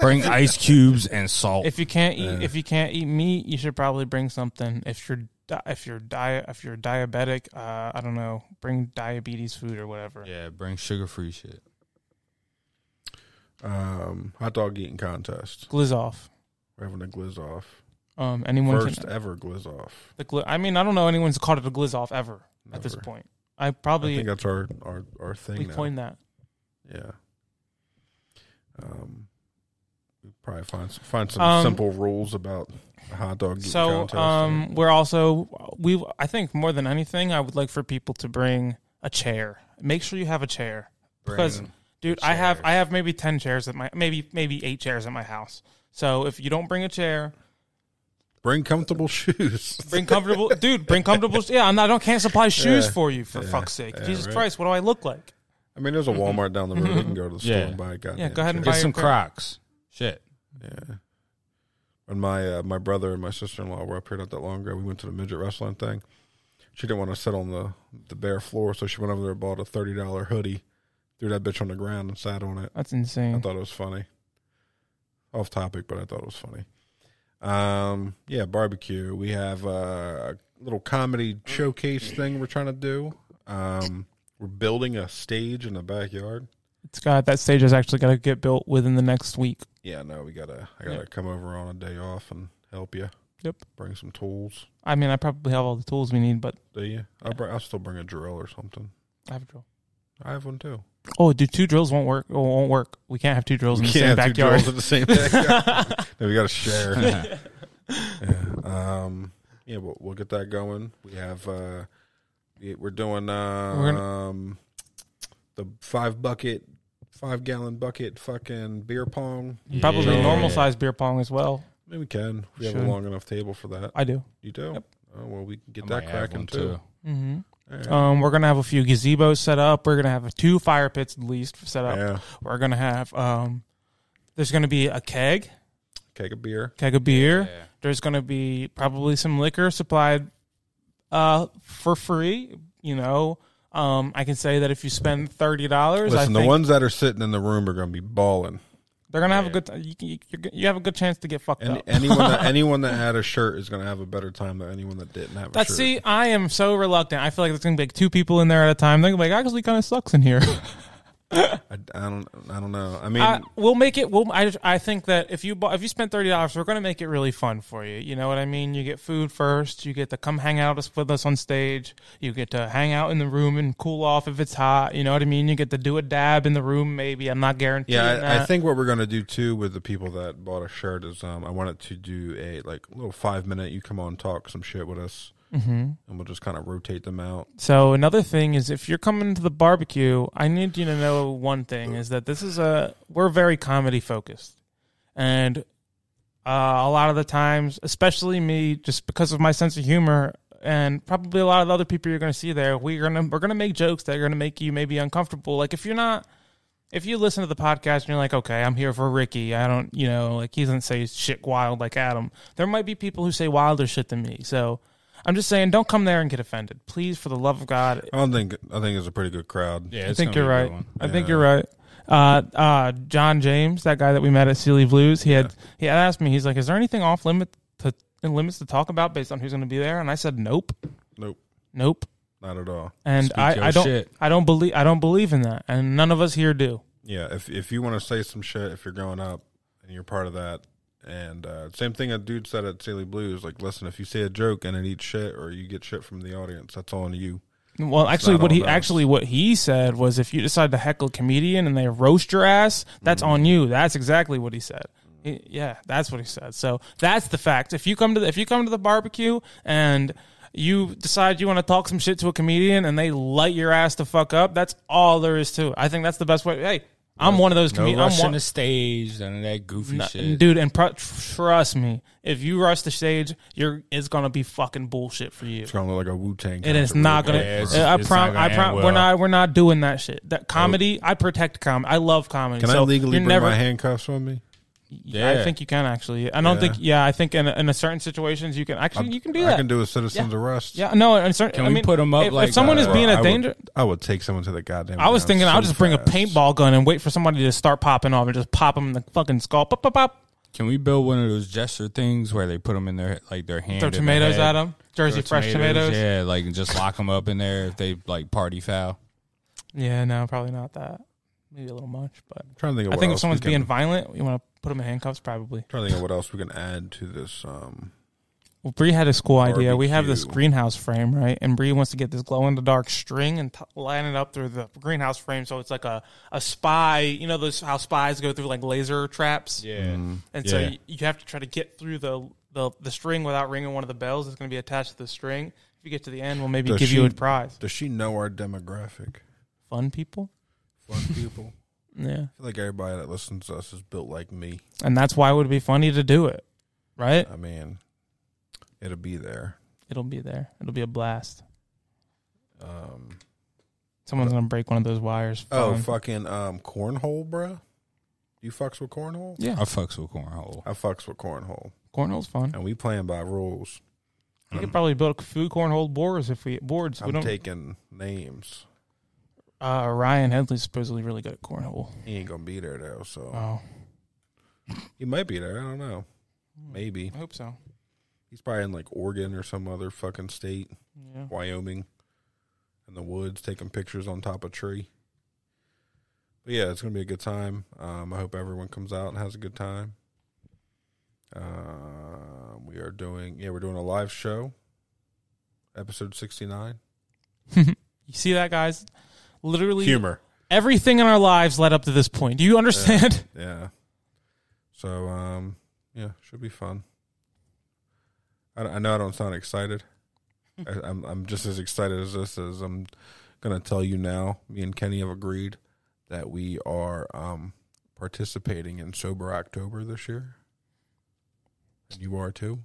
[SPEAKER 8] bring ice cubes and salt.
[SPEAKER 7] If you can't eat, if you can't eat meat, you should probably bring something. If you're di- if you're diet if you're diabetic, uh, I don't know, bring diabetes food or whatever.
[SPEAKER 8] yeah, bring sugar free shit.
[SPEAKER 6] Um, hot dog eating contest.
[SPEAKER 7] Glizz off.
[SPEAKER 6] We're having a glizz off.
[SPEAKER 7] Um, anyone
[SPEAKER 6] First
[SPEAKER 7] can.
[SPEAKER 6] ever glizz off.
[SPEAKER 7] The gli- I mean, I don't know anyone's called it a glizz off ever at this
[SPEAKER 6] Never.
[SPEAKER 7] point. I
[SPEAKER 6] I
[SPEAKER 7] probably
[SPEAKER 6] think that's our our our thing.
[SPEAKER 7] we
[SPEAKER 6] now.
[SPEAKER 7] coined that.
[SPEAKER 6] Yeah. Um, we probably find s- find some
[SPEAKER 7] Um,
[SPEAKER 6] simple rules about a hot dog eating
[SPEAKER 7] So
[SPEAKER 6] contest.
[SPEAKER 7] um, we're also we I think more than anything, I would like for people to bring a chair. Make sure you have a chair because Dude, I have I have maybe ten chairs at my maybe maybe eight chairs at my house. So if you don't bring a chair,
[SPEAKER 6] Bring comfortable shoes.
[SPEAKER 7] bring comfortable, dude. Bring comfortable. Yeah, I'm not. I don't can't supply shoes
[SPEAKER 6] Yeah.
[SPEAKER 7] for you for fuck's sake. Jesus Christ, what do I look like?
[SPEAKER 6] I mean, there's a Walmart down the road. We can go to the store
[SPEAKER 8] Yeah.
[SPEAKER 6] and buy a goddamn
[SPEAKER 7] Mm-hmm. Yeah, go ahead and
[SPEAKER 6] chair.
[SPEAKER 7] buy
[SPEAKER 8] Get some
[SPEAKER 7] your-
[SPEAKER 8] Crocs. Shit.
[SPEAKER 6] Yeah. When my uh, my brother and my sister in law were up here not that long ago, we went to the midget wrestling thing. She didn't want to sit on the the bare floor, so she went over there and bought a thirty dollar hoodie, threw that bitch on the ground and sat on it.
[SPEAKER 7] That's
[SPEAKER 6] I
[SPEAKER 7] insane.
[SPEAKER 6] thought it was funny. Off topic, but I thought it was funny. Um, yeah, barbecue. We have uh, a little comedy showcase thing we're trying to do. Um, we're building a stage in the backyard.
[SPEAKER 7] It's got that stage is actually gonna get built within the next week.
[SPEAKER 6] Yeah, no, we gotta. I gotta
[SPEAKER 7] Yeah.
[SPEAKER 6] come over on a day off and help you.
[SPEAKER 7] Yep.
[SPEAKER 6] Bring some tools.
[SPEAKER 7] I mean, I probably have all the tools we need, but
[SPEAKER 6] Do you? I'll, bring, I'll still bring a drill or something.
[SPEAKER 7] I have a drill.
[SPEAKER 6] I have one too.
[SPEAKER 7] Oh, dude, two drills won't work. Oh, won't work. We can't have two drills in the same
[SPEAKER 6] Can't have two
[SPEAKER 7] backyard.
[SPEAKER 6] drills in the same backyard. No, we gotta share. yeah. Um. Yeah, we'll, we'll get that going. We have. uh yeah, We're doing um the five bucket, five gallon bucket, fucking beer pong.
[SPEAKER 7] Probably
[SPEAKER 8] Yeah.
[SPEAKER 7] normal sized beer pong as well.
[SPEAKER 6] Maybe we can. We have
[SPEAKER 7] Should.
[SPEAKER 6] a long enough table for that.
[SPEAKER 7] I do.
[SPEAKER 6] you do. Oh well, we can get
[SPEAKER 8] I might
[SPEAKER 6] that
[SPEAKER 8] have
[SPEAKER 6] cracking
[SPEAKER 8] one,
[SPEAKER 6] too.
[SPEAKER 7] Mm-hmm.
[SPEAKER 6] All right.
[SPEAKER 7] Um, we're gonna have a few gazebos set up. We're gonna have two fire pits at least set up.
[SPEAKER 6] Yeah.
[SPEAKER 7] We're gonna have um, there's gonna be a keg,
[SPEAKER 6] Keg of beer.
[SPEAKER 7] keg of beer.
[SPEAKER 8] Yeah.
[SPEAKER 7] There's gonna be probably some liquor supplied, uh, for free. You know, um, I can say that if you spend thirty dollars, I
[SPEAKER 6] Listen,
[SPEAKER 7] think
[SPEAKER 6] the ones that are sitting in the room are going to be balling.
[SPEAKER 7] they're gonna have a good. T- you, can- you, you're g- you have a good chance to get fucked
[SPEAKER 6] And
[SPEAKER 7] up.
[SPEAKER 6] anyone that anyone that had a shirt is going to have a better time than anyone that didn't have a
[SPEAKER 7] That's
[SPEAKER 6] shirt.
[SPEAKER 7] see, I am so reluctant. I feel like there's gonna be like two people in there at a time. They're gonna be like, actually, kind of sucks in here.
[SPEAKER 6] I, I don't. I don't know. I mean,
[SPEAKER 7] I, we'll make it. We'll, I, I think that if you bought, if you spent thirty dollars, we're going to make it really fun for you. You know what I mean? You get food first. You get to come hang out with us on stage. You get to hang out in the room and cool off if it's hot. You know what I mean? You get to do a dab in the room. Maybe I'm not guaranteeing.
[SPEAKER 6] yeah. I, I
[SPEAKER 7] that.
[SPEAKER 6] think what we're going to do too with the people that bought a shirt is um, I wanted to do a like little five minute. You come on, talk some shit with us,
[SPEAKER 7] Mm-hmm.
[SPEAKER 6] and we'll just kind of rotate them out.
[SPEAKER 7] So another thing is if you're coming to the barbecue, I need you to know one thing is that this is a we're very comedy focused. And uh, a lot of the times, especially me, just because of my sense of humor and probably a lot of the other people you're gonna see there, we're gonna we're gonna make jokes that are gonna make you maybe uncomfortable. Like if you're not if you listen to the podcast and you're like, okay, I'm here for Ricky. I don't, you know, like he doesn't say shit wild like Adam. There might be people who say wilder shit than me. So I'm just saying, don't come there and get offended, please. For the love of God,
[SPEAKER 6] I don't think. I think it's a pretty good crowd.
[SPEAKER 8] Yeah,
[SPEAKER 7] I think you're right. I think
[SPEAKER 6] Yeah.
[SPEAKER 7] you're right. Uh, uh, John James, that guy that we met at Sealy Blues, he had he had asked me. He's like, "Is there anything off limit to limits to talk about based on who's going to be there?" And I said, "Nope,
[SPEAKER 6] Nope,
[SPEAKER 7] nope."
[SPEAKER 6] not at all.
[SPEAKER 7] And
[SPEAKER 8] Speak your
[SPEAKER 7] I, I don't
[SPEAKER 8] shit.
[SPEAKER 7] I don't believe I don't believe in that, and none of us here do.
[SPEAKER 6] Yeah, if if you want to say some shit, if you're going up and you're part of that, and uh, same thing a dude said at Daily Blues, like, listen, if you say a joke and it eats shit or you get shit from the audience, that's on you.
[SPEAKER 7] Well, actually,
[SPEAKER 6] not
[SPEAKER 7] what
[SPEAKER 6] all
[SPEAKER 7] he
[SPEAKER 6] about us.
[SPEAKER 7] actually what he said was, if you decide to heckle a comedian and they roast your ass, that's on you. That's exactly what he said. He- yeah, that's what he said. So that's the fact. If you come to the, if you come to the barbecue and you decide you want to talk some shit to a comedian and they light your ass to fuck up, that's all there is to it. I think that's the best way. Hey, I'm one of those
[SPEAKER 8] No
[SPEAKER 7] comedians.
[SPEAKER 8] rushing the stage, none of that goofy shit.
[SPEAKER 7] Dude, and pro- trust me, if you rush the stage, you're it's gonna be fucking bullshit for you.
[SPEAKER 6] It's gonna look like a Wu Tang.
[SPEAKER 7] And it's not gonna. uh,
[SPEAKER 8] Yeah, it's-
[SPEAKER 7] I
[SPEAKER 8] it's
[SPEAKER 7] prom.
[SPEAKER 8] not gonna
[SPEAKER 7] I prom.
[SPEAKER 8] end
[SPEAKER 7] We're
[SPEAKER 8] well.
[SPEAKER 7] not. We're not doing that shit. That comedy. I protect comedy. I love comedy.
[SPEAKER 6] Can I
[SPEAKER 7] so
[SPEAKER 6] legally
[SPEAKER 7] you're
[SPEAKER 6] bring
[SPEAKER 7] never,
[SPEAKER 6] my handcuffs with me?
[SPEAKER 7] I
[SPEAKER 8] Yeah.
[SPEAKER 7] think you can actually. I don't
[SPEAKER 6] Yeah.
[SPEAKER 7] think. Yeah, I think in in a certain situations you can. Actually, you can do that.
[SPEAKER 6] I can do a citizen's arrest.
[SPEAKER 7] yeah, no. In certain,
[SPEAKER 8] Can
[SPEAKER 7] I
[SPEAKER 8] we
[SPEAKER 7] mean,
[SPEAKER 8] put 'em up
[SPEAKER 7] If,
[SPEAKER 8] like,
[SPEAKER 7] if someone
[SPEAKER 8] uh,
[SPEAKER 7] is being
[SPEAKER 6] I
[SPEAKER 7] a
[SPEAKER 6] would-
[SPEAKER 7] danger,
[SPEAKER 6] I would take someone to the goddamn.
[SPEAKER 7] I was
[SPEAKER 6] ground
[SPEAKER 7] thinking
[SPEAKER 6] so
[SPEAKER 7] I'll just bring a
[SPEAKER 6] fast.
[SPEAKER 7] paintball gun and wait for somebody to start popping off and just pop them in the fucking skull. Pop, pop, pop.
[SPEAKER 8] Can we build one of those gesture things where they put them in their like their hand?
[SPEAKER 7] Throw
[SPEAKER 8] in their
[SPEAKER 7] tomatoes
[SPEAKER 8] head?
[SPEAKER 7] at them. Jersey
[SPEAKER 8] Throw
[SPEAKER 7] fresh tomatoes.
[SPEAKER 8] Yeah, like and just lock them up in there if they like party foul.
[SPEAKER 7] Yeah, no, probably not that. Maybe a little much, but
[SPEAKER 6] I'm trying to think. Of
[SPEAKER 7] I
[SPEAKER 6] what
[SPEAKER 7] think if
[SPEAKER 6] else
[SPEAKER 7] someone's
[SPEAKER 6] we can,
[SPEAKER 7] being violent, you want to put them in handcuffs, probably.
[SPEAKER 6] trying to think of what else we can add to this. Um,
[SPEAKER 7] Well, Bree had a cool idea. We have this
[SPEAKER 6] Barbecue.
[SPEAKER 7] greenhouse frame, right? And Bree wants to get this glow in the dark string and t- line it up through the greenhouse frame, so it's like a, a spy. You know those how spies go through like laser traps,
[SPEAKER 8] Yeah,
[SPEAKER 7] and so
[SPEAKER 8] Yeah.
[SPEAKER 7] you, you have to try to get through the, the the string without ringing one of the bells that's going to be attached to the string. If you get to the end, we'll maybe
[SPEAKER 6] Does
[SPEAKER 7] give you a
[SPEAKER 6] she-
[SPEAKER 7] prize.
[SPEAKER 6] does she know our demographic?
[SPEAKER 7] Fun people.
[SPEAKER 6] Fun people.
[SPEAKER 7] Yeah.
[SPEAKER 6] I feel like everybody that listens to us is built like me.
[SPEAKER 7] And that's why it would be funny to do it, right?
[SPEAKER 6] I mean, it'll be there.
[SPEAKER 7] It'll be there. It'll be a blast.
[SPEAKER 6] Um,
[SPEAKER 7] Someone's gonna break one of those wires.
[SPEAKER 6] oh,
[SPEAKER 7] Fine.
[SPEAKER 6] fucking um, cornhole, bruh. You fucks with cornhole?
[SPEAKER 7] Yeah.
[SPEAKER 8] I fucks with cornhole.
[SPEAKER 6] I fucks with cornhole,
[SPEAKER 7] cornhole's fun.
[SPEAKER 6] and we playing by rules.
[SPEAKER 7] We could probably build food cornhole boards if we boards. we
[SPEAKER 6] Um, I'm
[SPEAKER 7] don't.
[SPEAKER 6] taking names.
[SPEAKER 7] uh, Ryan Headley's supposedly really good at cornhole.
[SPEAKER 6] He ain't gonna be there though, so
[SPEAKER 7] Oh,
[SPEAKER 6] he might be there. I don't know. Maybe
[SPEAKER 7] I hope so.
[SPEAKER 6] he's probably in like Oregon or some other fucking state,
[SPEAKER 7] Yeah.
[SPEAKER 6] Wyoming, in the woods taking pictures on top of tree. But yeah, it's gonna be a good time. Um, I hope everyone comes out and has a good time. Uh, we are doing yeah, we're doing a live show, episode sixty nine.
[SPEAKER 7] You see that, guys? Literally,
[SPEAKER 6] Humor.
[SPEAKER 7] everything in our lives led up to this point. Do you understand?
[SPEAKER 6] Yeah. So, um, yeah, should be fun. I, I know I don't sound excited. I, I'm I'm just as excited as this as I'm gonna tell you now. Me and Kenny have agreed that we are um participating in Sober October this year. And you are too.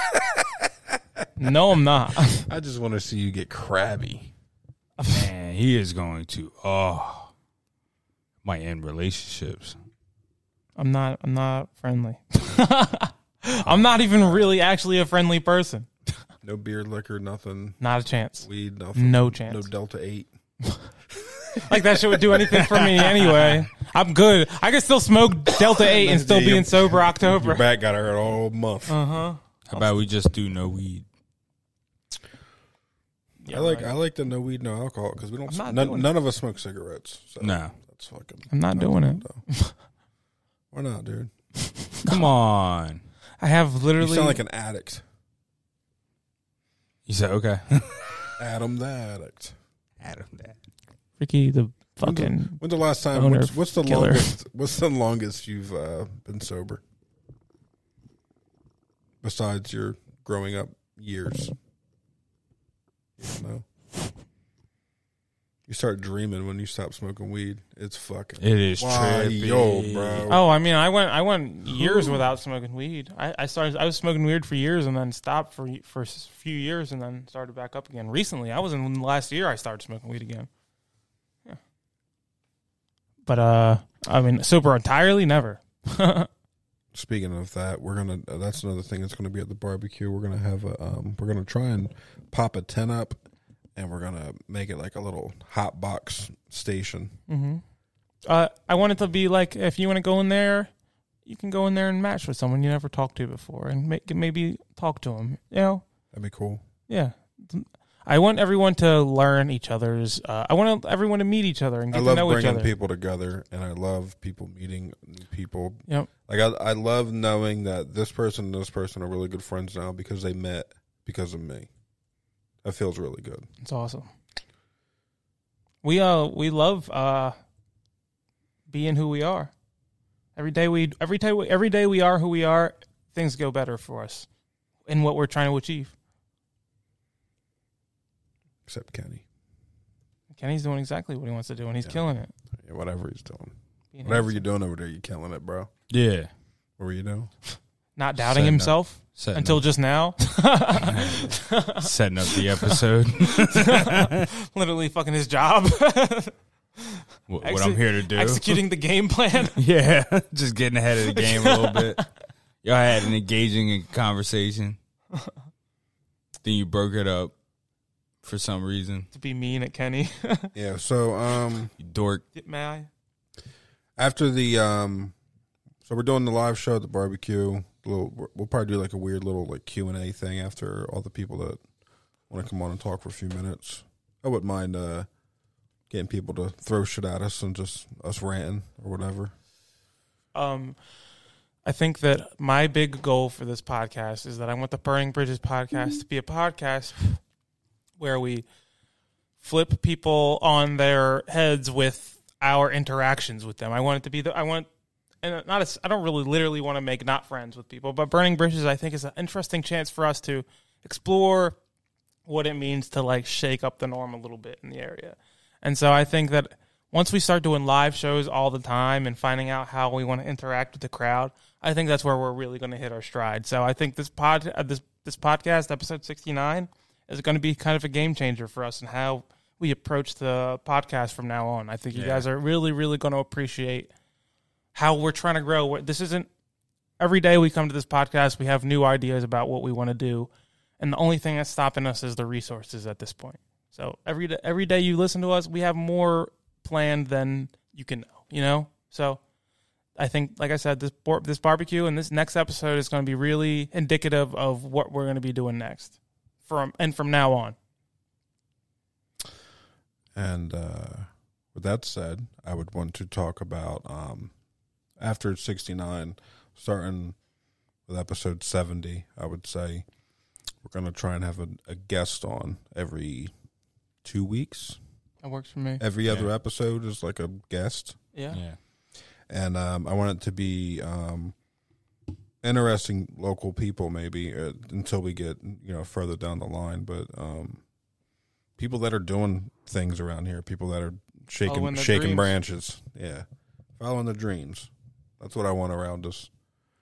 [SPEAKER 7] no, I'm not.
[SPEAKER 6] I just want to see you get crabby.
[SPEAKER 8] Man, he is going to oh might end relationships.
[SPEAKER 7] I'm not. I'm not friendly. I'm not even really actually a friendly person.
[SPEAKER 6] No beer, liquor, nothing.
[SPEAKER 7] Not a chance.
[SPEAKER 6] Weed, nothing.
[SPEAKER 7] No
[SPEAKER 6] No
[SPEAKER 7] chance.
[SPEAKER 6] Delta Eight.
[SPEAKER 7] Like that shit would do anything for me anyway. I'm good. I could still smoke Delta Eight and still be in sober
[SPEAKER 6] Your
[SPEAKER 7] October.
[SPEAKER 6] back got hurt all month.
[SPEAKER 8] How about we just do no weed?
[SPEAKER 6] I like I like the no weed, no alcohol because we don't.
[SPEAKER 7] not
[SPEAKER 6] None,
[SPEAKER 7] doing
[SPEAKER 6] none of us smoke cigarettes. So
[SPEAKER 8] No.
[SPEAKER 6] that's fucking.
[SPEAKER 7] I'm not doing it.
[SPEAKER 6] though. Why not, dude?
[SPEAKER 8] Come on.
[SPEAKER 7] I have
[SPEAKER 6] You
[SPEAKER 7] literally.
[SPEAKER 6] sound like an addict.
[SPEAKER 8] You said okay.
[SPEAKER 6] Adam the addict.
[SPEAKER 8] Adam that.
[SPEAKER 7] Ricky the
[SPEAKER 6] When's the-
[SPEAKER 7] fucking.
[SPEAKER 6] When's the last time?
[SPEAKER 7] owner
[SPEAKER 6] What's,
[SPEAKER 7] of
[SPEAKER 6] what's the
[SPEAKER 7] killer.
[SPEAKER 6] longest? What's the longest you've uh, been sober? Besides your growing up years. You don't know. You start dreaming when you stop smoking weed. It's fucking.
[SPEAKER 8] It is
[SPEAKER 6] Why,
[SPEAKER 8] trippy.
[SPEAKER 6] yo, bro.
[SPEAKER 7] Oh, I mean, I went. I went years without smoking weed. I, I started. I was smoking weed for years and then stopped for for a few years and then started back up again. Recently, I was in the last year. I started smoking weed again. Yeah. But uh, I mean, sober entirely, never. Uh,
[SPEAKER 6] Speaking of that, we're gonna. uh, That's another thing that's gonna be at the barbecue. We're gonna have a. Um, we're gonna try and pop a tent up, and we're gonna make it like a little hot box station.
[SPEAKER 7] Uh, I want it to be like if you want to go in there, you can go in there and match with someone you never talked to before, and make, maybe talk to them. You know,
[SPEAKER 6] That'd be cool.
[SPEAKER 7] yeah. I want everyone to learn each other's. Uh, I want everyone to meet each other and
[SPEAKER 6] I
[SPEAKER 7] get to
[SPEAKER 6] love
[SPEAKER 7] know each
[SPEAKER 6] bringing
[SPEAKER 7] other.
[SPEAKER 6] people together, and I love people meeting new people.
[SPEAKER 7] Yep.
[SPEAKER 6] Like I, I love knowing that this person and this person are really good friends now because they met because of me. That feels really good.
[SPEAKER 7] It's awesome. We uh we love uh being who we are. Every day we every day we, every day we are who we are, things go better for us in what we're trying to achieve.
[SPEAKER 6] Except Kenny,
[SPEAKER 7] Kenny's doing exactly what he wants to do and he's killing it.
[SPEAKER 6] yeah, whatever he's doing,
[SPEAKER 7] Being
[SPEAKER 6] whatever
[SPEAKER 7] him-
[SPEAKER 6] you're doing over there, you're killing it, bro.
[SPEAKER 8] Yeah.
[SPEAKER 6] What were you doing?
[SPEAKER 7] not doubting
[SPEAKER 8] Setting up-
[SPEAKER 7] himself
[SPEAKER 8] setting
[SPEAKER 7] until
[SPEAKER 8] up-
[SPEAKER 7] just now.
[SPEAKER 8] setting up the episode.
[SPEAKER 7] Literally fucking his job.
[SPEAKER 8] what, what
[SPEAKER 7] Exe-
[SPEAKER 8] I'm here to do.
[SPEAKER 7] Executing the game plan.
[SPEAKER 8] Yeah, just getting ahead of the game a little bit. Y'all had an engaging conversation. then you broke it up for some reason.
[SPEAKER 7] to be mean at Kenny.
[SPEAKER 6] Yeah. So um.
[SPEAKER 8] You dork.
[SPEAKER 7] May I?
[SPEAKER 6] after the um so we're doing the live show at the barbecue little, we'll probably do like a weird little like q&a thing after all the people that want to come on and talk for a few minutes i wouldn't mind uh getting people to throw shit at us and just us ranting or whatever
[SPEAKER 7] um, I think that my big goal for this podcast is that I want the Burning Bridges podcast to be a podcast where we flip people on their heads with our interactions with them. I want it to be the I want and not as I don't really literally want to make not friends with people, but Burning Bridges I think is an interesting chance for us to explore what it means to like shake up the norm a little bit in the area. And so I think that once we start doing live shows all the time and finding out how we want to interact with the crowd, I think that's where we're really going to hit our stride. So I think this pod, uh, this this podcast episode sixty nine, is going to be kind of a game changer for us and how we approach the podcast from now on. I think you
[SPEAKER 8] Yeah.
[SPEAKER 7] guys are really, really going to appreciate how we're trying to grow. We're- This isn't every day we come to this podcast, we have new ideas about what we want to do, and the only thing that's stopping us is the resources at this point. So every day, every day you listen to us, we have more planned than you can know. You know, so I think, like I said, this bar- this barbecue and this next episode is going to be really indicative of what we're going to be doing next from and from now on.
[SPEAKER 6] And uh, with that said, I would want to talk about um, after 69, starting with episode 70, I would say we're going to try and have a, a guest on every two weeks.
[SPEAKER 7] That works for me.
[SPEAKER 6] Every other episode is like a guest.
[SPEAKER 7] Yeah.
[SPEAKER 8] Yeah.
[SPEAKER 6] And um, I want it to be um, interesting local people, maybe uh, until we get you know further down the line. But um, people that are doing things around here, people that are shaking
[SPEAKER 7] Following their
[SPEAKER 6] shaking
[SPEAKER 7] dreams.
[SPEAKER 6] branches, yeah, following the dreams. That's what I want around us.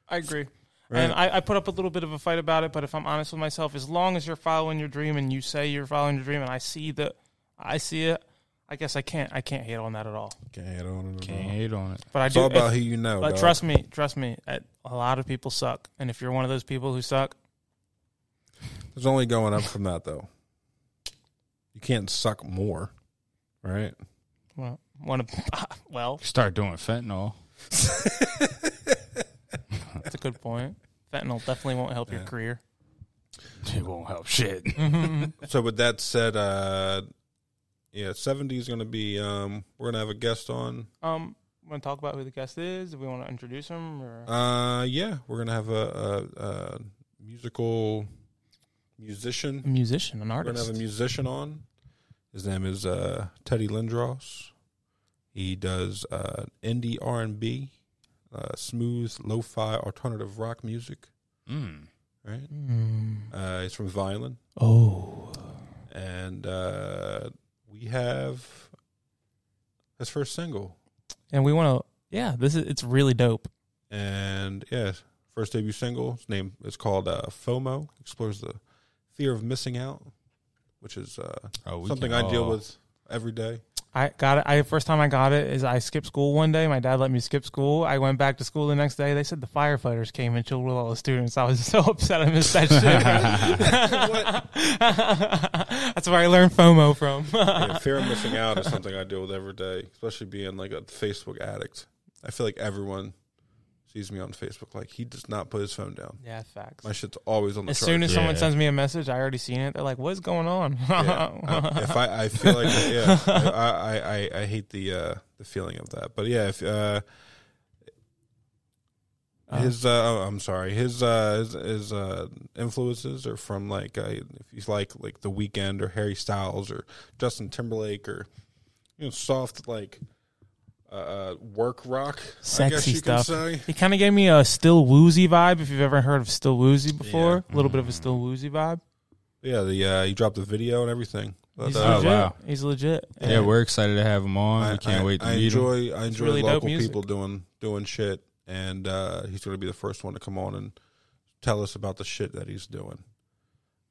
[SPEAKER 7] I agree.
[SPEAKER 6] Right.
[SPEAKER 7] And I, I put up a little bit of a fight about it, but if I'm honest with myself, as long as you're following your dream and you say you're following your dream, and I see the, I see it, I guess I can't I can't hate on that at all.
[SPEAKER 6] Can't hate on it. at
[SPEAKER 8] Can't
[SPEAKER 6] all.
[SPEAKER 8] hate on it.
[SPEAKER 7] But I
[SPEAKER 6] It's
[SPEAKER 7] do.
[SPEAKER 6] all about
[SPEAKER 7] if-
[SPEAKER 6] who you know,
[SPEAKER 7] But
[SPEAKER 6] dog.
[SPEAKER 7] trust me, trust me, uh, a lot of people suck, and if you're one of those people who suck,
[SPEAKER 6] There's only going up from that though. You can't suck more, right?
[SPEAKER 7] well, want to, well,
[SPEAKER 8] Start doing fentanyl.
[SPEAKER 7] that's a good point. Fentanyl definitely won't help your career.
[SPEAKER 8] It won't help shit.
[SPEAKER 6] So with that said, uh yeah, seventy is gonna be um we're gonna have a guest on.
[SPEAKER 7] Um, want to talk about who the guest is? Do we want to introduce him? Or
[SPEAKER 6] Uh yeah, we're gonna have a, a, a musical musician.
[SPEAKER 7] musician, an
[SPEAKER 6] We're gonna have a
[SPEAKER 7] artist.
[SPEAKER 6] musician on. His name is uh Teddy Lindros. He does uh indie R and B, uh smooth lo fi alternative rock music.
[SPEAKER 8] Mm.
[SPEAKER 6] Right? Uh he's from Violin.
[SPEAKER 7] Oh,
[SPEAKER 6] And uh we have his first single.
[SPEAKER 7] and we want to. Yeah, this is it's really dope.
[SPEAKER 6] and yeah, first debut single. It's named it's called uh, FOMO. Explores the fear of missing out, which is uh,
[SPEAKER 8] Oh, we
[SPEAKER 6] something
[SPEAKER 8] can-
[SPEAKER 6] I deal
[SPEAKER 8] oh.
[SPEAKER 6] with every day.
[SPEAKER 7] I got it. I first time I got it is I skipped school one day. My dad let me skip school. I went back to school the next day. They said the firefighters came and chilled with all the students. I was so upset I missed that shit. That's where I learned FOMO from.
[SPEAKER 6] Yeah, fear of missing out is something I deal with every day, especially being like a Facebook addict. I feel like everyone sees me on Facebook like he does not put his phone down.
[SPEAKER 7] yeah, facts.
[SPEAKER 6] My shit's always on the
[SPEAKER 7] As soon as
[SPEAKER 6] charger.
[SPEAKER 7] someone
[SPEAKER 8] Yeah.
[SPEAKER 7] sends me a message, I already seen it. They're like, "What's going on?"
[SPEAKER 6] Yeah. Uh-huh. I- if I, I feel like yeah, I, I, I, I hate the uh, the feeling of that. But yeah, if uh,
[SPEAKER 7] Uh-huh.
[SPEAKER 6] his uh, oh, I'm sorry, his uh, his, his uh, influences are from like uh, if you like like The Weeknd or Harry Styles or Justin Timberlake or you know soft like uh, uh, work rock, I guess
[SPEAKER 7] Sexy
[SPEAKER 6] you
[SPEAKER 7] stuff.
[SPEAKER 6] can say.
[SPEAKER 7] He kind of gave me a Still Woozy vibe. If you've ever heard of Still Woozy before, a little bit of a Still Woozy vibe.
[SPEAKER 6] Yeah, the uh, he dropped the video and everything.
[SPEAKER 7] He's
[SPEAKER 6] Uh,
[SPEAKER 7] legit.
[SPEAKER 8] wow.
[SPEAKER 7] He's legit.
[SPEAKER 8] Yeah, we're excited to have him on.
[SPEAKER 6] I
[SPEAKER 8] we can't
[SPEAKER 6] I-
[SPEAKER 8] wait to
[SPEAKER 6] I
[SPEAKER 8] meet him.
[SPEAKER 6] enjoy I enjoy
[SPEAKER 7] really dope
[SPEAKER 6] local
[SPEAKER 7] music.
[SPEAKER 6] people doing doing shit, and uh, he's going to be the first one to come on and tell us about the shit that he's doing.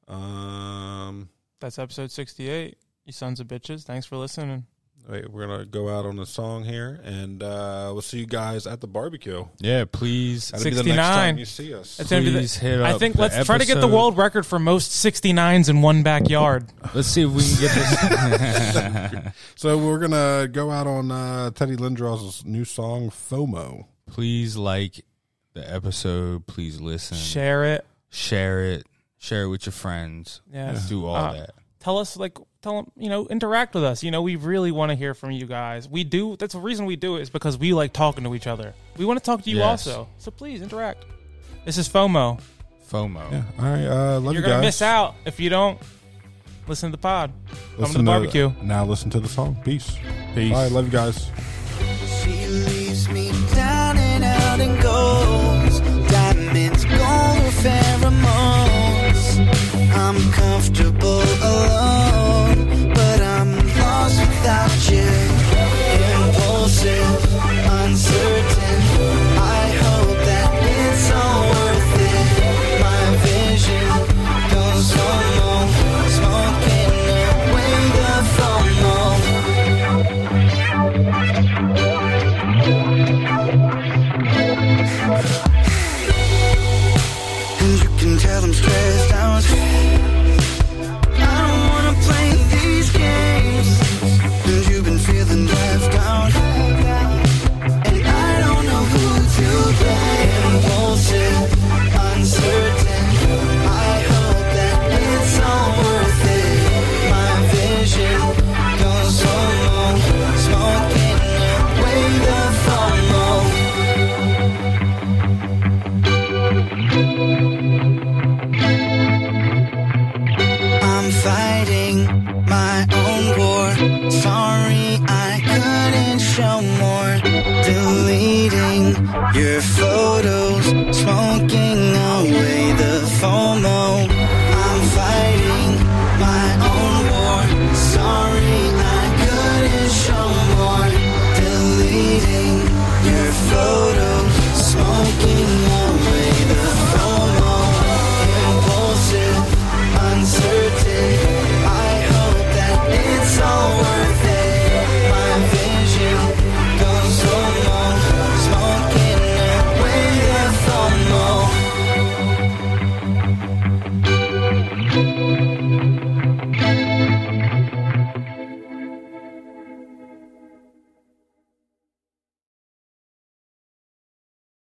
[SPEAKER 6] Um,
[SPEAKER 7] That's episode 68. You sons of bitches. Thanks for listening.
[SPEAKER 6] wait, we're gonna go out on a song here, and uh, we'll see you guys at the barbecue.
[SPEAKER 8] Yeah, please.
[SPEAKER 6] That'll be the next time
[SPEAKER 7] 69.
[SPEAKER 6] you see us.
[SPEAKER 7] It's gonna be the-
[SPEAKER 8] Please hit
[SPEAKER 7] I
[SPEAKER 8] up
[SPEAKER 7] think
[SPEAKER 8] the
[SPEAKER 7] let's try to get the
[SPEAKER 8] episode.
[SPEAKER 7] world record for most 69s in one backyard.
[SPEAKER 8] Let's see if we can get this.
[SPEAKER 6] So we're gonna go out on uh, Teddy Lindros' new song FOMO.
[SPEAKER 8] please like the episode. Please listen.
[SPEAKER 7] Share it.
[SPEAKER 8] Share it. Share it with your friends.
[SPEAKER 7] Yes.
[SPEAKER 8] Let's do all
[SPEAKER 7] Uh,
[SPEAKER 8] that.
[SPEAKER 7] Tell us, like, tell them, you know, interact with us. You know, we really want to hear from you guys. We do. That's the reason we do it is because we like talking to each other. We want to talk to you
[SPEAKER 8] Yes.
[SPEAKER 7] also. So please interact. This is FOMO.
[SPEAKER 8] FOMO.
[SPEAKER 6] All right, uh, love
[SPEAKER 7] You're
[SPEAKER 6] you
[SPEAKER 7] gonna
[SPEAKER 6] guys.
[SPEAKER 7] miss out if you don't listen to the pod. Come to the
[SPEAKER 6] Listen
[SPEAKER 7] barbecue.
[SPEAKER 6] now. Listen to the song. Peace.
[SPEAKER 8] Peace.
[SPEAKER 6] All right, love you guys.
[SPEAKER 13] She leaves me down and out and goes. Diamonds, gold, pheromones. I'm comfortable alone, but I'm lost without you. Yeah.
[SPEAKER 1] Your photos smoking away the FOMO. I'm fighting my own war. Sorry, I couldn't show more. Deleting your photos, smoking